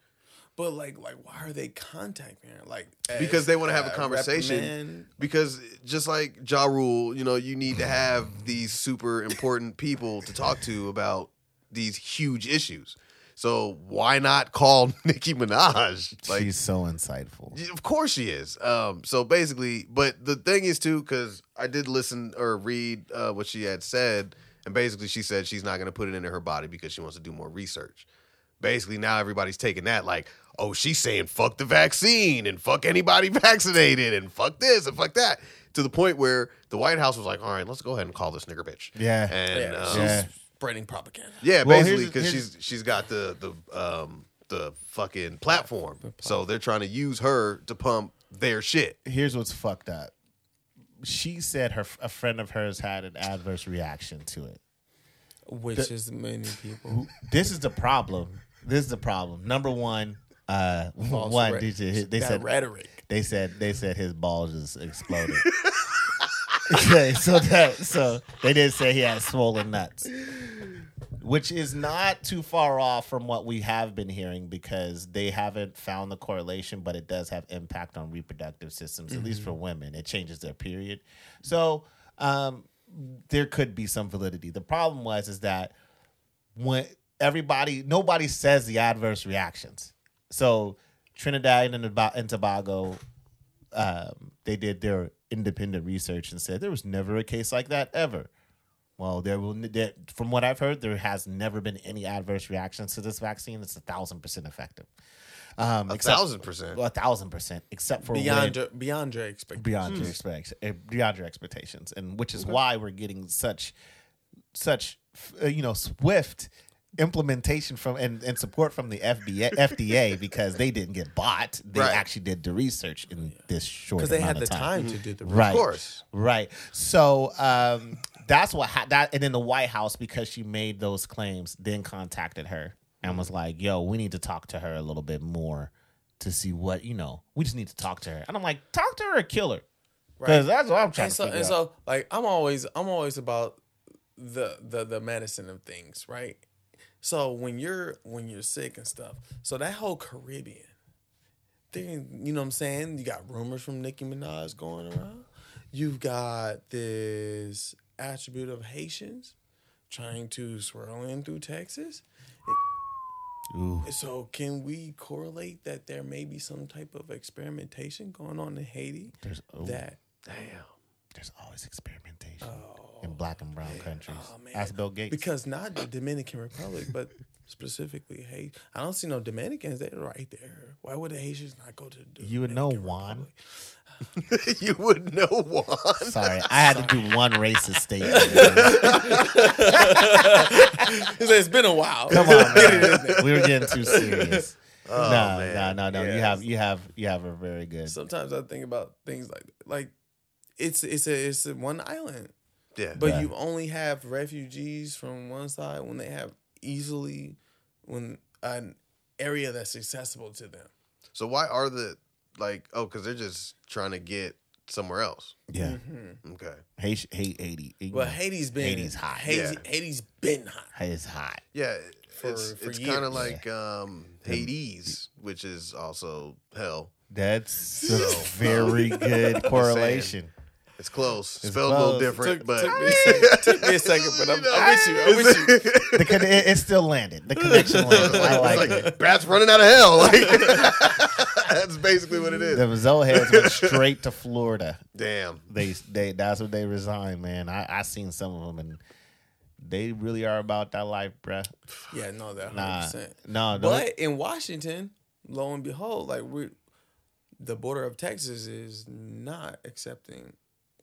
Speaker 3: But like, like, why are they contacting her? Like, as
Speaker 1: Because they wanna have a conversation.
Speaker 3: reprimand?
Speaker 1: because just like Ja Rule, you know, you need to have these super important people to talk to about these huge issues. So why not call Nicki Minaj? Like,
Speaker 2: She's so insightful.
Speaker 1: of course she is. Um, so basically, but the thing is too, because I did listen or read uh, what she had said, And basically, she said she's not going to put it into her body because she wants to do more research. Basically, now everybody's taking that like, oh, she's saying fuck the vaccine and fuck anybody vaccinated and fuck this and fuck that. To the point where the White House was like, all right, let's go ahead and call this nigger bitch.
Speaker 2: Yeah.
Speaker 1: And
Speaker 3: yeah,
Speaker 1: um,
Speaker 3: she's
Speaker 2: Yeah.
Speaker 3: spreading propaganda.
Speaker 1: yeah,
Speaker 2: Well,
Speaker 1: basically,
Speaker 2: here's-
Speaker 1: because
Speaker 2: here's-
Speaker 1: she's she's got the the um the fucking platform, so they're trying to use her to pump their shit.
Speaker 2: Here's what's fucked up. She said her a friend of hers had an adverse reaction to it.
Speaker 3: Which is many people.
Speaker 2: This is the problem. This is the problem. Number one, uh,
Speaker 3: False
Speaker 2: one
Speaker 3: rhet-
Speaker 2: did you, they
Speaker 3: that
Speaker 2: said
Speaker 3: rhetoric.
Speaker 2: they said they said his balls just exploded. okay, so that so they did say he had swollen nuts, which is not too far off from what we have been hearing because they haven't found the correlation, but it does have impact on reproductive systems, at least for women. It changes their period, so um, there could be some validity. The problem was is that when everybody nobody says the adverse reactions. So Trinidad and, Toba- and Tobago, um, they did their independent research and said there was never a case like that ever. Well, there will there, from what I've heard, there has never been any adverse reactions to this vaccine. It's a thousand percent effective. Um,
Speaker 1: A
Speaker 2: except-
Speaker 1: thousand percent.
Speaker 2: well, a thousand percent, except for when-
Speaker 3: Beyond your, beyond your expectations.
Speaker 2: beyond your expect eh, beyond your expectations, and which is why we're getting such such f- uh, you know swift implementation from and, and support from the FDA FDA because they didn't get bought. They
Speaker 1: Right.
Speaker 2: actually did the research in this short
Speaker 3: Because they
Speaker 2: amount
Speaker 3: had
Speaker 2: of Mm-hmm.
Speaker 3: the time to do the
Speaker 2: Right.
Speaker 1: Of course.
Speaker 2: Right. So um, that's what ha- that, and then the White House because she made those claims, then contacted her and was like, "Yo, we need to talk to her a little bit more to see what you know. We just need to talk to her." And I'm like, "Talk to her or kill her," because that's what I'm trying
Speaker 3: and
Speaker 2: to
Speaker 3: so,
Speaker 2: figure
Speaker 3: and
Speaker 2: out.
Speaker 3: so like i'm always i'm always about the the the medicine of things right so when you're when you're sick and stuff so that whole caribbean thing you know what i'm saying you got rumors from nicki minaj going around you've got this attribute of haitians trying to swirl in through texas so can we correlate that there may be some type of experimentation going on in haiti
Speaker 2: There's, oh,
Speaker 3: that
Speaker 1: Damn.
Speaker 2: there's always experimentation in black and brown countries.
Speaker 3: Oh, man.
Speaker 2: Ask Bill Gates.
Speaker 3: Because not the Dominican Republic, but specifically Haiti. I don't see no Dominicans. They're right there. Why would the Haitians not go to the
Speaker 2: You would know
Speaker 3: Dominican
Speaker 2: Juan.
Speaker 3: Republic?
Speaker 1: you would know one.
Speaker 2: Sorry, I had to do one racist statement.
Speaker 3: He said, it's been a while.
Speaker 2: Come on, man. we were getting too serious.
Speaker 1: Oh,
Speaker 2: no,
Speaker 1: man.
Speaker 2: no, no, no. You
Speaker 3: Yeah.
Speaker 2: have, you have, you have a very good.
Speaker 3: Sometimes I think about things like like it's it's a it's a one island.
Speaker 1: Yeah.
Speaker 3: But
Speaker 2: Yeah.
Speaker 3: you only have refugees from one side when they have easily when an area that's accessible to them.
Speaker 1: so why are the like? Oh, because they're just trying to get somewhere else.
Speaker 2: Yeah.
Speaker 3: Mm-hmm.
Speaker 1: Okay.
Speaker 2: Hate, hate 80. It-
Speaker 3: Well, Haiti's been
Speaker 2: Haiti's hot.
Speaker 3: Haiti,
Speaker 1: Yeah.
Speaker 3: Haiti's been hot.
Speaker 2: it's hot.
Speaker 1: Yeah. it's
Speaker 3: For- for
Speaker 1: it's kind of like
Speaker 3: years.
Speaker 1: um, Hades, which is also hell.
Speaker 2: That's a very good correlation.
Speaker 1: It's close.
Speaker 2: It's
Speaker 1: Spelled a little
Speaker 2: close.
Speaker 1: different,
Speaker 3: Took,
Speaker 1: but
Speaker 3: took me a second, took me a second, but I'm, I'm with you. I'm with you.
Speaker 2: The con- it, it still landed. The connection landed. I
Speaker 1: It's like,
Speaker 2: like it.
Speaker 1: Brat's running out of hell. Like, that's basically what it
Speaker 2: The
Speaker 1: is.
Speaker 2: Mazzole heads went straight to Florida.
Speaker 1: Damn.
Speaker 2: They, they, that's what they resigned, man. I, I seen some of them, and they really are about that life, bruh.
Speaker 3: Yeah, no, that hundred
Speaker 2: Nah,
Speaker 3: percent.
Speaker 2: no, the-
Speaker 3: But in Washington, lo and behold, like we, the border of Texas is not accepting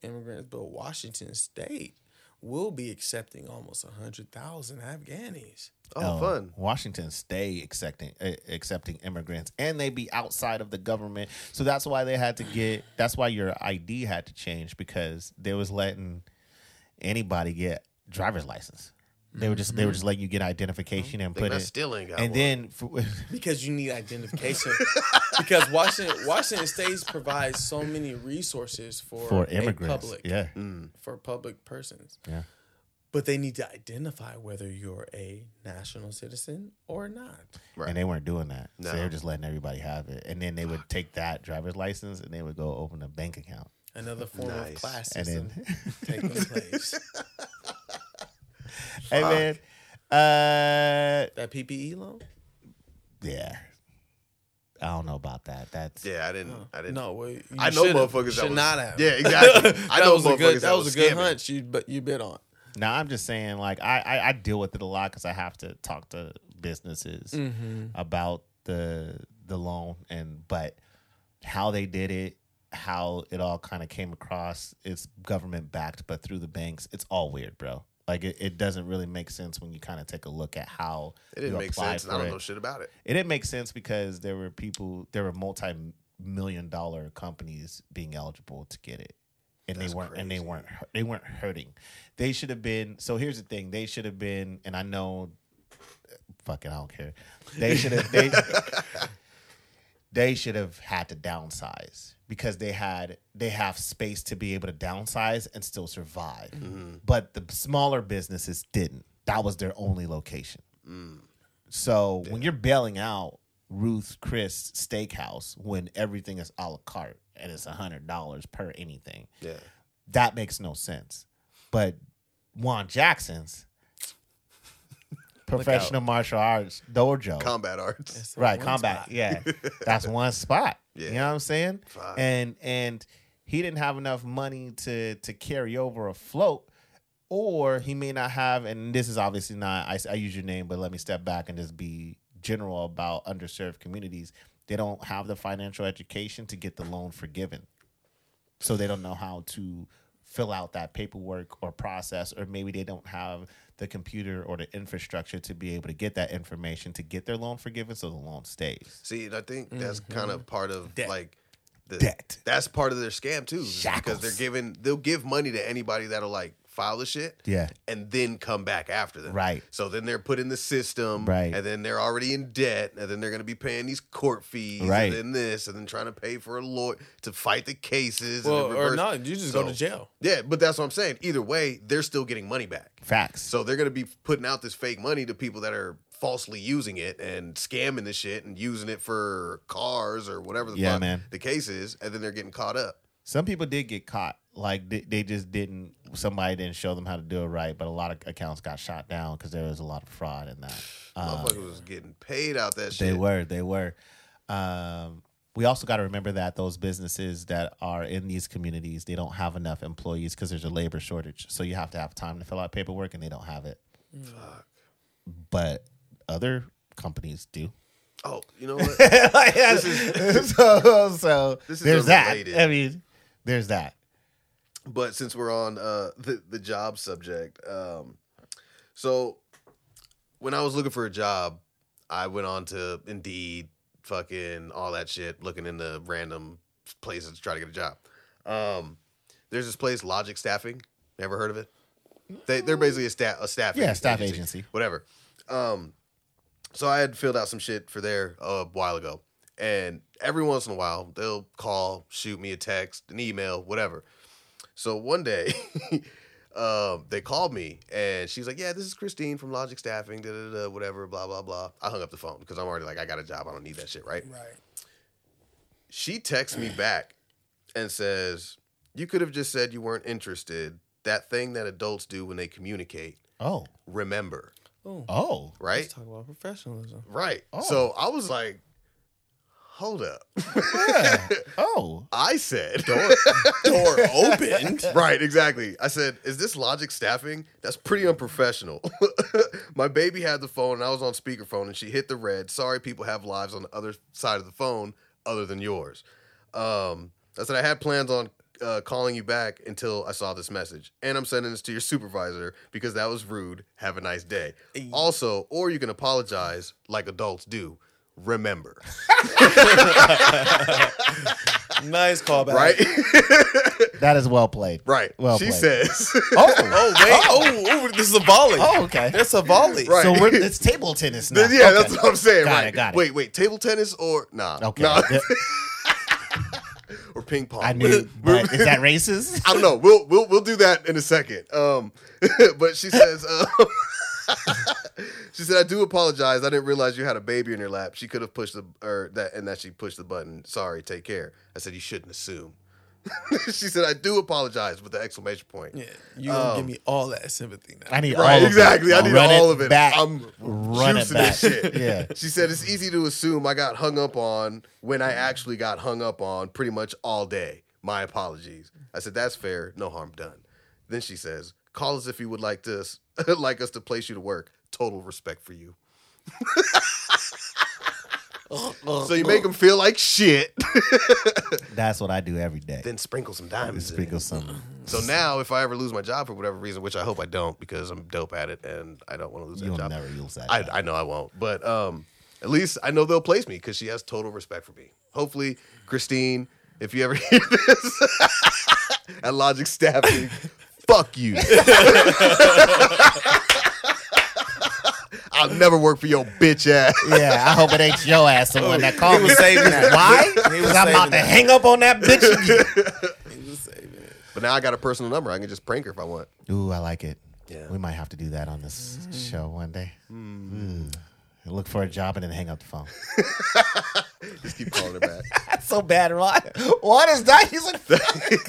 Speaker 3: immigrants, but Washington State will be accepting almost hundred thousand Afghanis.
Speaker 1: Oh,
Speaker 2: um,
Speaker 1: fun.
Speaker 2: Washington stay accepting uh, accepting immigrants, and they be outside of the government. So that's why they had to get. That's why your ID had to change because they was letting anybody get driver's license. They were just they
Speaker 3: Mm-hmm.
Speaker 2: were just letting you get identification and
Speaker 1: Like,
Speaker 2: put
Speaker 1: I
Speaker 2: it.
Speaker 1: still ain't got
Speaker 2: and
Speaker 1: one.
Speaker 2: then for,
Speaker 3: because you need identification. because Washington Washington State provides so many resources for
Speaker 2: for
Speaker 3: a
Speaker 2: immigrants,
Speaker 3: public,
Speaker 2: yeah,
Speaker 3: for public persons.
Speaker 2: Yeah.
Speaker 3: But they need to identify whether you're a national citizen or not.
Speaker 1: Right.
Speaker 2: and they weren't doing that. So they
Speaker 1: No.
Speaker 2: were just letting everybody have it, and then they would take that driver's license and they would go open a bank account.
Speaker 3: Another form
Speaker 1: Nice.
Speaker 3: of class
Speaker 2: And
Speaker 3: system
Speaker 2: then-
Speaker 3: taking place.
Speaker 2: Hey man, uh,
Speaker 3: That PPE loan?
Speaker 2: yeah, I don't know about that. That's
Speaker 1: yeah, I didn't. I didn't.
Speaker 3: No, well, you
Speaker 1: I know
Speaker 3: should've-
Speaker 1: motherfuckers that
Speaker 3: should
Speaker 1: was-
Speaker 3: not have.
Speaker 1: Yeah, exactly. I
Speaker 3: that
Speaker 1: know
Speaker 3: was a
Speaker 1: motherfuckers
Speaker 3: good.
Speaker 1: that
Speaker 3: That was
Speaker 1: was
Speaker 3: a good
Speaker 1: scamming.
Speaker 3: hunch. You but you bid on.
Speaker 2: No, I'm just saying, like I I, I deal with it a lot because I have to talk to businesses
Speaker 1: Mm-hmm.
Speaker 2: about the the loan and but how they did it, how it all kind of came across. It's government backed, but through the banks, it's all weird, bro. Like it, it doesn't really make sense when you kind of take a look at how
Speaker 1: It didn't
Speaker 2: you
Speaker 1: make
Speaker 2: applied
Speaker 1: sense. and
Speaker 2: for
Speaker 1: I don't
Speaker 2: it.
Speaker 1: know shit about it.
Speaker 2: It didn't make sense because there were people, there were multi-million dollar companies being eligible to get it, and
Speaker 1: That's
Speaker 2: they weren't, and they
Speaker 1: crazy.
Speaker 2: weren't, hu- they weren't hurting. They should have been. So here's the thing: they should have been, and I know, fucking, I don't care. They should have. They, they should have had to downsize because they had they have space to be able to downsize and still survive.
Speaker 1: Mm-hmm.
Speaker 2: But the smaller businesses didn't. That was their only location. So when you're bailing out Ruth Chris Steakhouse when everything is a la carte and it's hundred dollars per anything,
Speaker 1: Yeah.
Speaker 2: that makes no sense. But Juan Jackson's professional martial arts dojo
Speaker 1: Combat arts.
Speaker 3: It's the
Speaker 2: right
Speaker 3: one
Speaker 2: combat
Speaker 3: spot.
Speaker 2: yeah that's one spot
Speaker 1: Yeah.
Speaker 2: you know what i'm saying
Speaker 1: Fuck.
Speaker 2: and and he didn't have enough money to to carry over a float or he may not have and this is obviously not I, I use your name but let me step back and just be general about underserved communities they don't have the financial education to get the loan forgiven so they don't know how to fill out that paperwork or process or maybe they don't have the computer or the infrastructure to be able to get that information to get their loan forgiven so the loan stays
Speaker 1: See, and I think that's kind of part of
Speaker 2: Mm-hmm. Debt.
Speaker 1: like the
Speaker 2: Debt.
Speaker 1: That's part of their scam too, is because
Speaker 2: Shackles.
Speaker 1: they're giving they'll give money to anybody that'll like file the shit,
Speaker 2: Yeah.
Speaker 1: and then come back after them,
Speaker 2: Right.
Speaker 1: So then they're put in the system,
Speaker 2: Right.
Speaker 1: and then they're already in debt, and then they're gonna be paying these court fees, and
Speaker 2: Right.
Speaker 1: then this, and then trying to pay for a lawyer to fight the cases, and
Speaker 3: Well,
Speaker 1: then
Speaker 3: or
Speaker 1: reverse-
Speaker 3: not, you just go to
Speaker 1: So-
Speaker 3: jail.
Speaker 1: Yeah, but that's what I'm saying. Either way, they're still getting money back.
Speaker 2: facts
Speaker 1: So they're gonna be putting out this fake money to people that are falsely using it and scamming this shit and using it for cars or whatever the
Speaker 2: Yeah,
Speaker 1: fuck
Speaker 2: man.
Speaker 1: the case is, and then they're getting caught up.
Speaker 2: some people did get caught like they, they just didn't somebody didn't show them how to do it right but a lot of accounts got shot down because there was a lot of fraud in that um,
Speaker 1: Motherfuckers was getting paid out that
Speaker 2: They
Speaker 1: shit.
Speaker 2: were. They were. Um, we also got to remember that those businesses that are in these communities, they don't have enough employees because there's a labor shortage. So you have to have time to fill out paperwork, and they don't have it.
Speaker 1: Fuck.
Speaker 2: But other companies do.
Speaker 1: Oh, you know what?
Speaker 2: Like, so, so
Speaker 1: This is
Speaker 2: there's that.
Speaker 1: unrelated.
Speaker 2: I mean, there's that.
Speaker 1: but since we're on uh, the the job subject, um, so when I was looking for a job, I went on to Indeed, fucking all that shit, looking into random places to try to get a job. Um, there's this place, Logic Staffing. Ever heard of it? They they're basically a staff a staff
Speaker 2: Yeah, staff agency.
Speaker 1: whatever. Um, so I had filled out some shit for there a while ago, and every once in a while they'll call, shoot me a text, an email, whatever. So one day, um, they called me and she's like, "Yeah, this is Christine from Logic Staffing, da da da, whatever, blah blah blah." I hung up the phone because I'm already like, I got a job, I don't need that shit, right?
Speaker 3: Right.
Speaker 1: She texts me back and says, "You could have just said you weren't interested. That thing that adults do when they communicate.
Speaker 2: Oh,
Speaker 1: Remember,
Speaker 3: Oh,
Speaker 2: oh,
Speaker 1: right?
Speaker 3: let's talk about professionalism.
Speaker 1: Right.
Speaker 2: Oh.
Speaker 1: So I was like, hold up.
Speaker 2: yeah, oh.
Speaker 1: I said,
Speaker 3: Door opened.
Speaker 1: right, exactly. I said, is this logic staffing? That's pretty unprofessional. My baby had the phone and I was on speakerphone and she hit the red. Sorry, people have lives on the other side of the phone other than yours. Um, I said, I had plans on. Uh, calling you back until I saw this message, and I'm sending this to your supervisor because that was rude. Have a nice day. Also, or you can apologize like adults do. Remember.
Speaker 3: nice callback.
Speaker 1: right?
Speaker 2: That is well played.
Speaker 1: right.
Speaker 2: Well
Speaker 1: she
Speaker 2: played.
Speaker 1: says,
Speaker 2: Oh,
Speaker 3: Oh wait. Oh, oh, this is a volley.
Speaker 2: oh, okay.
Speaker 3: That's a volley.
Speaker 1: Right.
Speaker 2: So we're, it's table tennis now.
Speaker 1: "Yeah, that's
Speaker 2: Okay.
Speaker 1: what I'm saying."
Speaker 2: Got
Speaker 1: right?
Speaker 2: it, got it.
Speaker 1: Wait, wait, table tennis or nah,
Speaker 2: Okay.
Speaker 1: nah, or ping pong.
Speaker 2: I knew.
Speaker 1: We're-
Speaker 2: But is that racist?
Speaker 1: I don't know. We'll we'll we'll do that in a second. Um, but she says, uh, she said, "I do apologize. I didn't realize you had a baby in your lap. She could have pushed the or that and that she pushed the button. Sorry. Take care." I said, "You shouldn't assume." she said, "I do apologize," with the exclamation point.
Speaker 3: Yeah, you gonna
Speaker 1: Oh.
Speaker 3: give me all that sympathy now.
Speaker 2: I need all
Speaker 1: Right,
Speaker 2: of
Speaker 1: exactly.
Speaker 2: It.
Speaker 1: I need
Speaker 2: Run
Speaker 1: all of it.
Speaker 2: Back.
Speaker 1: I'm
Speaker 2: Run it
Speaker 1: juicing
Speaker 2: back.
Speaker 1: this shit.
Speaker 2: Yeah.
Speaker 1: She said it's easy to assume I got hung up on when I actually got hung up on pretty much all day. My apologies. I said that's fair, no harm done. Then she says, Call us if you would like to like us to place you to work. Total respect for you. So you make them feel like shit,
Speaker 2: That's what I do every day.
Speaker 1: then sprinkle some diamonds. in it.
Speaker 2: Sprinkle some.
Speaker 1: So now, if I ever lose my job for whatever reason, which I hope I don't, because I'm dope at it and I don't want to lose that
Speaker 2: You'll
Speaker 1: job.
Speaker 2: never lose that.
Speaker 1: I,
Speaker 2: job.
Speaker 1: I know I won't, but um, at least I know they'll place me because she has total respect for me. Hopefully, Christine, if you ever hear this at Logic Staffing, fuck you. I'll never work for your bitch ass.
Speaker 2: yeah, I hope it ain't your ass the one that
Speaker 1: Oh.
Speaker 2: called
Speaker 3: He
Speaker 2: me.
Speaker 3: was saving that.
Speaker 2: Why?
Speaker 3: He was
Speaker 2: Because I'm about
Speaker 3: saving
Speaker 2: to
Speaker 3: that.
Speaker 2: hang up on that bitch again.
Speaker 3: He was saving it.
Speaker 1: But now I got a personal number. I can just prank her if I want.
Speaker 2: Ooh, I like it.
Speaker 1: Yeah. Mm-hmm.
Speaker 2: We might have to do that on this show one day. Mm. Look for a job and then hang up the phone.
Speaker 1: Just keep calling her back.
Speaker 2: That's so bad, Ron. What is that? He's like, this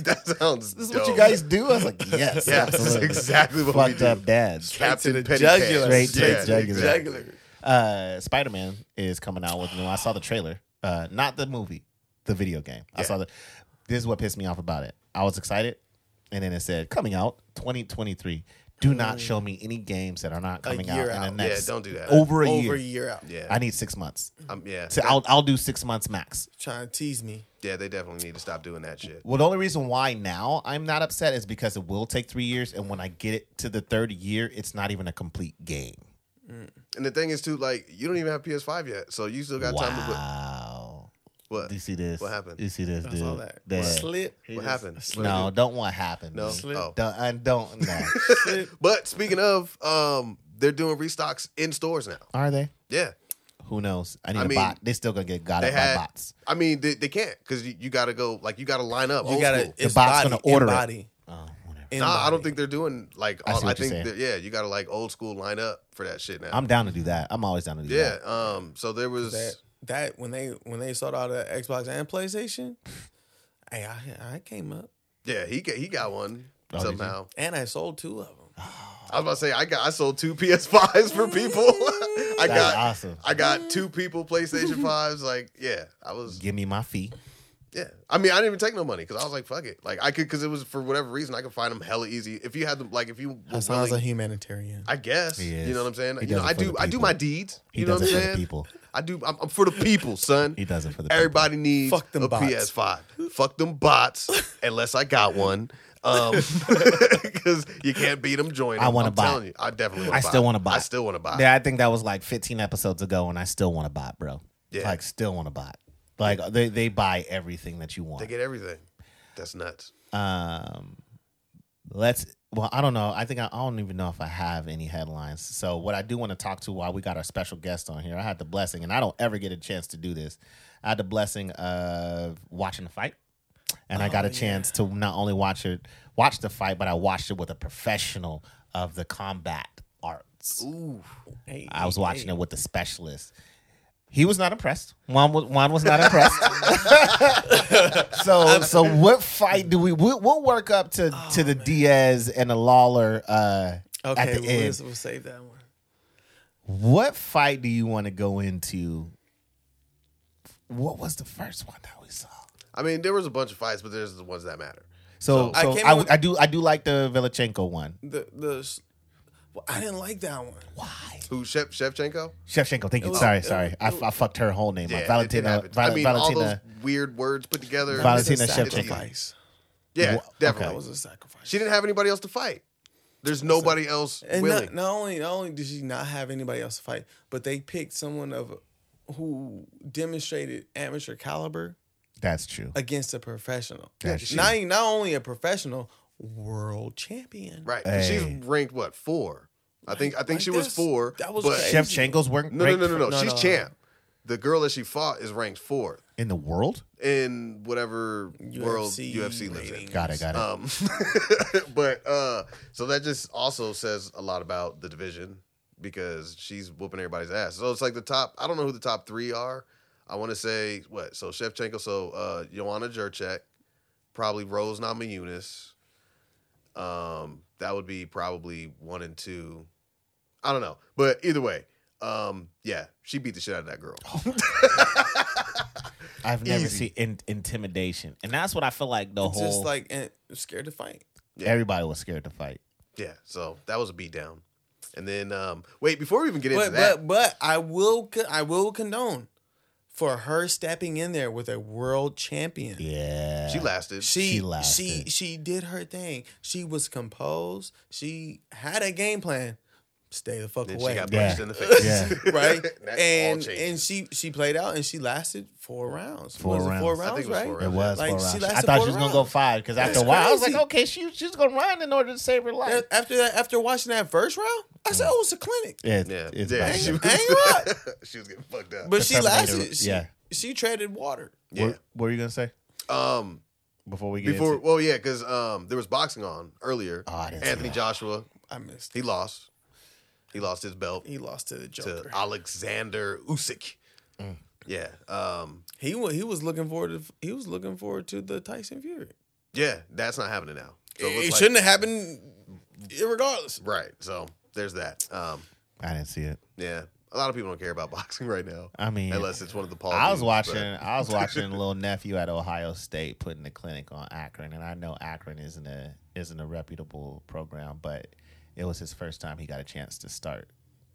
Speaker 1: that sounds.
Speaker 2: is what you
Speaker 1: dope.
Speaker 2: guys do? I was like, yes.
Speaker 1: Yeah, this is
Speaker 2: absolutely.
Speaker 1: exactly what we
Speaker 2: Fucked
Speaker 1: do.
Speaker 2: up dads.
Speaker 1: Captain
Speaker 3: to the
Speaker 1: Petty
Speaker 3: jugular.
Speaker 1: Pants.
Speaker 2: Straight to the jugular.
Speaker 1: exactly.
Speaker 3: Juggler.
Speaker 2: Uh, Spider Man is coming out with new. I saw the trailer, uh, not the movie, the video game. I
Speaker 1: Yeah.
Speaker 2: saw the. This is what pissed me off about it. I was excited, and then it said coming out 2023. Do not show me any games that are not coming out
Speaker 3: Mm. year
Speaker 2: in the
Speaker 3: out.
Speaker 1: Yeah,
Speaker 2: next
Speaker 1: don't do that.
Speaker 2: over a
Speaker 3: Over
Speaker 2: year.
Speaker 3: a year out.
Speaker 1: Yeah,
Speaker 2: I need six months.
Speaker 1: um, yeah.
Speaker 2: So I'll I'll do six months max.
Speaker 3: Trying to tease me.
Speaker 1: Yeah, they definitely need to stop doing that shit.
Speaker 2: Well, the only reason why now I'm not upset is because it will take three years, and when I get it to the third year, it's not even a complete game.
Speaker 1: And the thing is too, like you don't even have PS5 yet, so you still got time to put
Speaker 2: wow.
Speaker 1: what?
Speaker 2: Do you see this?
Speaker 1: What happened?
Speaker 2: Do you see this,
Speaker 3: I
Speaker 2: dude?
Speaker 3: saw that.
Speaker 2: That-
Speaker 3: Slip.
Speaker 1: What happened?
Speaker 2: No, don't what happened.
Speaker 1: No.
Speaker 2: dude.
Speaker 3: Slip.
Speaker 1: Oh.
Speaker 2: Don't, I don't know.
Speaker 3: Slip.
Speaker 1: But speaking of, um, they're doing restocks in stores now.
Speaker 2: Are they?
Speaker 1: Yeah,
Speaker 2: Who knows? I need
Speaker 1: I
Speaker 2: a
Speaker 1: mean,
Speaker 2: bot. They're still gonna get got
Speaker 1: they
Speaker 2: up by
Speaker 1: had-
Speaker 2: bots.
Speaker 1: I mean they, they can't because you, you got to go like you got to line up.
Speaker 3: You
Speaker 1: old
Speaker 3: gotta.
Speaker 1: school.
Speaker 3: It's
Speaker 2: bot's
Speaker 3: body,
Speaker 2: gonna order it.
Speaker 3: body,
Speaker 2: Oh, whatever.
Speaker 3: in
Speaker 1: Nah, I don't
Speaker 3: body.
Speaker 1: think they're doing like.
Speaker 2: I see
Speaker 1: All, I,
Speaker 2: what you're
Speaker 1: think
Speaker 2: saying.
Speaker 1: that, yeah, you got to like old school line up for that shit now.
Speaker 2: I'm down to do that. I'm always down to do
Speaker 1: yeah.
Speaker 2: that.
Speaker 1: Um. So there was.
Speaker 3: that that when they when they sold out of Xbox and PlayStation, hey, I I came up
Speaker 1: Yeah. He got, he got one
Speaker 2: Oh, did you?
Speaker 1: somehow.
Speaker 3: and I sold two of them.
Speaker 1: I was about to say I got I sold two PS5s for people. I
Speaker 2: That's
Speaker 1: got
Speaker 2: awesome.
Speaker 1: I got two people PlayStation fives. Like yeah, I was
Speaker 2: Give me my fee.
Speaker 1: Yeah, I mean, I didn't even take no money because I was like, "Fuck it!" Like I could, because it was for whatever reason, I could find them hella easy. If you had them, like if you were
Speaker 3: That sounds
Speaker 1: willing,
Speaker 3: a humanitarian.
Speaker 1: I guess
Speaker 2: He is.
Speaker 1: you know what I'm saying.
Speaker 2: He
Speaker 1: you know,
Speaker 2: does it
Speaker 1: I
Speaker 2: for the
Speaker 1: do, I do
Speaker 2: people.
Speaker 1: my deeds.
Speaker 2: He
Speaker 1: you know what
Speaker 2: does it
Speaker 1: I'm
Speaker 2: for the
Speaker 1: saying?
Speaker 2: people.
Speaker 1: I do. I'm, I'm for the people, son.
Speaker 2: He does it for the
Speaker 1: Everybody needs
Speaker 3: Fuck them
Speaker 1: a
Speaker 3: bots.
Speaker 1: PS5. Fuck them bots, unless I got one. Um, because you can't beat them. Join.
Speaker 2: I
Speaker 1: 'em.
Speaker 2: wanna
Speaker 1: I'm
Speaker 2: buy.
Speaker 1: telling you, I definitely. Wanna
Speaker 2: I
Speaker 1: buy.
Speaker 2: still wanna buy.
Speaker 1: I still want to buy.
Speaker 2: People. Yeah, I think that was like 15 episodes ago, and I still want a bot, bro.
Speaker 1: Yeah.
Speaker 2: Like, still want a bot. Like they, they buy everything that you want.
Speaker 1: They get everything. That's nuts.
Speaker 2: um let's well i don't know i think I, I don't even know if i have any headlines so what i do want to talk to while we got our special guest on here i had the blessing and i don't ever get a chance to do this i had the blessing of watching the fight and i got a
Speaker 1: Oh,
Speaker 2: chance to not only watch it watch the fight but i watched it with a professional of the combat arts
Speaker 1: Ooh,
Speaker 3: Hey,
Speaker 2: i was
Speaker 3: hey,
Speaker 2: watching
Speaker 3: hey.
Speaker 2: it with the specialist he was not impressed. Juan was, Juan was not impressed. So so what fight do we we'll, we'll work up to
Speaker 1: Oh,
Speaker 2: to the Diaz and the Lawler uh
Speaker 3: Okay,
Speaker 2: at the
Speaker 3: we'll,
Speaker 2: end.
Speaker 3: we'll save that one.
Speaker 2: What fight do you want to go into? What was the first one that we saw?
Speaker 1: I mean, there was a bunch of fights, but there's the ones that matter.
Speaker 2: So,
Speaker 1: So-
Speaker 2: so
Speaker 3: I came
Speaker 2: I,
Speaker 3: in with-
Speaker 2: I do I do like the Velachenko one.
Speaker 3: The the. s- Well, I didn't like that one.
Speaker 2: Why?
Speaker 1: Who? Shef, Shevchenko.
Speaker 2: Shevchenko, thank you.
Speaker 3: was-
Speaker 2: sorry,
Speaker 3: it
Speaker 2: sorry. I, I fucked her whole name up.
Speaker 1: it- it
Speaker 2: Valentina
Speaker 1: happens.
Speaker 2: Val,
Speaker 1: I mean,
Speaker 2: Valentina.
Speaker 1: all those weird words put together.
Speaker 3: That was a
Speaker 2: Valentina Shevchenko.
Speaker 3: sacrifice.
Speaker 1: yeah,
Speaker 2: Wha-
Speaker 1: definitely.
Speaker 3: That was a sacrifice.
Speaker 1: She didn't have anybody else to fight. There's nobody else
Speaker 3: And
Speaker 1: willing.
Speaker 3: not, not only not only did she not have anybody else to fight, but they picked someone of who demonstrated amateur caliber
Speaker 2: That's true.
Speaker 3: against a professional.
Speaker 2: That's true.
Speaker 3: Not e, not only a professional, world champion.
Speaker 1: Right. And She's
Speaker 2: Hey.
Speaker 1: ranked what four? I think I think
Speaker 3: Like
Speaker 1: she was
Speaker 3: that's-
Speaker 1: four.
Speaker 3: that was
Speaker 1: but-
Speaker 3: crazy.
Speaker 2: Shevchenko's work
Speaker 1: no, no, no, no, no,
Speaker 3: No,
Speaker 1: She's
Speaker 3: no.
Speaker 1: champ. The girl that she fought is ranked fourth
Speaker 2: in the world.
Speaker 1: in whatever world
Speaker 3: UFC
Speaker 1: UFC lives in.
Speaker 3: rating.
Speaker 2: Got it, got it.
Speaker 1: Um, but uh, so that just also says a lot about the division because she's whooping everybody's ass. So it's like the top. I don't know who the top three are. I want to say what? So Shevchenko. So uh, Joanna Jurchek, probably Rose Namajunas. Um, that would be probably one and two. I don't know, but either way, um, yeah, she beat the shit out of that girl.
Speaker 3: Oh.
Speaker 2: I've never
Speaker 1: easy.
Speaker 2: seen in, intimidation, and that's what I feel like the whole
Speaker 3: Just like and scared to fight.
Speaker 1: Yeah.
Speaker 2: everybody was scared to fight.
Speaker 1: Yeah, so that was a beatdown. And then um, wait, before we even get into
Speaker 3: But
Speaker 1: that,
Speaker 3: but but I will co- I will condone for her stepping in there with a world champion.
Speaker 2: Yeah.
Speaker 1: she lasted.
Speaker 3: She
Speaker 2: She
Speaker 3: she,
Speaker 2: lasted.
Speaker 3: she did her thing. She was composed. She had a game plan. Stay the fuck
Speaker 1: then
Speaker 3: away.
Speaker 1: she got
Speaker 2: Yeah.
Speaker 1: punched in the face.
Speaker 2: Yeah.
Speaker 3: right?
Speaker 1: That all
Speaker 3: and
Speaker 1: changed.
Speaker 3: and she she played out and she lasted four rounds.
Speaker 2: Four
Speaker 3: Was it
Speaker 2: rounds.
Speaker 3: Four
Speaker 1: I
Speaker 3: rounds,
Speaker 1: think it was
Speaker 3: right?
Speaker 1: four
Speaker 2: It
Speaker 1: rounds.
Speaker 2: was
Speaker 3: Like,
Speaker 2: four
Speaker 3: she
Speaker 2: rounds. I
Speaker 3: lasted
Speaker 2: thought
Speaker 3: four
Speaker 2: she was gonna go
Speaker 3: rounds.
Speaker 2: five because after
Speaker 3: That's
Speaker 2: a while I was like,
Speaker 3: crazy.
Speaker 2: okay, she she's gonna run in order to save her life.
Speaker 3: A- After that, after watching that first round, I said, "Oh, it's a clinic."
Speaker 2: Yeah,
Speaker 1: Yeah,
Speaker 2: it's
Speaker 1: yeah.
Speaker 2: about
Speaker 1: She,
Speaker 2: it.
Speaker 1: was,
Speaker 3: Hang up.
Speaker 1: she was getting fucked up.
Speaker 3: But she
Speaker 2: Terminator,
Speaker 3: lasted. She,
Speaker 2: yeah.
Speaker 3: she traded water.
Speaker 1: yeah.
Speaker 2: What, what were you gonna say
Speaker 1: Um.
Speaker 2: before we get
Speaker 1: Before,
Speaker 2: into-
Speaker 1: well, yeah, because um, there was boxing on earlier.
Speaker 2: Oh, I didn't see
Speaker 1: Anthony
Speaker 2: that.
Speaker 1: Joshua,
Speaker 3: I missed.
Speaker 1: he lost. He lost his belt
Speaker 3: He lost to the
Speaker 1: to
Speaker 3: Joker.
Speaker 1: Alexander Usyk.
Speaker 2: Mm.
Speaker 1: Yeah. Um.
Speaker 3: He was he was looking forward to he was looking forward to the Tyson Fury.
Speaker 1: Yeah, that's not happening now. So
Speaker 3: it
Speaker 1: looks like-
Speaker 3: shouldn't have happened, regardless.
Speaker 1: Right. So there's that. Um.
Speaker 2: I didn't see it.
Speaker 1: Yeah. A lot of people don't care about boxing right now.
Speaker 2: I mean,
Speaker 1: unless it's one of the Paul.
Speaker 2: I was
Speaker 1: dudes,
Speaker 2: watching.
Speaker 1: but-
Speaker 2: I was watching little nephew at Ohio State putting the clinic on Akron, and I know Akron isn't a isn't a reputable program, but it was his first time he got a chance to start.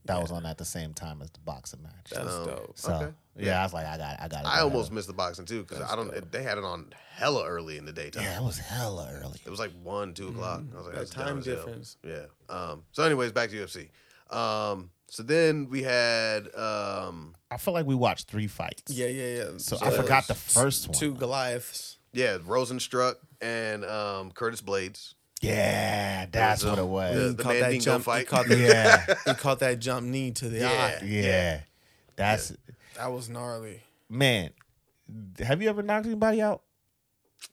Speaker 2: That was on at the same time as the boxing match.
Speaker 3: That's
Speaker 1: Um,
Speaker 3: dope.
Speaker 2: so
Speaker 1: okay.
Speaker 2: yeah, I was like, I got, I got.
Speaker 1: I almost missed the boxing too because I don't.
Speaker 3: That's
Speaker 1: They had it on hella early in the daytime.
Speaker 2: yeah, it was hella early.
Speaker 1: It was like one, two o'clock. I was like,
Speaker 3: That
Speaker 1: that's time
Speaker 3: Mm. time
Speaker 1: difference.
Speaker 3: difference.
Speaker 1: Yeah. Um. So, anyways, back to UFC. Um. So then we had. Um.
Speaker 2: I feel like we watched three fights.
Speaker 3: Yeah, yeah, yeah.
Speaker 2: So, I forgot the first one.
Speaker 3: two Goliaths.
Speaker 1: Yeah, Rosenstruck and um Curtis Blades.
Speaker 2: Yeah, that's
Speaker 1: It was,
Speaker 2: what it
Speaker 1: um,
Speaker 2: was.
Speaker 1: The
Speaker 3: caught
Speaker 1: man
Speaker 3: that
Speaker 1: didn't go
Speaker 3: jump. He
Speaker 1: fight.
Speaker 3: caught that,
Speaker 2: Yeah,
Speaker 3: he caught that jump knee to the
Speaker 1: Yeah.
Speaker 3: eye.
Speaker 2: yeah, that's
Speaker 3: That was gnarly.
Speaker 2: man, have you ever knocked anybody out?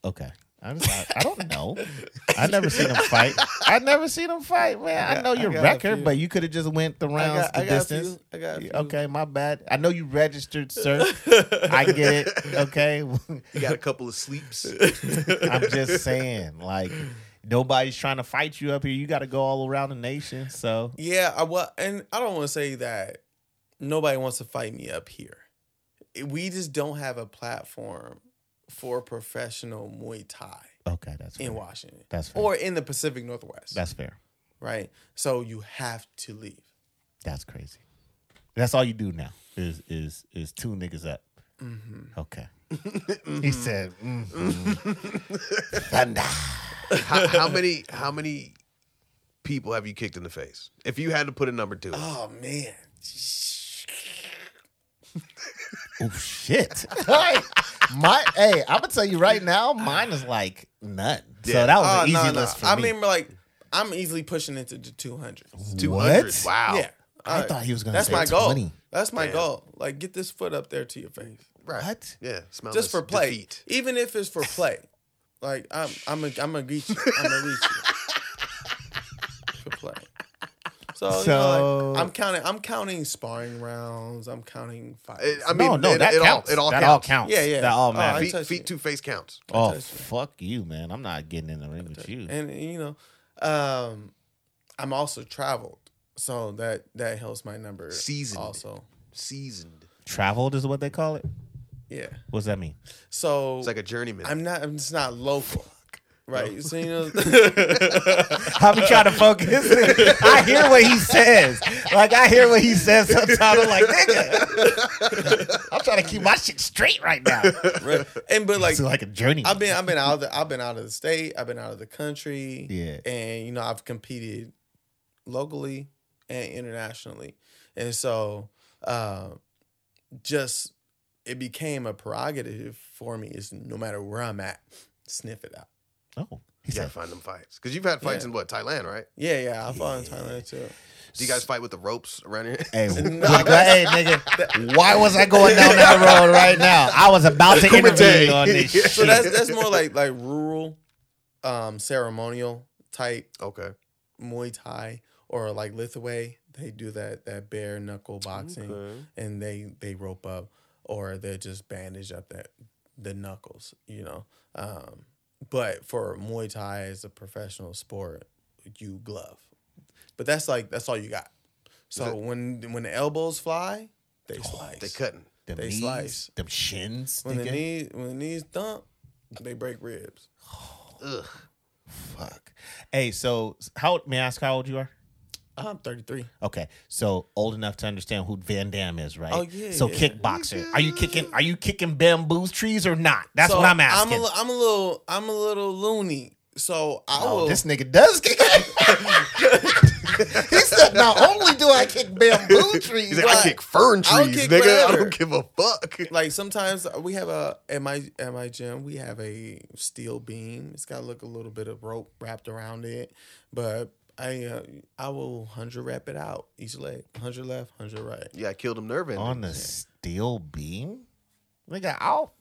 Speaker 2: Okay. I'm just, I, I don't know. I never seen him fight. I never seen him fight, man. I,
Speaker 3: got-
Speaker 2: know
Speaker 3: I
Speaker 2: your
Speaker 3: got a
Speaker 2: record,
Speaker 3: few.
Speaker 2: but you could have just went the
Speaker 3: I
Speaker 2: rounds,
Speaker 3: got, I
Speaker 2: the
Speaker 3: got a
Speaker 2: distance.
Speaker 3: few. I got a few.
Speaker 2: Okay, my bad. I know you registered, sir. I get it. Okay,
Speaker 1: He got a couple of sleeps.
Speaker 2: I'm just saying, like nobody's trying to fight you up here. You got to go all around the nation. So
Speaker 3: Yeah, I well, and I don't want to say that nobody wants to fight me up here. It- We just don't have a platform for professional Muay Thai
Speaker 2: okay, that's fair.
Speaker 3: in Washington
Speaker 2: That's fair.
Speaker 3: or in the Pacific Northwest.
Speaker 2: that's fair.
Speaker 3: right. So you have to leave.
Speaker 2: That's crazy. That's all you do now is is is two niggas up.
Speaker 1: Mm-hmm.
Speaker 2: Okay. He said, mhm. Thunder.
Speaker 1: how, how many? How many people have you kicked in the face? If you had to put a number to it,
Speaker 3: Oh man.
Speaker 2: "Oh shit!" Like, my hey, I'm gonna tell you right now, mine is like none.
Speaker 1: Yeah.
Speaker 2: So that was
Speaker 3: Oh
Speaker 2: an easy
Speaker 3: no, no.
Speaker 2: list for
Speaker 3: I
Speaker 2: me.
Speaker 3: mean, like I'm easily pushing into the 200.
Speaker 1: two hundred.
Speaker 2: What?
Speaker 1: Wow.
Speaker 3: Yeah.
Speaker 2: I
Speaker 3: Alright.
Speaker 2: thought he was gonna
Speaker 3: That's
Speaker 2: say
Speaker 3: my goal.
Speaker 2: 20.
Speaker 3: That's my
Speaker 1: Yeah.
Speaker 3: goal. Like get this foot up there to your face.
Speaker 1: Right.
Speaker 2: What?
Speaker 1: Yeah. Smell
Speaker 3: just
Speaker 1: this
Speaker 3: for play.
Speaker 1: defeat.
Speaker 3: Even if it's for play, like I'm, I'm, a, I'm gonna reach you. I'm gonna reach you for play. So, you know,
Speaker 2: So-
Speaker 3: like, I'm counting. I'm counting sparring rounds. I'm counting fights.
Speaker 1: It- I mean,
Speaker 2: No, no,
Speaker 1: it,
Speaker 2: that
Speaker 1: it
Speaker 2: counts.
Speaker 1: all it all
Speaker 2: that
Speaker 1: counts.
Speaker 2: all counts.
Speaker 3: Yeah, yeah.
Speaker 2: That all
Speaker 3: Oh,
Speaker 2: matters.
Speaker 3: I touched
Speaker 1: Feet, feet to
Speaker 3: it.
Speaker 1: face counts.
Speaker 2: Oh,
Speaker 3: touched it.
Speaker 2: fuck you, man! I'm not getting in the ring with you.
Speaker 3: and you know, um, I'm also traveled, so that that helps my number.
Speaker 1: Seasoned.
Speaker 3: also,
Speaker 1: Seasoned.
Speaker 2: Traveled is what they call it.
Speaker 3: yeah.
Speaker 2: What's that mean?
Speaker 3: So
Speaker 1: It's like a journeyman.
Speaker 3: I'm not. I'm just not local, right? So you know,
Speaker 2: I'll be trying to focus. I hear what he says. Like I hear what he says sometimes. I'm like, nigga. I'm trying to keep my shit straight right now.
Speaker 3: right? and but like
Speaker 2: It's like a journey.
Speaker 3: I've been I've been out of the, I've been out of the state. I've been out of the country.
Speaker 2: Yeah.
Speaker 3: and you know I've competed locally and internationally, and so uh, just it became a prerogative for me. Is no matter where I'm at, sniff it out.
Speaker 2: oh, he
Speaker 1: you gotta
Speaker 2: said.
Speaker 1: find them fights because you've had fights
Speaker 3: Yeah.
Speaker 1: in what Thailand, right?
Speaker 3: Yeah, yeah. I fought in Thailand too.
Speaker 1: Do you guys fight with the ropes around here?
Speaker 2: Hey, like, hey, nigga, why was I going down that road right now? I was about to
Speaker 1: Kumite.
Speaker 2: intervene on this shit.
Speaker 3: So that's that's more like like rural, um, ceremonial type
Speaker 1: Okay.
Speaker 3: Muay Thai or like Lithaway, they do that that bare knuckle boxing and they they rope up or they just bandage up that the knuckles, you know. Um, but for Muay Thai as a professional sport, you glove. But that's like that's all you got. So
Speaker 1: that-
Speaker 3: when when the elbows fly, Oh, they slice.
Speaker 1: They cutting.
Speaker 2: Them
Speaker 3: They
Speaker 2: knees,
Speaker 3: slice.
Speaker 2: them shins.
Speaker 3: When the
Speaker 2: nigga.
Speaker 3: knees when the knees thump, they break ribs.
Speaker 1: Ugh.
Speaker 2: Fuck. Hey, so how may I ask how old you are?
Speaker 3: I'm 33.
Speaker 2: Okay, so old enough to understand who Van Damme is, right?
Speaker 3: Oh, yeah,
Speaker 2: So
Speaker 3: yeah.
Speaker 2: kickboxer. Are you kicking? Are you kicking bamboo trees or not? That's
Speaker 3: So
Speaker 2: what I'm
Speaker 3: I'm a,
Speaker 2: asking.
Speaker 3: li- I'm a little, I'm a little loony. So I
Speaker 2: Oh,
Speaker 3: will.
Speaker 2: this nigga does kick. he said, "Not only do I kick bamboo trees,
Speaker 1: He's like, I
Speaker 3: Right.
Speaker 1: kick fern
Speaker 3: I'll
Speaker 1: trees,
Speaker 3: kick
Speaker 1: nigga. I
Speaker 3: whatever.
Speaker 1: don't give a fuck.
Speaker 3: like sometimes we have a at my at my gym we have a steel beam. It's got like a little bit of rope wrapped around it, but I uh, I will hundred wrap it out each leg, hundred left, hundred right.
Speaker 1: Yeah, I killed him nerve endings.
Speaker 2: on the steel beam, nigga, I'll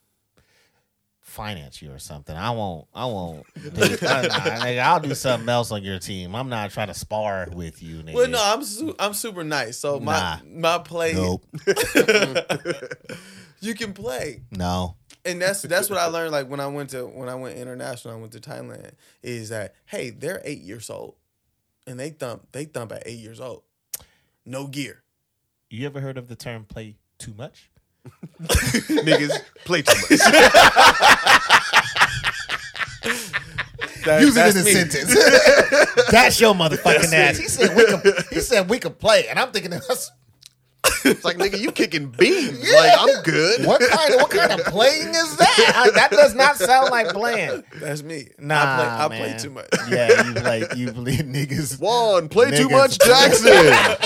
Speaker 2: finance you or something. I won't. I won't. do- I, I, nigga, I'll do something else on your team. I'm not trying to spar with you, nigga.
Speaker 3: Well, no, I'm su- I'm super nice. So my my play,
Speaker 2: Nope.
Speaker 3: you can play.
Speaker 2: No.
Speaker 3: and that's that's what I learned. Like when I went to when I went international, I went to Thailand. Is that hey, they're eight years old, and they thump they thump at eight years old, no gear.
Speaker 2: You ever heard of the term "play too much"?
Speaker 1: Niggas play too much.
Speaker 3: That,
Speaker 2: Use it
Speaker 3: that's
Speaker 2: in a
Speaker 3: me.
Speaker 2: sentence. that's your motherfucking ass. He said we could. He said we could play, and I'm thinking, that's-
Speaker 1: It's like, nigga, you kicking beams. Like, I'm good.
Speaker 2: what kind of what kind of playing is that? I- that does not sound like playing.
Speaker 3: That's me.
Speaker 2: Nah,
Speaker 3: I play, I play
Speaker 2: man.
Speaker 3: too much.
Speaker 2: Yeah, you play. You believe niggas.
Speaker 1: Juan, play too
Speaker 2: Niggas.
Speaker 1: much Jackson.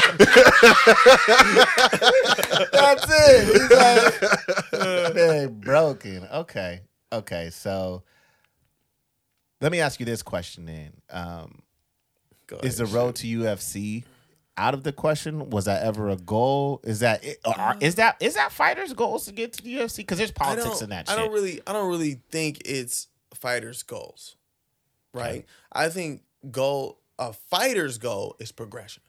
Speaker 1: Oh,
Speaker 2: That's it. He's like, they broken. Okay. Okay. So let me ask you this question then. Um,
Speaker 3: Go
Speaker 2: is the
Speaker 3: ahead.
Speaker 2: road to UFC out of the question? Was that ever a goal? Is that it, or are- is that is that fighters' goals to get to the UFC? Because there's
Speaker 3: I
Speaker 2: politics
Speaker 3: don't-
Speaker 2: in that
Speaker 3: I
Speaker 2: shit.
Speaker 3: don't really I don't really think it's fighters' goals, right? I think goal a fighter's goal is progression.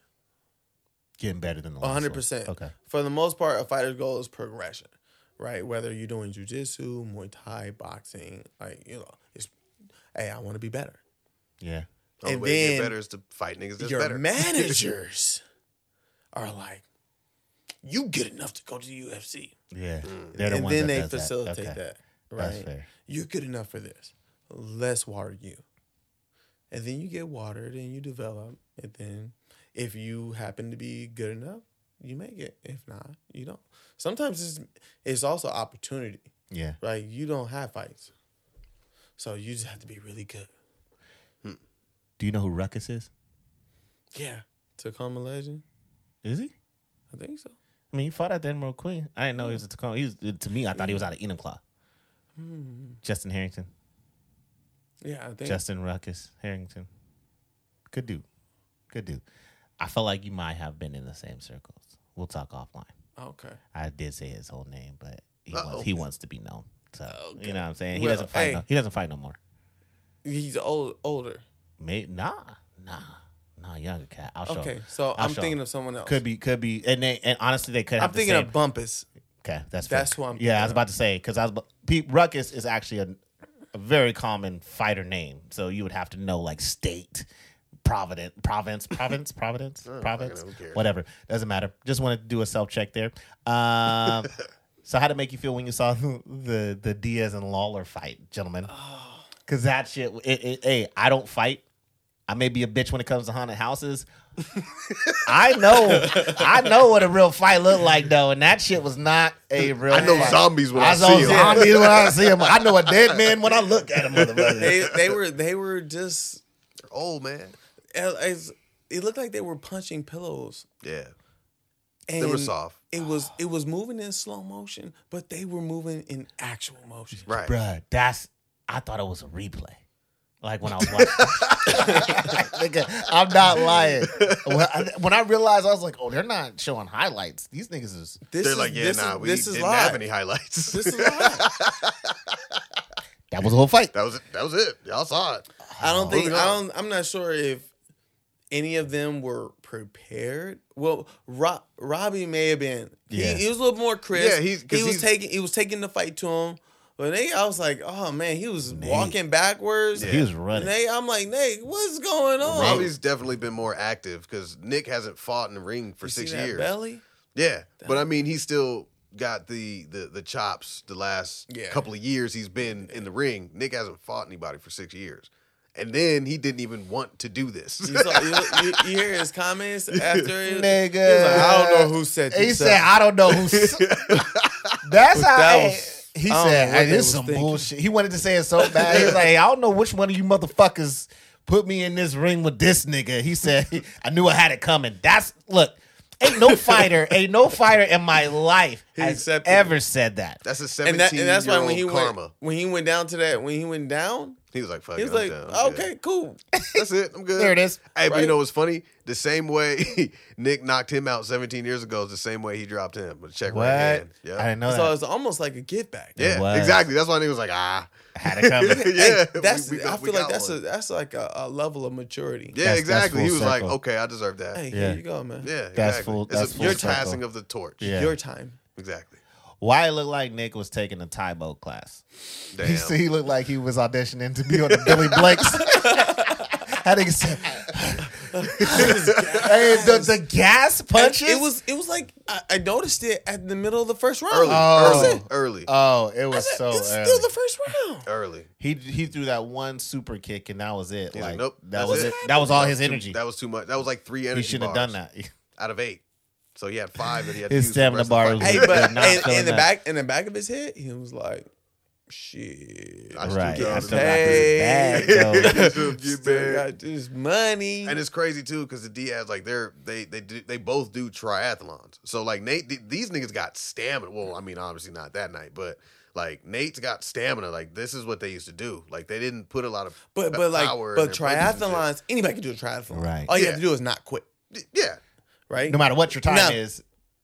Speaker 2: Getting better than the last
Speaker 3: hundred
Speaker 2: one.
Speaker 3: percent.
Speaker 2: Okay.
Speaker 3: For the most part, a fighter's goal is progression, right? Whether you're doing jujitsu, muay thai, boxing, like you know, it's hey, I want to be better.
Speaker 2: Yeah.
Speaker 1: Only
Speaker 3: And
Speaker 1: way to get
Speaker 3: then
Speaker 1: better is to fight niggas that's
Speaker 3: Your
Speaker 1: better.
Speaker 3: managers are like, you get enough to go to the UFC,
Speaker 2: Yeah. They're the
Speaker 3: Mm. and
Speaker 2: ones
Speaker 3: then
Speaker 2: that
Speaker 3: they
Speaker 2: does
Speaker 3: facilitate that,
Speaker 2: Okay.
Speaker 3: right?
Speaker 2: That's fair.
Speaker 3: You're good enough for this. Let's water you, and then you get watered and you develop, and then if you happen to be good enough, you make it. If not, you don't. Sometimes it's it's also opportunity.
Speaker 2: Yeah.
Speaker 3: Like you don't have fights, so you just have to be really good.
Speaker 2: Do you know who Ruckus is?
Speaker 3: Yeah, Tacoma legend.
Speaker 2: Is he?
Speaker 3: I think so.
Speaker 2: I mean, he fought at the Emerald Queen. I didn't know he was a Tacoma. He was, to me, I thought he
Speaker 3: Mm.
Speaker 2: was out of Enumclaw.
Speaker 3: Hmm.
Speaker 2: Justin Harrington.
Speaker 3: Yeah, I think.
Speaker 2: Justin Ruckus Harrington. Good dude. Good dude. I felt like you might have been in the same circles. We'll talk offline.
Speaker 3: okay.
Speaker 2: I did say his whole name, but he,
Speaker 1: Uh-oh.
Speaker 2: wants, he wants to be known. So you know what I'm saying? He
Speaker 3: Well,
Speaker 2: doesn't fight.
Speaker 3: hey.
Speaker 2: No, he doesn't fight no more.
Speaker 3: He's old, older.
Speaker 2: May, nah, nah, nah. Younger cat. I'll show.
Speaker 3: Okay,
Speaker 2: him.
Speaker 3: so
Speaker 2: I'll
Speaker 3: I'm
Speaker 2: show
Speaker 3: thinking
Speaker 2: him.
Speaker 3: of someone else.
Speaker 2: could be could be and they and honestly they could.
Speaker 3: I'm
Speaker 2: Have the
Speaker 3: thinking
Speaker 2: same-
Speaker 3: of Bumpus.
Speaker 2: Okay, that's
Speaker 3: That's
Speaker 2: fair.
Speaker 3: who I'm
Speaker 2: Yeah, I was
Speaker 3: thinking
Speaker 2: about to say because I was. Pete Ruckus is actually a, a very common fighter name, so you would have to know like state, Providence, province, province, providence,
Speaker 3: Oh,
Speaker 2: province,
Speaker 1: fucking know, who cares?
Speaker 2: whatever. Doesn't matter. Just wanted to do a self check there. Um, so how did it make you feel when you saw the the Diaz and Lawler fight, gentlemen? Because that shit. It, it, hey, I don't fight. I may be a bitch when it comes to haunted houses. I know, I know what a real fight looked like though, and that shit was not a real.
Speaker 1: I know
Speaker 2: fight.
Speaker 1: zombies when I,
Speaker 2: I know
Speaker 1: see them.
Speaker 2: zombies when I see them. I know a dead man when I look at him, motherfucker.
Speaker 3: They they were they were just
Speaker 1: Oh, man.
Speaker 3: as it looked like they were punching pillows.
Speaker 1: Yeah.
Speaker 3: And
Speaker 1: They were soft.
Speaker 3: It was it was moving in slow motion, but they were moving in actual motion.
Speaker 1: Right.
Speaker 2: Bruh, that's. I thought it was a replay. Like when I was watching, Nigga, I'm not lying. When I, when I realized, I was like, "Oh, they're not showing highlights. These niggas is
Speaker 3: This
Speaker 1: They're
Speaker 3: is,
Speaker 1: like, yeah,
Speaker 3: this
Speaker 1: nah,
Speaker 3: is,
Speaker 1: we
Speaker 3: this
Speaker 1: didn't
Speaker 3: is
Speaker 1: have
Speaker 3: live.
Speaker 1: any highlights.
Speaker 3: This is live.
Speaker 2: that was a whole fight."
Speaker 1: that was it. That was it. Y'all saw it.
Speaker 3: I don't think
Speaker 1: Moving
Speaker 3: I
Speaker 1: on.
Speaker 3: don't. I'm not sure if any of them were prepared. Well, Ro- Robbie may have been.
Speaker 2: Yeah.
Speaker 3: He, he was a little more crisp.
Speaker 1: Yeah, he's- 'cause
Speaker 3: he
Speaker 1: he's-
Speaker 3: was taking he was taking the fight to him. But they, I was like, oh man, he was walking backwards.
Speaker 1: Yeah.
Speaker 2: He was running.
Speaker 3: Nate, I'm like, Nate, what's going on?
Speaker 1: Robbie's definitely been more active because Nick hasn't fought in the ring for
Speaker 3: You see
Speaker 1: six
Speaker 3: that
Speaker 1: years.
Speaker 3: Belly?
Speaker 1: Yeah, but I mean, he still got the the the chops. The last
Speaker 3: Yeah.
Speaker 1: couple of years, he's been in the ring. Nick hasn't fought anybody for six years, and then he didn't even want to do this.
Speaker 3: You, saw, you, you, you hear his comments after it?
Speaker 2: Nigga.
Speaker 3: He was like, I don't know who said this.
Speaker 2: He said, I don't know who. s- That's how.
Speaker 3: that
Speaker 2: hey,
Speaker 3: was-
Speaker 2: he
Speaker 3: I don't
Speaker 2: said,
Speaker 3: know what
Speaker 2: hey,
Speaker 3: they
Speaker 2: this
Speaker 3: was
Speaker 2: is some
Speaker 3: thinking.
Speaker 2: bullshit. He wanted to say it so bad. He's like, I don't know which one of you motherfuckers put me in this ring with this nigga. He said, I knew I had it coming. That's, look, ain't no fighter, ain't no fighter in my life has
Speaker 3: accepted it.
Speaker 2: ever said that.
Speaker 1: that's a
Speaker 3: and,
Speaker 1: seventeen
Speaker 3: that, and that's
Speaker 1: year
Speaker 3: why
Speaker 1: old
Speaker 3: when he
Speaker 1: karma.
Speaker 3: went when he went down to that when he went down,
Speaker 1: he was like, "Fuck."
Speaker 3: he
Speaker 1: it,
Speaker 3: was
Speaker 1: I'm
Speaker 3: like,
Speaker 1: down, I'm good.
Speaker 3: okay, cool.
Speaker 1: That's it. I'm good.
Speaker 2: There it is.
Speaker 1: Hey, but you
Speaker 3: Right.
Speaker 1: know what's funny? The same way Nick knocked him out 17 years ago is the same way he dropped him. But check
Speaker 2: What?
Speaker 1: right hand.
Speaker 2: I
Speaker 1: Yeah.
Speaker 2: didn't know
Speaker 3: So
Speaker 2: that.
Speaker 3: it's almost like a give back.
Speaker 2: It
Speaker 1: Yeah,
Speaker 2: was.
Speaker 1: exactly. That's why Nick was like, ah.
Speaker 2: had it coming.
Speaker 3: Hey,
Speaker 1: yeah. we-
Speaker 3: that's
Speaker 1: we got-
Speaker 3: I
Speaker 1: we
Speaker 3: feel like
Speaker 1: got
Speaker 3: that's a
Speaker 1: one.
Speaker 3: that's like a, a level of maturity.
Speaker 1: Yeah,
Speaker 2: That's- that's
Speaker 1: exactly.
Speaker 2: full
Speaker 1: he was like,
Speaker 2: circle.
Speaker 1: okay, I deserve that.
Speaker 3: Hey,
Speaker 2: Yeah.
Speaker 3: here you go, man.
Speaker 1: Yeah, exactly.
Speaker 2: That's full-
Speaker 1: It's a-
Speaker 2: that's full
Speaker 1: your
Speaker 2: circle.
Speaker 1: passing of the torch.
Speaker 2: Yeah.
Speaker 3: Your time.
Speaker 1: Exactly.
Speaker 2: Why it looked like Nick was taking a Taibo class. He,
Speaker 1: Damn.
Speaker 2: said he looked like he was auditioning to be on the Billy Blanks. I think it's hey, the, the gas punches.
Speaker 3: It was it was like I, I noticed it at the middle of the first round.
Speaker 1: early,
Speaker 2: Oh.
Speaker 1: early, early,
Speaker 2: oh, it was
Speaker 3: It's
Speaker 2: so early.
Speaker 3: still the first round.
Speaker 1: early.
Speaker 2: he he threw that one super kick and that was it.
Speaker 1: He's
Speaker 2: like
Speaker 1: like, nope,
Speaker 2: that
Speaker 1: that's
Speaker 2: was it.
Speaker 1: it.
Speaker 2: That was all his
Speaker 1: Too-
Speaker 2: energy.
Speaker 1: That was too much. That was like three
Speaker 2: he
Speaker 1: energy.
Speaker 2: shouldn't have
Speaker 1: bars
Speaker 2: done that.
Speaker 1: Out of eight. So he had five that he had to
Speaker 2: His
Speaker 1: use for the
Speaker 2: stamina
Speaker 1: rest of
Speaker 2: bar
Speaker 1: the
Speaker 2: was-
Speaker 1: fight.
Speaker 3: Hey,
Speaker 2: They're
Speaker 3: but
Speaker 2: not
Speaker 3: in,
Speaker 2: feeling
Speaker 3: in the
Speaker 2: that.
Speaker 3: back in the back of his head, he was like, "Shit,
Speaker 1: I still
Speaker 2: Right.
Speaker 1: get
Speaker 2: I
Speaker 1: this
Speaker 2: feel like
Speaker 3: bag.
Speaker 2: his bag, though.
Speaker 1: Still get
Speaker 3: still
Speaker 1: back.
Speaker 3: got this money."
Speaker 1: And it's crazy too because the Diaz like they're they they do, they both do triathlons. So like Nate, th- these niggas got stamina. Well, I mean obviously not that night, but like Nate's got stamina. Like this is what they used to do. Like they didn't put a lot of
Speaker 3: but
Speaker 1: p-
Speaker 3: but like
Speaker 1: power in
Speaker 3: but
Speaker 1: their punches and shit.
Speaker 3: triathlons, anybody can do a triathlon.
Speaker 2: Right.
Speaker 3: All you
Speaker 1: Yeah.
Speaker 3: have to do is not quit.
Speaker 1: D- Yeah,
Speaker 3: Right.
Speaker 2: No matter what your time
Speaker 3: Now-
Speaker 2: is,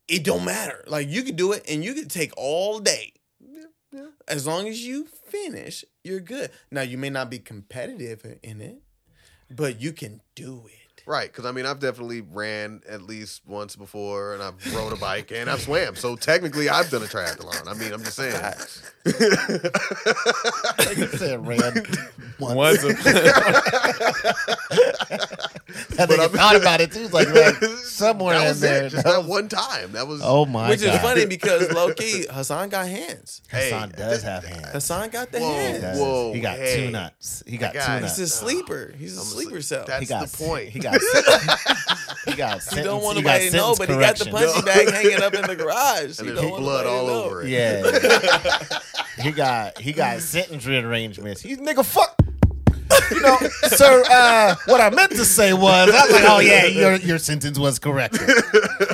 Speaker 3: it don't matter. Like you could do it and you could take all day.
Speaker 1: yeah.
Speaker 3: As long as you finish, you're good. Now you may not be competitive in it, but you can do it.
Speaker 1: right. Because I mean I've definitely ran at least once before, and I've rode a bike and I've swam. So technically I've done a triathlon. I mean I'm just saying.
Speaker 2: he said ran once. I
Speaker 1: But
Speaker 2: think
Speaker 1: I'm-
Speaker 2: he thought about it too. He's like, man, somewhere
Speaker 1: that
Speaker 2: in
Speaker 1: was
Speaker 2: there.
Speaker 1: it. Just
Speaker 2: that
Speaker 1: that
Speaker 2: was-
Speaker 1: one time. That was
Speaker 2: oh my
Speaker 3: Which
Speaker 2: god!
Speaker 3: is funny because low key, Hassan got hands.
Speaker 1: Hey,
Speaker 2: Hassan does have hands.
Speaker 3: Hassan got the
Speaker 1: Whoa.
Speaker 2: He
Speaker 3: hands.
Speaker 2: does.
Speaker 1: Whoa,
Speaker 2: he got
Speaker 1: hey.
Speaker 2: two nuts. He got two
Speaker 1: God.
Speaker 2: nuts.
Speaker 3: He's a sleeper. He's a
Speaker 1: I'm a
Speaker 3: sleeper
Speaker 1: sleep-
Speaker 3: cell.
Speaker 1: that's-
Speaker 2: he got
Speaker 1: the point.
Speaker 2: He got he got sentence,
Speaker 3: he don't want
Speaker 2: he got
Speaker 3: nobody to know,
Speaker 2: sentence
Speaker 3: but he got the
Speaker 2: correction.
Speaker 3: punching bag hanging up in the garage.
Speaker 1: and
Speaker 3: He
Speaker 1: there's
Speaker 3: don't want
Speaker 1: blood
Speaker 3: nobody
Speaker 1: all
Speaker 3: to know.
Speaker 1: over it.
Speaker 2: Yeah. he got he got sentence rearrangements. He's nigga fuck. You know, sir, uh, what I meant to say was I was like, oh yeah, your your sentence was corrected.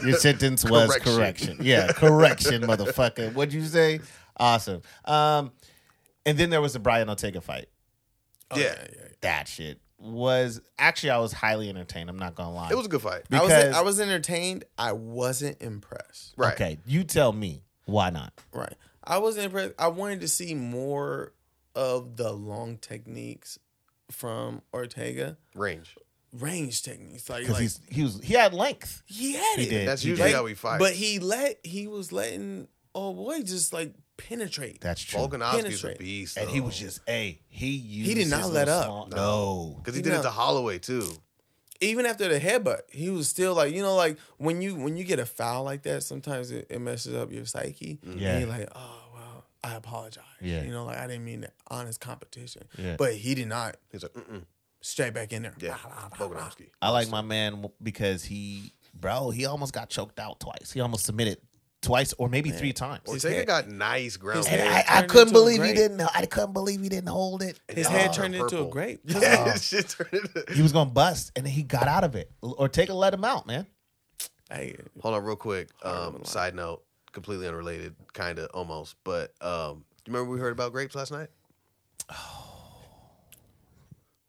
Speaker 2: Your sentence was
Speaker 1: Correction.
Speaker 2: correction. Yeah, correction, motherfucker. What'd you say? Awesome. Um and then there was the Brian Ortega fight.
Speaker 3: Oh,
Speaker 1: Yeah.
Speaker 2: That shit was actually I was highly entertained, I'm not gonna lie.
Speaker 1: It was a good fight.
Speaker 3: I was
Speaker 2: Because-
Speaker 3: I was entertained. I wasn't impressed.
Speaker 1: Right.
Speaker 2: Okay, you tell me why not?
Speaker 3: Right. I wasn't impressed. I wanted to see more of the long techniques from Ortega,
Speaker 1: Range.
Speaker 3: range techniques. Like,
Speaker 2: Because
Speaker 3: like
Speaker 2: he's he was he had length.
Speaker 3: he had
Speaker 2: He
Speaker 3: it,
Speaker 2: did.
Speaker 1: That's
Speaker 2: he
Speaker 1: usually
Speaker 2: did.
Speaker 1: how we fight.
Speaker 3: but he let he was letting oh boy just like penetrate.
Speaker 2: That's true.
Speaker 1: Volkanovski's a
Speaker 3: Penetrate.
Speaker 1: beast.
Speaker 2: and he was just a he used
Speaker 3: did not
Speaker 2: his
Speaker 3: let
Speaker 2: little
Speaker 3: up.
Speaker 2: small- no.
Speaker 1: because he did it
Speaker 3: No.
Speaker 1: to Holloway too.
Speaker 3: Even after the headbutt, he was still like you know like when you when you get a foul like that, sometimes it, it messes up your psyche.
Speaker 2: Yeah.
Speaker 3: And you're like oh well, I apologize.
Speaker 2: Yeah.
Speaker 3: You know like I didn't mean that. Honest competition.
Speaker 2: Yeah.
Speaker 3: But he did not.
Speaker 1: He's like, mm
Speaker 3: Straight back in there.
Speaker 1: yeah,
Speaker 3: Uh-uh.
Speaker 1: Volkanovski.
Speaker 2: I like my man w- because he, bro, he almost got choked out twice. He almost submitted twice or maybe three times.
Speaker 3: His
Speaker 1: Ortega
Speaker 3: head-
Speaker 1: got nice ground.
Speaker 3: his
Speaker 2: And
Speaker 1: game.
Speaker 3: head-
Speaker 2: I, I
Speaker 3: turned
Speaker 2: couldn't
Speaker 3: into a
Speaker 2: believe he
Speaker 3: grape.
Speaker 2: didn't. I couldn't believe he didn't hold it.
Speaker 3: His
Speaker 1: Yeah.
Speaker 3: head
Speaker 1: Oh,
Speaker 3: turned into
Speaker 1: purple.
Speaker 3: a grape.
Speaker 1: Yeah, shit turned into-
Speaker 2: He was gonna bust, and then he got out of it. L- Ortega let him out, man.
Speaker 3: Hey,
Speaker 1: Hold on, real quick.
Speaker 3: Horrible
Speaker 1: Um,
Speaker 3: line.
Speaker 1: side note, completely unrelated, kind of almost, but um, you remember we heard about grapes last night?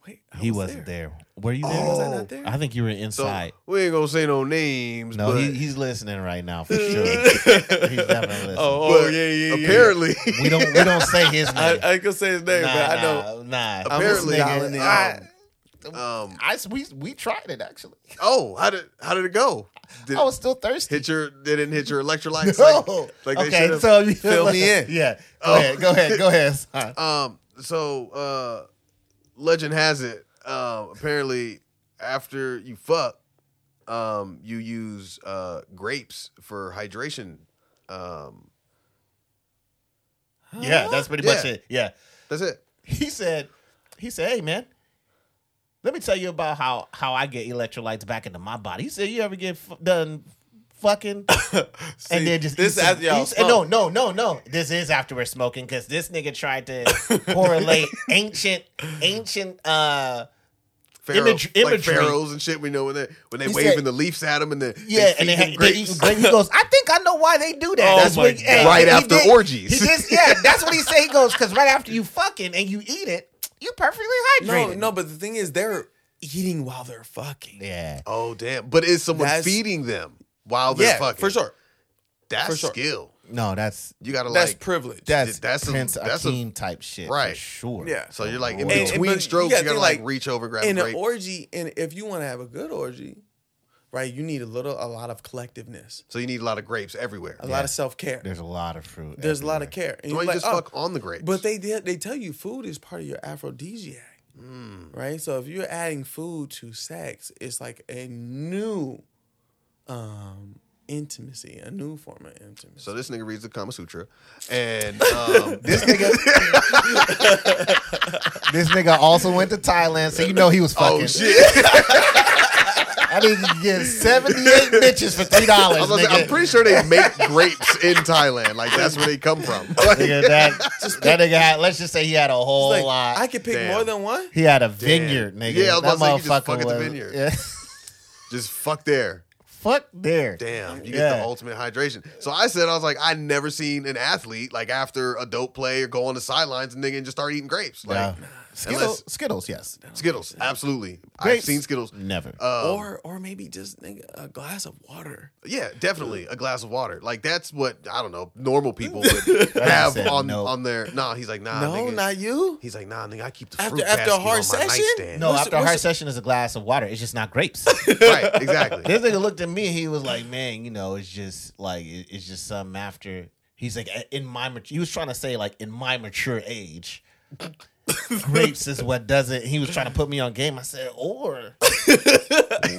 Speaker 3: wait, I
Speaker 2: He wasn't there. Were you there?
Speaker 3: Was I not there?
Speaker 2: I think you were
Speaker 1: So
Speaker 2: inside.
Speaker 1: we ain't gonna say no names.
Speaker 2: no,
Speaker 1: but,
Speaker 2: he, he's listening right now for sure. he's definitely listening.
Speaker 3: Oh, oh
Speaker 1: but
Speaker 3: yeah, yeah, yeah.
Speaker 1: Apparently,
Speaker 2: We don't we don't say his name.
Speaker 3: I, I could say his name,
Speaker 2: nah,
Speaker 3: but I
Speaker 2: nah,
Speaker 3: know.
Speaker 2: nah.
Speaker 3: I'm
Speaker 1: Apparently,
Speaker 3: dialing in.
Speaker 1: I-
Speaker 3: Um,
Speaker 1: um,
Speaker 2: I we we tried it actually.
Speaker 1: oh, how did how did it go? Did
Speaker 2: I was still thirsty.
Speaker 1: hit your they didn't hit your electrolytes?
Speaker 2: No.
Speaker 1: Like, like they
Speaker 2: okay,
Speaker 1: should have.
Speaker 2: so you
Speaker 3: Fill me in.
Speaker 2: Yeah. Go
Speaker 1: Oh.
Speaker 2: ahead. Go ahead. Go ahead. son.
Speaker 1: Um, so uh, legend has it, um, apparently after you fuck, um, you use uh, grapes for hydration. Um,
Speaker 2: Yeah, that's pretty much
Speaker 1: Yeah.
Speaker 2: it. Yeah.
Speaker 1: that's it.
Speaker 2: He said, he said, hey man, Let me tell you about how how I get electrolytes back into my body. He said, "You ever get f- done fucking and then just
Speaker 3: this
Speaker 2: eat some-
Speaker 3: after y'all
Speaker 2: eat some- no
Speaker 3: smoke.
Speaker 2: no no no this is after we're smoking because this nigga tried to correlate ancient ancient uh
Speaker 1: Pharaoh,
Speaker 2: Image-
Speaker 1: like
Speaker 2: imagery.
Speaker 1: pharaohs and shit. We know when they when they
Speaker 2: He
Speaker 1: waving
Speaker 2: said-
Speaker 1: the leaves at them and the
Speaker 2: yeah and they,
Speaker 1: feed
Speaker 2: ha-
Speaker 1: them
Speaker 2: they eating grape he goes I think I know why they do that
Speaker 3: Oh
Speaker 2: that's
Speaker 3: my
Speaker 2: what
Speaker 3: God.
Speaker 2: and
Speaker 1: Right
Speaker 2: he
Speaker 1: after
Speaker 2: did-
Speaker 1: orgies.
Speaker 2: he just yeah that's what he said he goes because right after you fucking and you eat it you perfectly
Speaker 3: No,
Speaker 2: hydrated
Speaker 3: no, but the thing is, they're eating while they're fucking.
Speaker 2: yeah
Speaker 1: Oh damn! But is someone
Speaker 3: That's-
Speaker 1: feeding them while they're
Speaker 3: Yeah,
Speaker 1: fucking?
Speaker 3: for sure.
Speaker 1: That's
Speaker 3: for sure.
Speaker 1: skill.
Speaker 2: no that's
Speaker 1: You gotta
Speaker 3: That's
Speaker 1: like.
Speaker 3: privilege.
Speaker 2: that's
Speaker 1: that's
Speaker 2: that's
Speaker 1: a-
Speaker 2: Prince
Speaker 1: that's a-
Speaker 2: Akeem type shit right
Speaker 1: right.
Speaker 2: for sure
Speaker 3: Yeah.
Speaker 1: so you're like in
Speaker 2: Royal.
Speaker 3: And- and-
Speaker 1: between
Speaker 3: but you
Speaker 1: strokes, you
Speaker 3: gotta
Speaker 1: gotta,
Speaker 3: think,
Speaker 1: like,
Speaker 3: like,
Speaker 1: reach over, grab a
Speaker 3: in
Speaker 1: grape.
Speaker 3: an orgy, and if you want to have a good orgy, right, you need a little, a lot of collectiveness,
Speaker 1: so you need a lot of grapes everywhere.
Speaker 3: a lot of self care.
Speaker 2: there's
Speaker 3: There's,
Speaker 2: a lot of fruit
Speaker 3: a lot
Speaker 2: everywhere.
Speaker 3: of care. And
Speaker 1: Why
Speaker 3: you're
Speaker 1: you
Speaker 3: like,
Speaker 1: just
Speaker 3: oh,
Speaker 1: fuck on the grapes?
Speaker 3: But they did- they tell you food is part of your aphrodisiac,
Speaker 1: Hmm.
Speaker 3: right? So if you're adding food to sex, it's like a new um, intimacy, a new form of intimacy.
Speaker 1: so this nigga reads the Kama Sutra, and um, this nigga
Speaker 2: This nigga also went to Thailand, so you know he was fucking.
Speaker 1: oh shit!
Speaker 2: I think you can get 78 bitches for $3,
Speaker 1: I was
Speaker 2: nigga.
Speaker 1: like, I'm pretty sure they make grapes in Thailand. Like that's where they come from. Like,
Speaker 2: Nigga, that, that nigga had, let's just say he had a whole
Speaker 3: It's like,
Speaker 2: lot.
Speaker 3: I could pick
Speaker 1: Damn.
Speaker 3: more than one.
Speaker 2: he had a vineyard, nigga.
Speaker 1: Yeah, I was
Speaker 2: that
Speaker 1: about to say, you just
Speaker 2: motherfucker
Speaker 1: fuck at the
Speaker 2: was-
Speaker 1: vineyard.
Speaker 2: Yeah.
Speaker 1: Just fuck there.
Speaker 2: Fuck there.
Speaker 1: Damn, you get
Speaker 2: Yeah.
Speaker 1: the ultimate hydration. So I said, I was like, I never seen an athlete like after a dope play or go on the sidelines and nigga and just start eating grapes. Like
Speaker 2: Yeah. Skittles,
Speaker 1: unless-
Speaker 2: Skittles, yes.
Speaker 1: Skittles, absolutely. I've
Speaker 2: Grapes.
Speaker 1: seen Skittles.
Speaker 2: Never.
Speaker 1: Um,
Speaker 3: or or maybe just nigga, a glass of water.
Speaker 1: yeah, definitely a glass of water. Like that's what I don't know. Normal people would have
Speaker 2: said
Speaker 1: on
Speaker 2: no.
Speaker 1: on their. Nah, he's like, nah,
Speaker 3: no,
Speaker 1: nigga.
Speaker 3: not you.
Speaker 1: He's like, nah, nigga. I keep the
Speaker 3: After-
Speaker 1: fruit
Speaker 3: after a
Speaker 1: basket
Speaker 3: hard
Speaker 1: on my
Speaker 3: session?
Speaker 1: nightstand.
Speaker 2: no,
Speaker 3: what's-
Speaker 2: after a hard
Speaker 3: what's-
Speaker 2: session is a glass of water. It's just not grapes.
Speaker 1: right, exactly.
Speaker 2: this nigga looked at me. He was like, "Man, you know, it's just like it- it's just something after." He's like, "In my mat-" he was trying to say like in my mature age, grapes is what does it." He was trying to put me on game. I said, "Or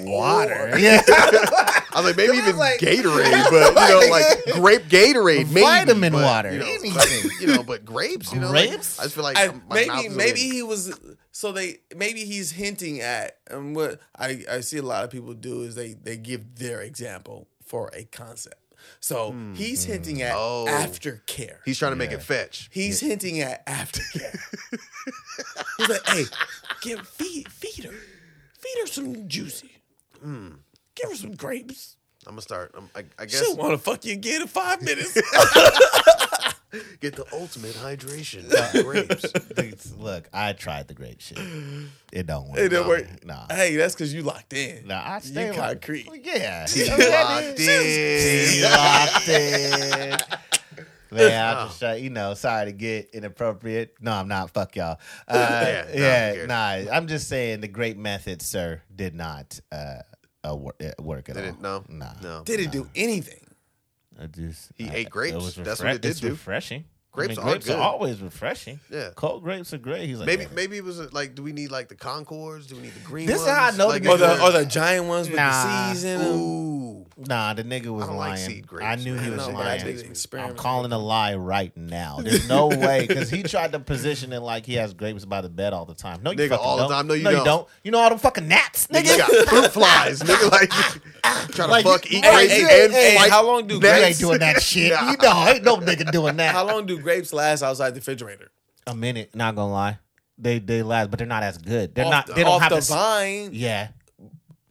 Speaker 2: water, yeah,
Speaker 1: I was like, maybe
Speaker 2: was
Speaker 1: even
Speaker 2: like-
Speaker 1: Gatorade, but you know, like grape Gatorade, maybe,
Speaker 2: Vitamin
Speaker 1: but,
Speaker 2: water,
Speaker 1: you know,
Speaker 2: anything.
Speaker 1: you know, but grapes, you know, like,
Speaker 2: Grapes?
Speaker 1: I just feel like
Speaker 3: I-
Speaker 1: my mouth
Speaker 3: maybe
Speaker 1: is
Speaker 3: maybe
Speaker 1: a little-
Speaker 3: he was so they maybe he's hinting at and what I, I see a lot of people do is they they give their example for a concept. So he's hinting at
Speaker 1: Oh.
Speaker 3: aftercare.
Speaker 1: he's trying to make it fetch.
Speaker 3: He's hinting at aftercare. he's like, hey, give feed feed her, feed her some juicy, give her some grapes.
Speaker 1: I'm gonna start. I'm, Hmm. I, I guess
Speaker 3: She'll want to fuck you again in five minutes.
Speaker 1: get the ultimate hydration from grapes.
Speaker 3: Oh,
Speaker 2: Look, I tried the grape shit. It don't work.
Speaker 3: It didn't
Speaker 2: Nah.
Speaker 3: work.
Speaker 2: Nah,
Speaker 3: hey, that's because you locked in.
Speaker 2: nah. I stay
Speaker 3: you
Speaker 2: with-
Speaker 3: concrete.
Speaker 2: Yeah,
Speaker 1: Locked in.
Speaker 2: She locked in. Man,
Speaker 1: Oh.
Speaker 2: I'm just trying, you know, sorry to get inappropriate. No, I'm not. Fuck y'all. Uh,
Speaker 1: Yeah, no,
Speaker 2: yeah,
Speaker 1: who cares?
Speaker 2: nah. I'm just saying the great method, sir, did not uh, uh, wor- uh, work at
Speaker 1: Did
Speaker 2: all.
Speaker 1: it? No,
Speaker 2: Nah.
Speaker 1: no.
Speaker 3: Did it do anything?
Speaker 2: I just
Speaker 1: He
Speaker 2: I-
Speaker 1: ate grapes. That's what it did
Speaker 2: it's
Speaker 1: do.
Speaker 2: Refreshing. I
Speaker 1: Grapes
Speaker 2: mean,
Speaker 1: are
Speaker 2: grapes are,
Speaker 1: good.
Speaker 2: always refreshing.
Speaker 1: Yeah.
Speaker 2: cold grapes are great. He's like,
Speaker 1: Maybe
Speaker 2: yeah.
Speaker 1: maybe it was uh, like, do we need like the Concords? Do we need the green?
Speaker 2: This is
Speaker 1: ones?
Speaker 2: how I know
Speaker 1: like,
Speaker 2: the
Speaker 3: Or
Speaker 2: good
Speaker 3: the
Speaker 2: one.
Speaker 3: or the giant ones with
Speaker 2: Nah.
Speaker 3: the seeds in them.
Speaker 1: ooh.
Speaker 2: Nah, the nigga was
Speaker 1: I don't
Speaker 2: lying.
Speaker 1: like seed grapes,
Speaker 2: I knew
Speaker 1: man.
Speaker 2: he
Speaker 3: I
Speaker 2: was
Speaker 3: know, but I
Speaker 2: lying.
Speaker 3: did the experiment.
Speaker 2: I'm calling a lie right now. There's no way because he tried to position it like he has grapes by the bed all the time. No, you
Speaker 1: Nigga,
Speaker 2: fucking
Speaker 1: all the
Speaker 2: don't.
Speaker 1: time. No, you
Speaker 2: You
Speaker 1: don't.
Speaker 2: don't. You know all them fucking gnats,
Speaker 1: Nigga, you
Speaker 2: nigga.
Speaker 1: got fruit flies, nigga. Like trying
Speaker 2: Like,
Speaker 1: to fuck, eat
Speaker 2: hey,
Speaker 1: grapes,
Speaker 2: hey,
Speaker 1: and
Speaker 2: hey,
Speaker 1: fight
Speaker 3: how long do
Speaker 2: You
Speaker 1: gnats.
Speaker 2: ain't doing that shit. You know, ain't no nigga doing that.
Speaker 3: How long do grapes last outside the refrigerator?
Speaker 2: A minute. Not gonna lie, they they last, but they're not as good. They're
Speaker 3: off
Speaker 2: not.
Speaker 3: the,
Speaker 2: They don't
Speaker 3: off
Speaker 2: have
Speaker 3: the
Speaker 2: the. s-
Speaker 3: vine.
Speaker 2: Yeah.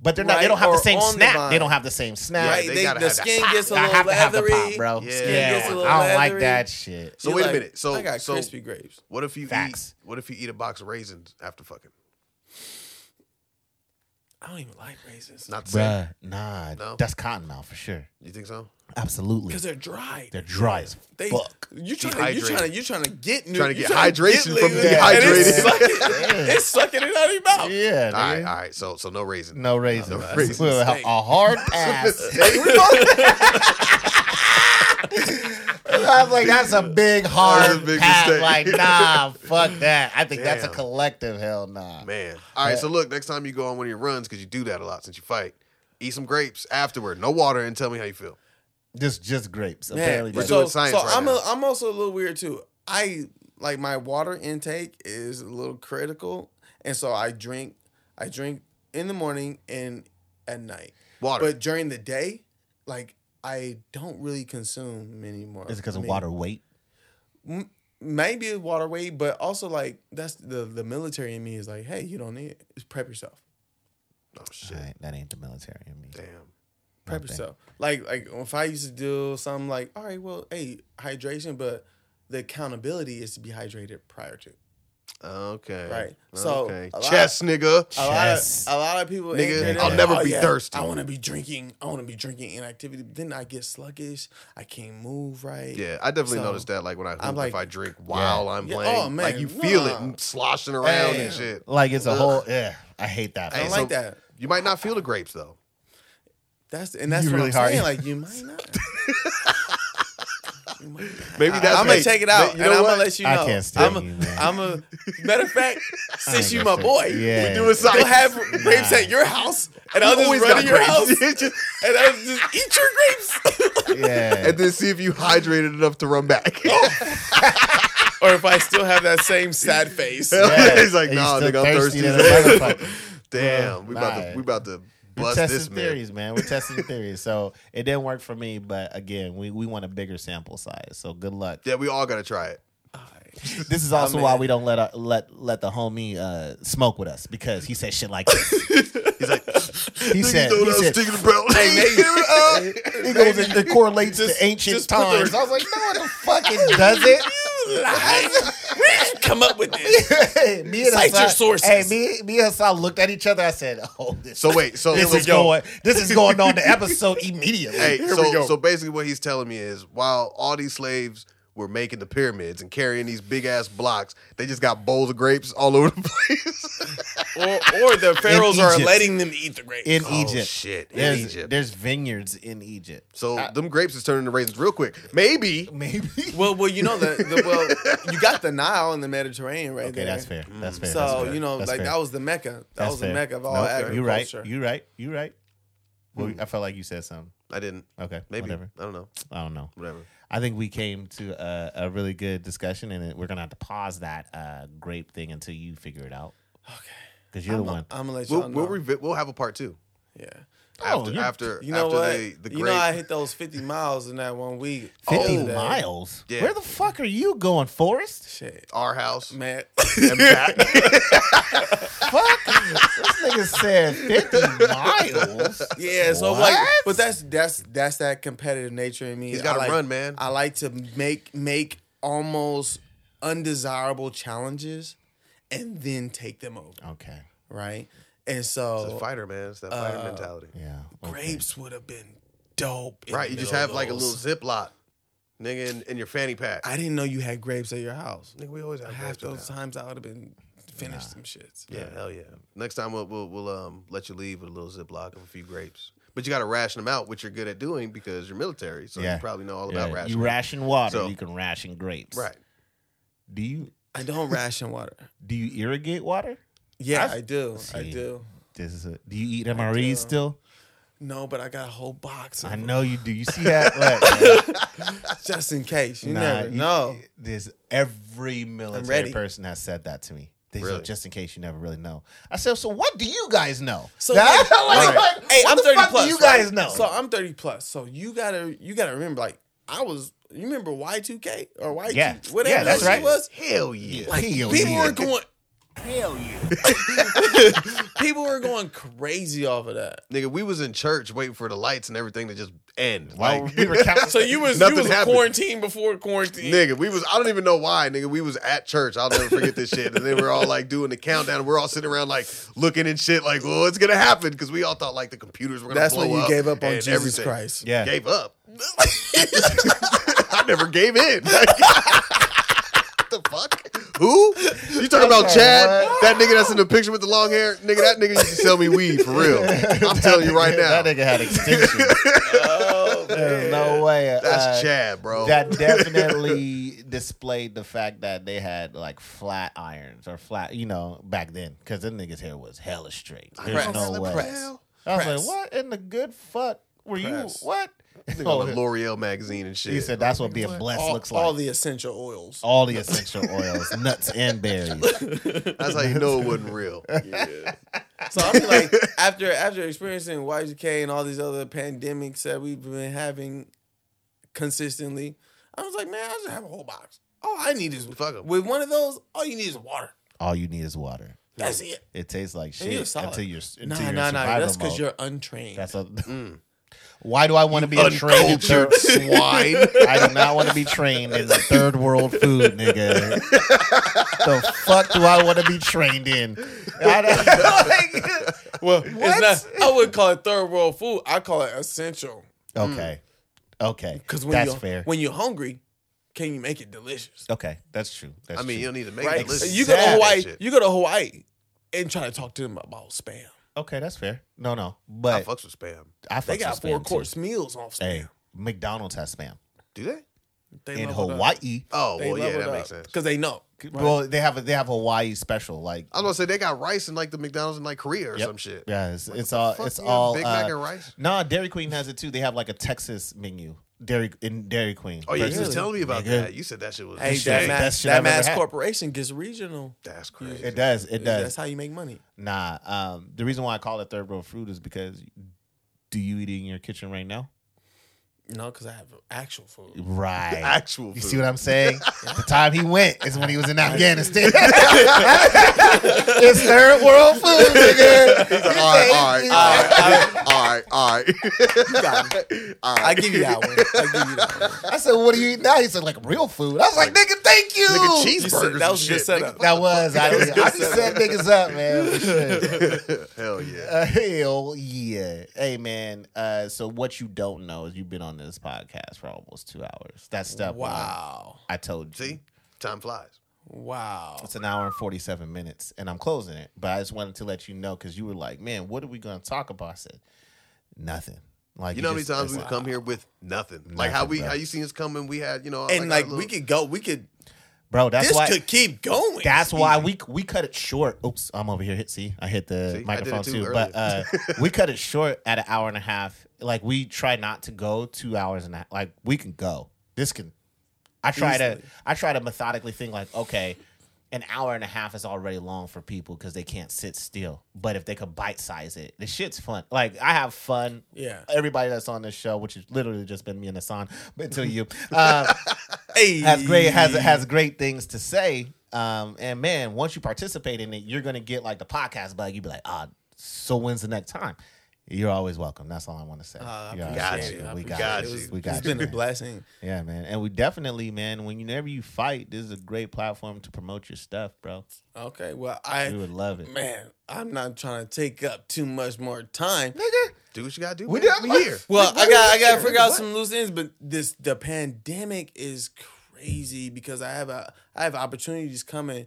Speaker 2: But they're not.
Speaker 3: Right,
Speaker 2: They don't have
Speaker 3: or
Speaker 2: the same
Speaker 3: on the
Speaker 2: snap.
Speaker 3: vine.
Speaker 2: they don't have the same snap.
Speaker 3: right,
Speaker 1: they
Speaker 3: they
Speaker 1: gotta
Speaker 3: the
Speaker 1: have that
Speaker 3: skin
Speaker 2: Pop.
Speaker 3: gets a
Speaker 2: I
Speaker 3: little
Speaker 2: have to have the
Speaker 3: leathery.
Speaker 2: pop, bro.
Speaker 1: Yeah.
Speaker 2: Skin
Speaker 1: Skin gets
Speaker 2: gets
Speaker 1: a
Speaker 2: I
Speaker 3: little
Speaker 2: don't like
Speaker 3: leathery.
Speaker 2: that shit.
Speaker 1: So
Speaker 3: You're
Speaker 1: wait a
Speaker 3: like,
Speaker 1: minute. So
Speaker 3: I got
Speaker 1: so
Speaker 3: crispy grapes.
Speaker 1: What if you
Speaker 2: Facts.
Speaker 1: eat? What if you eat a box of raisins after fucking?
Speaker 3: I don't even like raisins
Speaker 1: Not the same.
Speaker 2: Bruh, nah,
Speaker 1: No?
Speaker 2: that's cottonmouth for sure.
Speaker 1: You think so?
Speaker 2: Absolutely,
Speaker 3: because they're dry.
Speaker 2: they're dry as
Speaker 3: they,
Speaker 2: fuck.
Speaker 3: You trying to you
Speaker 1: Dehydrated.
Speaker 3: trying to you trying to get new,
Speaker 1: Tryna get
Speaker 3: you
Speaker 1: hydration
Speaker 3: get
Speaker 1: from
Speaker 3: liquid,
Speaker 1: dehydrated.
Speaker 3: and It's sucking,
Speaker 2: Yeah.
Speaker 3: it's sucking it out of your mouth.
Speaker 2: Yeah,
Speaker 1: All right,
Speaker 2: nigga.
Speaker 1: all right. So so no raisins.
Speaker 2: Oh, no raisins.
Speaker 1: raisins.
Speaker 2: We'll have
Speaker 3: Steak.
Speaker 2: a hard pass. I was like, that's a big hard
Speaker 1: That's a big
Speaker 2: pass.
Speaker 1: mistake.
Speaker 2: Like, nah, fuck that. I think that's a
Speaker 1: Damn.
Speaker 2: collective hell nah.
Speaker 1: Man. All right. So look, next time you go on one of your runs, because you do that a lot since you fight, eat some grapes afterward. No water, and tell me how you feel.
Speaker 2: Just just grapes.
Speaker 3: Man,
Speaker 2: Apparently,
Speaker 1: We're
Speaker 2: that's-
Speaker 1: doing science
Speaker 3: so
Speaker 1: right
Speaker 3: I'm
Speaker 1: now.
Speaker 3: A, I'm also a little weird too. I like my water intake is a little critical, and so I drink I drink in the morning and at night.
Speaker 1: Water.
Speaker 3: But during the day, like I don't really consume anymore.
Speaker 2: Is it because of
Speaker 3: Maybe-
Speaker 2: water weight?
Speaker 3: Maybe water weight, but also like that's the the military in me is like, hey, you don't need it. Just prep yourself.
Speaker 1: oh shit.
Speaker 2: All right, that ain't the military in me.
Speaker 1: Damn.
Speaker 3: prep
Speaker 2: Okay.
Speaker 3: yourself. Like like if I used to do something like, all right, well, hey, hydration, but the accountability is to be hydrated prior to.
Speaker 1: Okay.
Speaker 3: Right. So,
Speaker 1: okay.
Speaker 3: a lot-
Speaker 1: chess, nigga.
Speaker 3: A lot of
Speaker 2: Chess.
Speaker 3: a lot of people,
Speaker 1: Nigga,
Speaker 3: ain't-
Speaker 1: I'll
Speaker 3: they're
Speaker 1: never be thirsty."
Speaker 3: I want to be drinking. I want to be drinking inactivity. But then I get sluggish. I can't move right.
Speaker 1: Yeah, I definitely
Speaker 3: So,
Speaker 1: noticed that. Like when I hoop,
Speaker 3: like-
Speaker 1: if I drink while I'm
Speaker 3: Yeah,
Speaker 1: playing,
Speaker 3: oh, man,
Speaker 1: like you feel it
Speaker 3: nah.
Speaker 1: m- sloshing around
Speaker 3: Damn.
Speaker 1: and shit.
Speaker 2: Like it's a whole. Yeah, I hate that.
Speaker 3: I don't
Speaker 1: Hey,
Speaker 2: feeling.
Speaker 3: like that.
Speaker 1: You might not feel the grapes though.
Speaker 3: That's and that's
Speaker 2: You
Speaker 3: what
Speaker 2: really
Speaker 3: I'm
Speaker 2: hard.
Speaker 3: saying. Like you might not. You might not.
Speaker 1: Maybe that's
Speaker 3: I'm gonna
Speaker 1: what-
Speaker 3: take it out,
Speaker 1: But you
Speaker 3: and
Speaker 1: know
Speaker 3: I'm
Speaker 1: what?
Speaker 3: gonna let you know.
Speaker 2: I can't stand
Speaker 3: I'm a,
Speaker 2: you, man.
Speaker 3: I'm a matter of fact, since
Speaker 2: ain't
Speaker 3: you my
Speaker 2: gonna stand-
Speaker 3: boy,
Speaker 2: Yeah.
Speaker 3: we
Speaker 2: We
Speaker 3: do
Speaker 2: do
Speaker 3: a
Speaker 1: it
Speaker 3: side.
Speaker 1: side.
Speaker 3: You'll have grapes
Speaker 2: Nah.
Speaker 3: at your house, and I'll just
Speaker 1: Always
Speaker 3: run
Speaker 1: got
Speaker 3: to your house,
Speaker 1: grapes.
Speaker 3: and I'll just eat your grapes.
Speaker 2: Yeah.
Speaker 1: and then see if you hydrated enough to run
Speaker 2: Oh,
Speaker 1: back.
Speaker 3: or if I still have that same sad face.
Speaker 2: Yeah.
Speaker 1: He's like,
Speaker 2: And you
Speaker 1: nah,
Speaker 2: still
Speaker 1: nigga, I'm thirsty.
Speaker 2: than a motherfucker.
Speaker 1: Damn, we about to
Speaker 2: Nah.
Speaker 1: we about to
Speaker 2: We're
Speaker 1: bust
Speaker 2: testing
Speaker 1: this man.
Speaker 2: theories, man. We're testing theories. So it didn't work for me, but again, we, we want a bigger sample size. So good luck.
Speaker 1: Yeah, we all gotta try it.
Speaker 2: This is also
Speaker 3: mean-
Speaker 2: why we don't let our, let let the homie uh, smoke with us because he said shit like this.
Speaker 1: He's like,
Speaker 2: He said,
Speaker 1: know what I
Speaker 2: he
Speaker 1: was
Speaker 2: said
Speaker 1: thinking about? uh,
Speaker 2: it goes it, it correlates
Speaker 3: Just-
Speaker 2: to ancient
Speaker 3: just put the-
Speaker 2: times. I was like, no, it fucking doesn't.
Speaker 3: Where did you come up with this?
Speaker 2: me and
Speaker 3: Cite your
Speaker 2: Hassan,
Speaker 3: sources.
Speaker 2: Hey, me, me and Hassan looked at each other. I said, "Oh, this,
Speaker 1: so wait, so
Speaker 2: this
Speaker 1: so-
Speaker 2: is going, this is going on the episode immediately."
Speaker 1: Hey,
Speaker 3: Here
Speaker 1: so
Speaker 3: we go.
Speaker 1: so basically, what he's telling me is, while all these slaves were making the pyramids and carrying these big ass blocks, they just got bowls of grapes all over the place.
Speaker 3: Or, or the pharaohs are
Speaker 2: Egypt.
Speaker 3: letting them eat the grapes.
Speaker 2: in
Speaker 1: Oh,
Speaker 2: Egypt,
Speaker 1: shit, in
Speaker 2: there's,
Speaker 1: Egypt.
Speaker 2: there's vineyards in Egypt.
Speaker 1: so them grapes is turning to raisins real quick. Maybe
Speaker 2: Maybe.
Speaker 3: well, well, you know the, the well, you got the Nile and the Mediterranean right
Speaker 2: Okay,
Speaker 3: there.
Speaker 2: that's fair. That's fair.
Speaker 3: So you know, like that was the mecca. That was the mecca of all agriculture. Hmm.
Speaker 2: You right. You right. You right. Well, I felt like you said something.
Speaker 1: I didn't.
Speaker 2: Okay,
Speaker 1: Maybe
Speaker 2: whatever.
Speaker 1: I don't know.
Speaker 2: I don't know.
Speaker 1: Whatever.
Speaker 2: I think we came to a, a really good discussion, and we're gonna have to pause that uh, grape thing until you figure it out. Okay. Because you're the one.
Speaker 3: I'm gonna let you
Speaker 1: We'll
Speaker 3: know.
Speaker 1: we'll, revi- we'll have a part two
Speaker 3: yeah.
Speaker 2: Oh,
Speaker 1: after
Speaker 2: you're-
Speaker 1: after
Speaker 3: You know
Speaker 1: after
Speaker 3: what?
Speaker 1: they- the
Speaker 3: you
Speaker 1: grape.
Speaker 3: know I hit those 50 miles in that one week.
Speaker 2: 50
Speaker 3: Oh,
Speaker 2: miles?
Speaker 1: Yeah.
Speaker 2: Where the fuck are you going, Forrest?
Speaker 3: Shit,
Speaker 1: our house.
Speaker 3: man.
Speaker 1: And back.
Speaker 2: fuck. this nigga said 50 miles.
Speaker 3: yeah. So
Speaker 2: What?
Speaker 3: like, but that's that's that's that competitive nature in me.
Speaker 1: He's
Speaker 3: I
Speaker 1: gotta
Speaker 3: like-
Speaker 1: run, man.
Speaker 3: I like to make make almost undesirable challenges, and then take them over.
Speaker 2: Okay.
Speaker 3: Right. And so
Speaker 2: Oh.
Speaker 1: It's a fighter, man. It's that
Speaker 2: Uh,
Speaker 1: fighter mentality.
Speaker 2: Yeah. okay.
Speaker 3: grapes would have been dope. in
Speaker 1: Right.
Speaker 3: the
Speaker 1: You just
Speaker 3: middle of
Speaker 1: have like a little
Speaker 3: those.
Speaker 1: Ziploc, nigga, in, in your fanny pack.
Speaker 3: I didn't know you had grapes at your house.
Speaker 1: nigga, we always have
Speaker 3: Half
Speaker 1: grapes in the
Speaker 3: those times I would have been finished some shits.
Speaker 1: Yeah, hell yeah. Next time we'll we'll, we'll um, let you leave with a little ziploc of a few grapes, but you got to ration them out, which you're good at doing because you're military, so
Speaker 2: Yeah.
Speaker 1: you probably know all
Speaker 2: Yeah,
Speaker 1: about rationing.
Speaker 2: You ration water,
Speaker 1: So-
Speaker 2: you can ration grapes.
Speaker 1: right?
Speaker 2: Do you
Speaker 3: I don't ration water.
Speaker 2: do you irrigate water?
Speaker 3: Yeah, I, do. I
Speaker 2: See.
Speaker 3: do.
Speaker 2: This is a, do you eat MREs still?
Speaker 3: No, but I got a whole box. Of
Speaker 2: I
Speaker 3: them,
Speaker 2: know you do. You see that? Look, man.
Speaker 3: Just in case. You
Speaker 2: Nah,
Speaker 3: never
Speaker 2: you-
Speaker 3: know.
Speaker 2: This every
Speaker 3: ready.
Speaker 2: military person has said that to me. They
Speaker 1: Really?
Speaker 2: said, just in case you never really know. I said, so what do you guys know?
Speaker 3: So,
Speaker 2: Nah,
Speaker 3: like-
Speaker 2: like, like,
Speaker 3: hey,
Speaker 2: what
Speaker 3: I'm
Speaker 2: the
Speaker 3: 30
Speaker 2: fuck
Speaker 3: plus.
Speaker 2: Do you
Speaker 3: right?
Speaker 2: guys know?
Speaker 3: So I'm 30 plus. So you gotta you gotta remember, like I was you remember Y2K or Y2
Speaker 2: Yeah.
Speaker 3: whatever
Speaker 2: Yeah, that's
Speaker 3: that shit
Speaker 2: right.
Speaker 3: was?
Speaker 1: Hell yeah.
Speaker 2: Like,
Speaker 3: People were going Hell yeah. People were going crazy off of that.
Speaker 1: Nigga, we was in church waiting for the lights and everything to just end.
Speaker 2: While
Speaker 1: Like,
Speaker 2: we were counting-
Speaker 3: So you was
Speaker 1: Nothing
Speaker 3: you was a
Speaker 1: happened.
Speaker 3: quarantine before quarantine.
Speaker 1: nigga, we was. I don't even know why, nigga. We was at church. I'll never forget this shit. And then we're all like doing the countdown. We're all sitting around like looking and shit. Like, well, it's gonna happen because we all thought like the computers were gonna.
Speaker 3: That's
Speaker 1: blow
Speaker 3: when you
Speaker 1: up
Speaker 3: gave up on
Speaker 1: and
Speaker 3: Jesus
Speaker 1: everything.
Speaker 3: Christ.
Speaker 2: yeah.
Speaker 1: Gave up. I never gave in. Like, the fuck? Who? You talking about Chad? That nigga that's in the picture with the long hair? Nigga, that nigga used to sell me weed for real. I'm telling you right now.
Speaker 2: That nigga had extinction.
Speaker 3: Oh,
Speaker 2: There's no way.
Speaker 1: That's
Speaker 2: uh,
Speaker 1: Chad, bro.
Speaker 2: That definitely displayed the fact that they had like flat irons or flat, you know, back then, because them niggas' hair was hella straight. There's
Speaker 3: Press.
Speaker 2: no way.
Speaker 1: Press.
Speaker 2: I was like,
Speaker 3: Press.
Speaker 2: what in the good fuck were
Speaker 3: Press.
Speaker 2: you? What?
Speaker 1: Nigga
Speaker 2: Oh,
Speaker 1: on the L'Oreal magazine and shit.
Speaker 2: he said that's what being blessed
Speaker 3: all,
Speaker 2: looks like.
Speaker 3: all the essential oils.
Speaker 2: all the essential oils, nuts and berries.
Speaker 1: That's how you know it wasn't real.
Speaker 3: So I mean, like after after experiencing Y2K and all these other pandemics that we've been having consistently, I was like, man, I just have a whole box. All I need is
Speaker 1: Fuck 'em.
Speaker 3: with one of those. All you need is water.
Speaker 2: All you need is water.
Speaker 3: That's it.
Speaker 2: It tastes like
Speaker 3: And
Speaker 2: shit
Speaker 3: you're solid.
Speaker 2: until you're until
Speaker 3: Nah,
Speaker 2: you're in
Speaker 3: nah, nah.
Speaker 2: survival
Speaker 3: That's because
Speaker 2: mode.
Speaker 3: you're untrained.
Speaker 2: That's a. Why do I want to be a trained?
Speaker 1: Mm. Uncultured
Speaker 2: Third,
Speaker 1: swine.
Speaker 2: I do not want to be trained in the third world food, nigga. the fuck do I want to be trained in? I don't-
Speaker 3: well, it's not. I wouldn't call it third world food. I call it essential.
Speaker 1: mm.
Speaker 2: okay, okay,
Speaker 3: Because when
Speaker 2: that's
Speaker 3: you're
Speaker 2: fair.
Speaker 3: when you're hungry, can you make it delicious?
Speaker 2: okay, that's true. That's
Speaker 1: I mean, you
Speaker 2: true.
Speaker 1: don't need to make
Speaker 3: Right?
Speaker 1: it. Listen,
Speaker 3: You go to
Speaker 2: Sad
Speaker 3: Hawaii.
Speaker 1: shit.
Speaker 3: You go to Hawaii and try to talk to them about spam.
Speaker 2: okay, that's fair. No, no,
Speaker 1: I
Speaker 2: but
Speaker 1: fucks with spam.
Speaker 2: I
Speaker 3: They
Speaker 2: fucks
Speaker 3: got
Speaker 2: with
Speaker 3: four
Speaker 2: spam, too.
Speaker 3: course meals off spam.
Speaker 2: Hey, McDonald's has spam
Speaker 1: Do they?
Speaker 3: They
Speaker 2: in
Speaker 3: leveled up.
Speaker 2: Hawaii.
Speaker 1: Oh
Speaker 3: They
Speaker 1: well, yeah,
Speaker 3: leveled
Speaker 1: that
Speaker 3: up
Speaker 1: makes sense.
Speaker 3: Because they know.
Speaker 2: Well, they have a, they have Hawaii special like
Speaker 1: I was gonna say they got rice in like the McDonald's in like Korea or
Speaker 2: Yep.
Speaker 1: some shit.
Speaker 2: Yeah, it's, it's all
Speaker 1: fuck
Speaker 2: it's
Speaker 1: you have
Speaker 2: all
Speaker 1: Big Mac
Speaker 2: uh,
Speaker 1: and rice?
Speaker 2: Nah, Dairy Queen has it too. They have like a Texas menu. Dairy in Dairy Queen.
Speaker 1: Oh yeah, you
Speaker 2: Versus-
Speaker 1: was telling me about
Speaker 2: Nigga.
Speaker 1: that. You said that shit was.
Speaker 3: Hey,
Speaker 2: shit
Speaker 3: that,
Speaker 2: ain't-
Speaker 3: ma-
Speaker 2: that shit
Speaker 3: that
Speaker 2: I've ever
Speaker 3: mass
Speaker 2: had.
Speaker 3: corporation gets regional.
Speaker 1: that's crazy.
Speaker 2: It does. It
Speaker 3: That's
Speaker 2: does.
Speaker 3: how you make money.
Speaker 2: Nah. Um, the reason why I call it third world fruit is because do you eat it in your kitchen right now?
Speaker 3: No, because I have actual food.
Speaker 2: Right.
Speaker 1: Actual.
Speaker 2: You
Speaker 1: food.
Speaker 2: see what I'm saying? the time he went is when he was in Afghanistan. it's third world food, nigga.
Speaker 1: All right, all right, all right, all right. All right.
Speaker 3: I give you that one. I give you that one.
Speaker 2: I said, "What do you eat now?" He said, "Like real food." I was like, "Nigga, thank you."
Speaker 1: Nigga,
Speaker 3: You said
Speaker 1: cheeseburgers.
Speaker 3: that
Speaker 1: and
Speaker 3: was a good
Speaker 1: shit,
Speaker 3: setup.
Speaker 2: That was. I, was I be setting niggas up, man. for sure.
Speaker 1: nigga. Hell yeah.
Speaker 2: Uh, hell yeah. Hey man. Uh so what you don't know is you've been on this podcast for almost two hours. That's step one.
Speaker 3: Wow.
Speaker 2: I told you.
Speaker 1: See, time flies.
Speaker 3: Wow.
Speaker 2: It's an hour and forty seven minutes and I'm closing it. But I just wanted to let you know because you were like, Man, what are we gonna talk about? I said, Nothing. Like
Speaker 1: You know how many
Speaker 2: just-
Speaker 1: times
Speaker 2: it's
Speaker 1: we've
Speaker 2: like,
Speaker 1: come here with nothing. like
Speaker 2: Nothing,
Speaker 1: how we,
Speaker 2: bro.
Speaker 1: how you seen us come and we had, you know,
Speaker 3: And
Speaker 1: our
Speaker 3: like,
Speaker 1: little-
Speaker 3: we could go, we could,
Speaker 2: Bro, that's
Speaker 3: this
Speaker 2: why
Speaker 3: could keep going.
Speaker 2: That's why we we cut it short. Oops, I'm over here. Hit see, I hit the
Speaker 1: See, I did it
Speaker 2: microphone
Speaker 1: too
Speaker 2: too. But uh,
Speaker 1: earlier.
Speaker 2: we cut it short at an hour and a half. Like we try not to go two hours and a like we can go. This can. I try to
Speaker 3: Easily.
Speaker 2: I try to methodically think like okay, an hour and a half is already long for people because they can't sit still. But if they could bite size it, the shit's fun. Like I have fun
Speaker 3: Yeah.
Speaker 2: everybody that's on this show, which has literally just been me and Hassan, but until you, uh,
Speaker 3: Hey.
Speaker 2: has great
Speaker 3: Mm.
Speaker 2: has has great things to say. Um, and man, once you participate in it, you're gonna get like the podcast bug. You'd be like, ah, so when's the next time? You're always welcome. That's all I want to say.
Speaker 3: Uh, I
Speaker 2: You're always
Speaker 1: Got
Speaker 3: appreciate
Speaker 1: you.
Speaker 3: it. I
Speaker 2: welcome. We
Speaker 3: appreciate
Speaker 2: got
Speaker 3: it. It
Speaker 2: you.
Speaker 3: was-
Speaker 2: We got
Speaker 3: It's
Speaker 2: you.
Speaker 3: been a
Speaker 2: man.
Speaker 3: blessing.
Speaker 2: Yeah, man. And we definitely, man, whenever you fight, this is a great platform to promote your stuff, bro.
Speaker 3: Okay. Well, I,
Speaker 2: We would love it.
Speaker 3: man, I'm not trying to take up too much more time.
Speaker 1: do what you gotta do.
Speaker 2: We
Speaker 1: man.
Speaker 2: did-
Speaker 1: We here.
Speaker 3: Well, I got I got to figure out
Speaker 1: What?
Speaker 3: some loose ends, but this the pandemic is crazy because I have a I have opportunities coming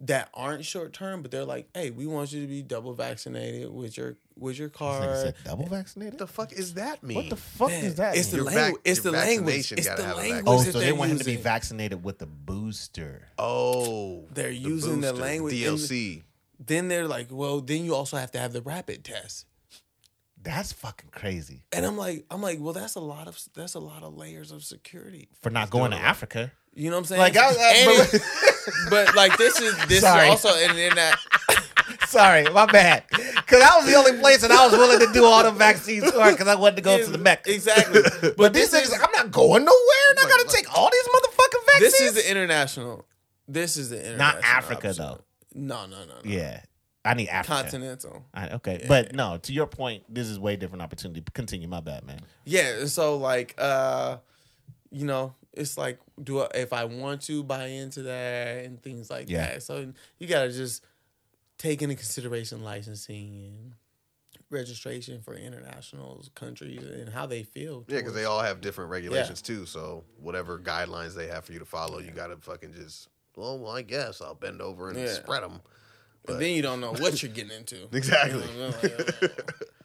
Speaker 3: that aren't short term, but they're like, hey, we want you to be double vaccinated with your with your
Speaker 2: This nigga
Speaker 3: card.
Speaker 2: said double vaccinated.
Speaker 1: What the fuck is that mean?
Speaker 2: What the fuck
Speaker 3: Man,
Speaker 2: is that?
Speaker 3: it's the
Speaker 2: mean?
Speaker 1: Your
Speaker 3: language.
Speaker 1: vac-
Speaker 3: It's the
Speaker 1: your
Speaker 3: language.
Speaker 1: vaccination
Speaker 3: It's
Speaker 1: gotta
Speaker 3: the
Speaker 1: have a
Speaker 3: language.
Speaker 2: oh,
Speaker 1: vaccine.
Speaker 3: that
Speaker 2: so they
Speaker 3: they're
Speaker 2: want him to be
Speaker 3: using.
Speaker 2: vaccinated with the booster.
Speaker 1: Oh,
Speaker 3: They're using the language in the-
Speaker 1: DLC.
Speaker 3: Then they're like, well, then you also have to have the rapid test.
Speaker 2: That's fucking crazy
Speaker 3: And I'm like, I'm like, well, that's a lot of that's a lot of layers of security.
Speaker 2: for not going to
Speaker 1: doing it.
Speaker 2: Africa.
Speaker 3: You know what I'm saying?
Speaker 2: Like, I- I-
Speaker 3: And it- but like this is this
Speaker 2: Sorry.
Speaker 3: is also and then that
Speaker 2: Sorry, my bad. Because that was the only place that I was willing to do all the vaccines for because I wanted to go to the Mecca.
Speaker 3: Exactly.
Speaker 2: But, these niggas, I'm not going nowhere and I got to take all these motherfucking vaccines.
Speaker 3: This is the international. This is the international.
Speaker 2: Not Africa,
Speaker 3: option.
Speaker 2: though.
Speaker 3: No, no, no, no.
Speaker 2: Yeah. I need Africa.
Speaker 3: Continental.
Speaker 2: I- okay. But no, to your point, this is way different opportunity. Continue, my bad, man.
Speaker 3: Yeah. and So like, uh, you know, it's like, do I, if I want to buy into that and things like
Speaker 2: Yeah.
Speaker 3: that. So you gotta just take into consideration licensing and registration for international countries and how they feel.
Speaker 1: Yeah, because
Speaker 3: towards-
Speaker 1: they all have different regulations too. So whatever guidelines they have for you to follow, you gotta fucking just. Well, well, I guess I'll bend over and
Speaker 3: Yeah.
Speaker 1: spread them.
Speaker 3: But then you don't know what you're getting into.
Speaker 1: Exactly.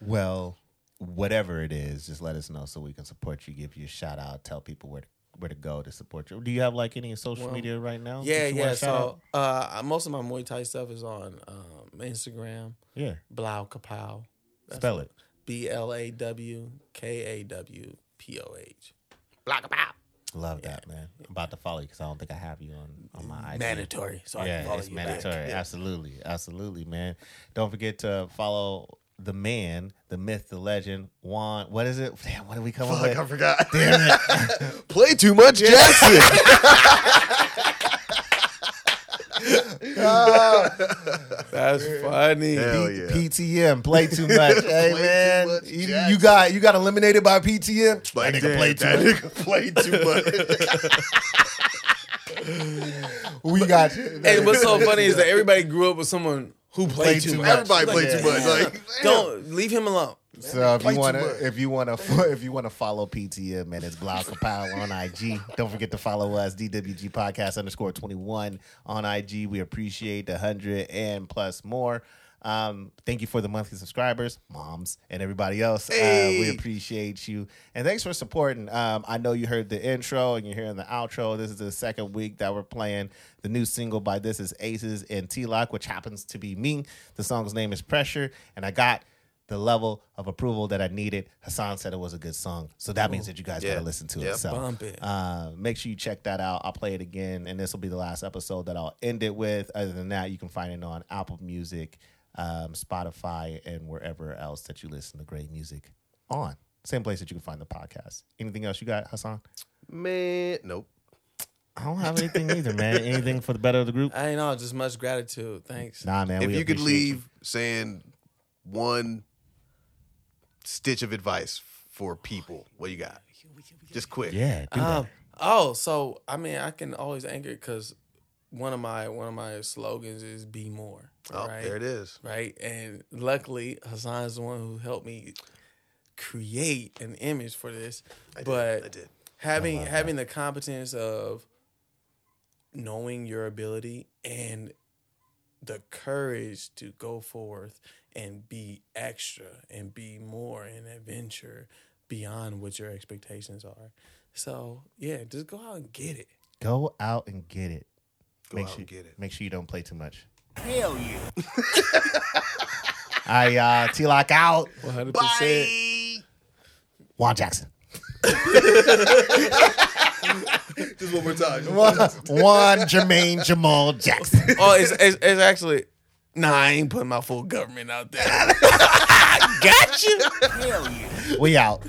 Speaker 2: Well, whatever it is, just let us know so we can support you, give you a shout out, tell people where to, where to go to support you. Do you have like any social
Speaker 3: Well,
Speaker 2: media right now?
Speaker 3: Yeah,
Speaker 2: that you wanna
Speaker 3: yeah.
Speaker 2: shout out?
Speaker 3: So uh, I- most of my Muay Thai stuff is on um, Instagram,
Speaker 2: yeah.
Speaker 3: Blau Kapow,
Speaker 2: Spell it.
Speaker 3: B L A W K A W P O H.
Speaker 1: Block 'em out.
Speaker 2: Love that, man. I'm about to follow you because I don't think I have you on, on my IG.
Speaker 3: Mandatory. So I can
Speaker 2: Yeah,
Speaker 3: follow
Speaker 2: it's
Speaker 3: you back.
Speaker 2: mandatory.
Speaker 3: Yeah.
Speaker 2: Absolutely. Absolutely, man. Don't forget to follow the man, the myth, the legend, Juan. What is it? Damn, what did we come up
Speaker 1: Fuck, I
Speaker 2: with?
Speaker 1: forgot. Damn it. Play too much Jackson.
Speaker 3: That's funny.
Speaker 1: Hell
Speaker 2: P-
Speaker 1: yeah.
Speaker 2: PTM, play too much. hey,
Speaker 1: Play too
Speaker 2: man.
Speaker 1: much
Speaker 2: you,
Speaker 1: Jackson.
Speaker 2: you got you got eliminated by PTM.
Speaker 1: Like,
Speaker 2: that nigga
Speaker 1: damn,
Speaker 2: played too
Speaker 1: that
Speaker 2: much.
Speaker 1: nigga played too much.
Speaker 2: We got
Speaker 3: And what's so funny is that everybody grew up with someone who played, too, much.
Speaker 1: Everybody
Speaker 3: Like,
Speaker 1: played too much.
Speaker 3: yeah.
Speaker 1: Like, damn.
Speaker 3: Don't leave him alone.
Speaker 2: So if
Speaker 1: Play
Speaker 2: you
Speaker 1: too
Speaker 2: want
Speaker 1: much.
Speaker 2: to, if you want to, if you want to follow PTM, man, it's Blau Kapow on IG. Don't forget to follow us, DWG Podcast underscore twenty one on IG. We appreciate the hundred and plus more. Um, thank you for the monthly subscribers, moms, and everybody else. Uh, we
Speaker 1: Hey.
Speaker 2: appreciate you, and thanks for supporting. Um, I know you heard the intro and you're hearing the outro. This is the second week that we're playing the new single by This Is Aces and T Lock, which happens to be me. The song's name is Pressure, and I got the level of approval that I needed. Hassan said it was a good song, so that means that you guys
Speaker 1: Yeah.
Speaker 2: gotta listen to
Speaker 1: Yeah,
Speaker 2: it. So
Speaker 3: bump it.
Speaker 2: Uh, make sure you check that out. I'll play it again, and this will be the last episode that I'll end it with. Other than that, you can find it on Apple Music, um, Spotify, and wherever else that you listen to great music on. Same place that you can find the podcast. Anything else you got, Hassan?
Speaker 1: Man, nope.
Speaker 2: I don't have anything either, man. Anything for the better of the group?
Speaker 3: I know, just much gratitude. Thanks.
Speaker 2: Nah, man.
Speaker 1: if
Speaker 2: we
Speaker 1: you could
Speaker 2: appreciate
Speaker 1: leave saying one stitch of advice for people, what you got? Just quick.
Speaker 2: you. yeah, do that.
Speaker 3: Um, oh, so I mean, I can always anchor because one of my one of my slogans is "Be more."
Speaker 1: Oh,
Speaker 3: right?
Speaker 1: there it is.
Speaker 3: Right, and luckily Hassan is the one who helped me create an image for this.
Speaker 1: I
Speaker 3: but
Speaker 1: did. I did.
Speaker 3: having having the competence of knowing your ability and the courage to go forth and be extra and be more and adventure beyond what your expectations are. So yeah, just go out and get it.
Speaker 2: Go out and get it.
Speaker 1: Go
Speaker 2: make
Speaker 1: out
Speaker 2: sure,
Speaker 1: and get it.
Speaker 2: Make sure you don't play too much.
Speaker 4: Hell yeah.
Speaker 2: I uh, T Lock out.
Speaker 3: One hundred
Speaker 1: Bye.
Speaker 2: Juan Jackson.
Speaker 1: Just one more time.
Speaker 2: Juan, Juan Jermaine Jamal Jackson.
Speaker 3: Oh, it's, it's it's actually nah. I ain't putting my full government out there.
Speaker 4: Hell yeah.
Speaker 2: We out.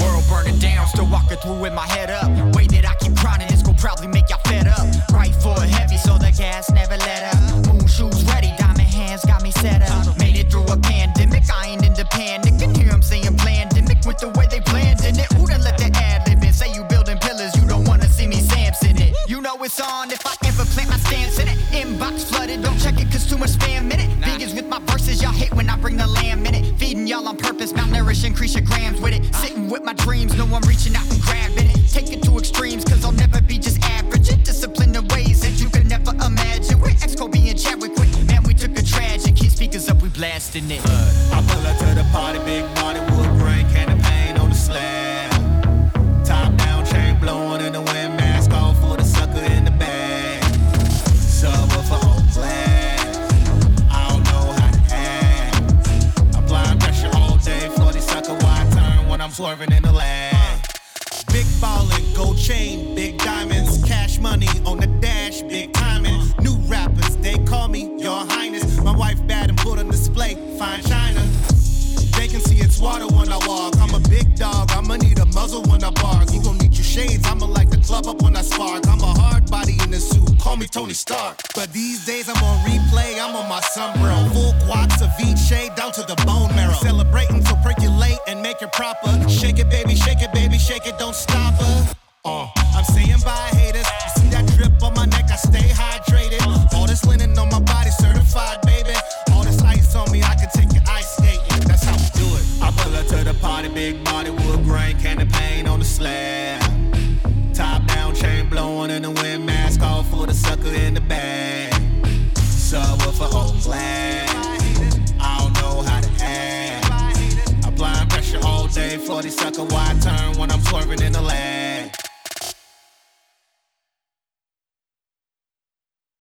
Speaker 4: World burning down, still walking through with my head up. Way that I keep grinding, it's gonna probably make y'all fed up. Right foot heavy, so the gas never let up. Moon shoes ready, diamond hands got me set up. Made it through a pandemic, I ain't in the panic. Can hear 'em saying plandemic with the way they planned in it. Who done let the ad lib in? Say you building pillars, you don't wanna see me Samson it. You know it's on if I ever plant my stance in it. Inbox flooded, don't check it cause too much spam in it. Vegans with my verses, y'all hate when I bring the lamb in it. Feeding y'all on purpose, malnourish, increase your grams with it. Sitting with my dreams, no I'm reaching out and grabbing it. Take it to extremes cause I'll never be just average. It disciplined in ways that you could never imagine. We're ex Kobe and Chadwick, quick man, we took a tragic. Keep speakers up, we blasting it.
Speaker 5: I pull up to the party, big body, wood grain, can of paint on the slab. Top down, chain blowing in the wind, mask off for the sucker in the bag. Subwoofer on flat. I don't know how to act. Applying pressure all day for the sucker. Why turn when I'm swerving in the lab? Big ballin', gold chain, big diamonds, cash money on the dash, big timing. New rappers, they call me Your Highness. My wife bad and put on display, fine china. They can see it's water when I walk. I'm a big dog, I'ma need a muzzle when I bark. You gon' need your shades, I'ma like the club up when I spark. I'm a hard body in the suit, call me Tony Stark. But these days I'm on replay, I'm on my sunbro. Full quads of each shade down to the bone marrow. Celebrating, so percolate and make it proper. Shake it, baby, shake it, baby, shake it, don't stop her. Uh, I'm saying bye, haters. You see that drip on my neck, I stay hydrated. All this linen on my body, certified, baby. All this ice on me, I can take your ice skating. That's how we do it. I pull up to the party, big body, wood grain, can of paint on the slab. Top down, chain blowing in the wind, mask off for the sucker in the bag. Subwoofer on flat. I don't know how to act. Applying pressure all day for the sucker. Why turn when I'm swerving in the lab?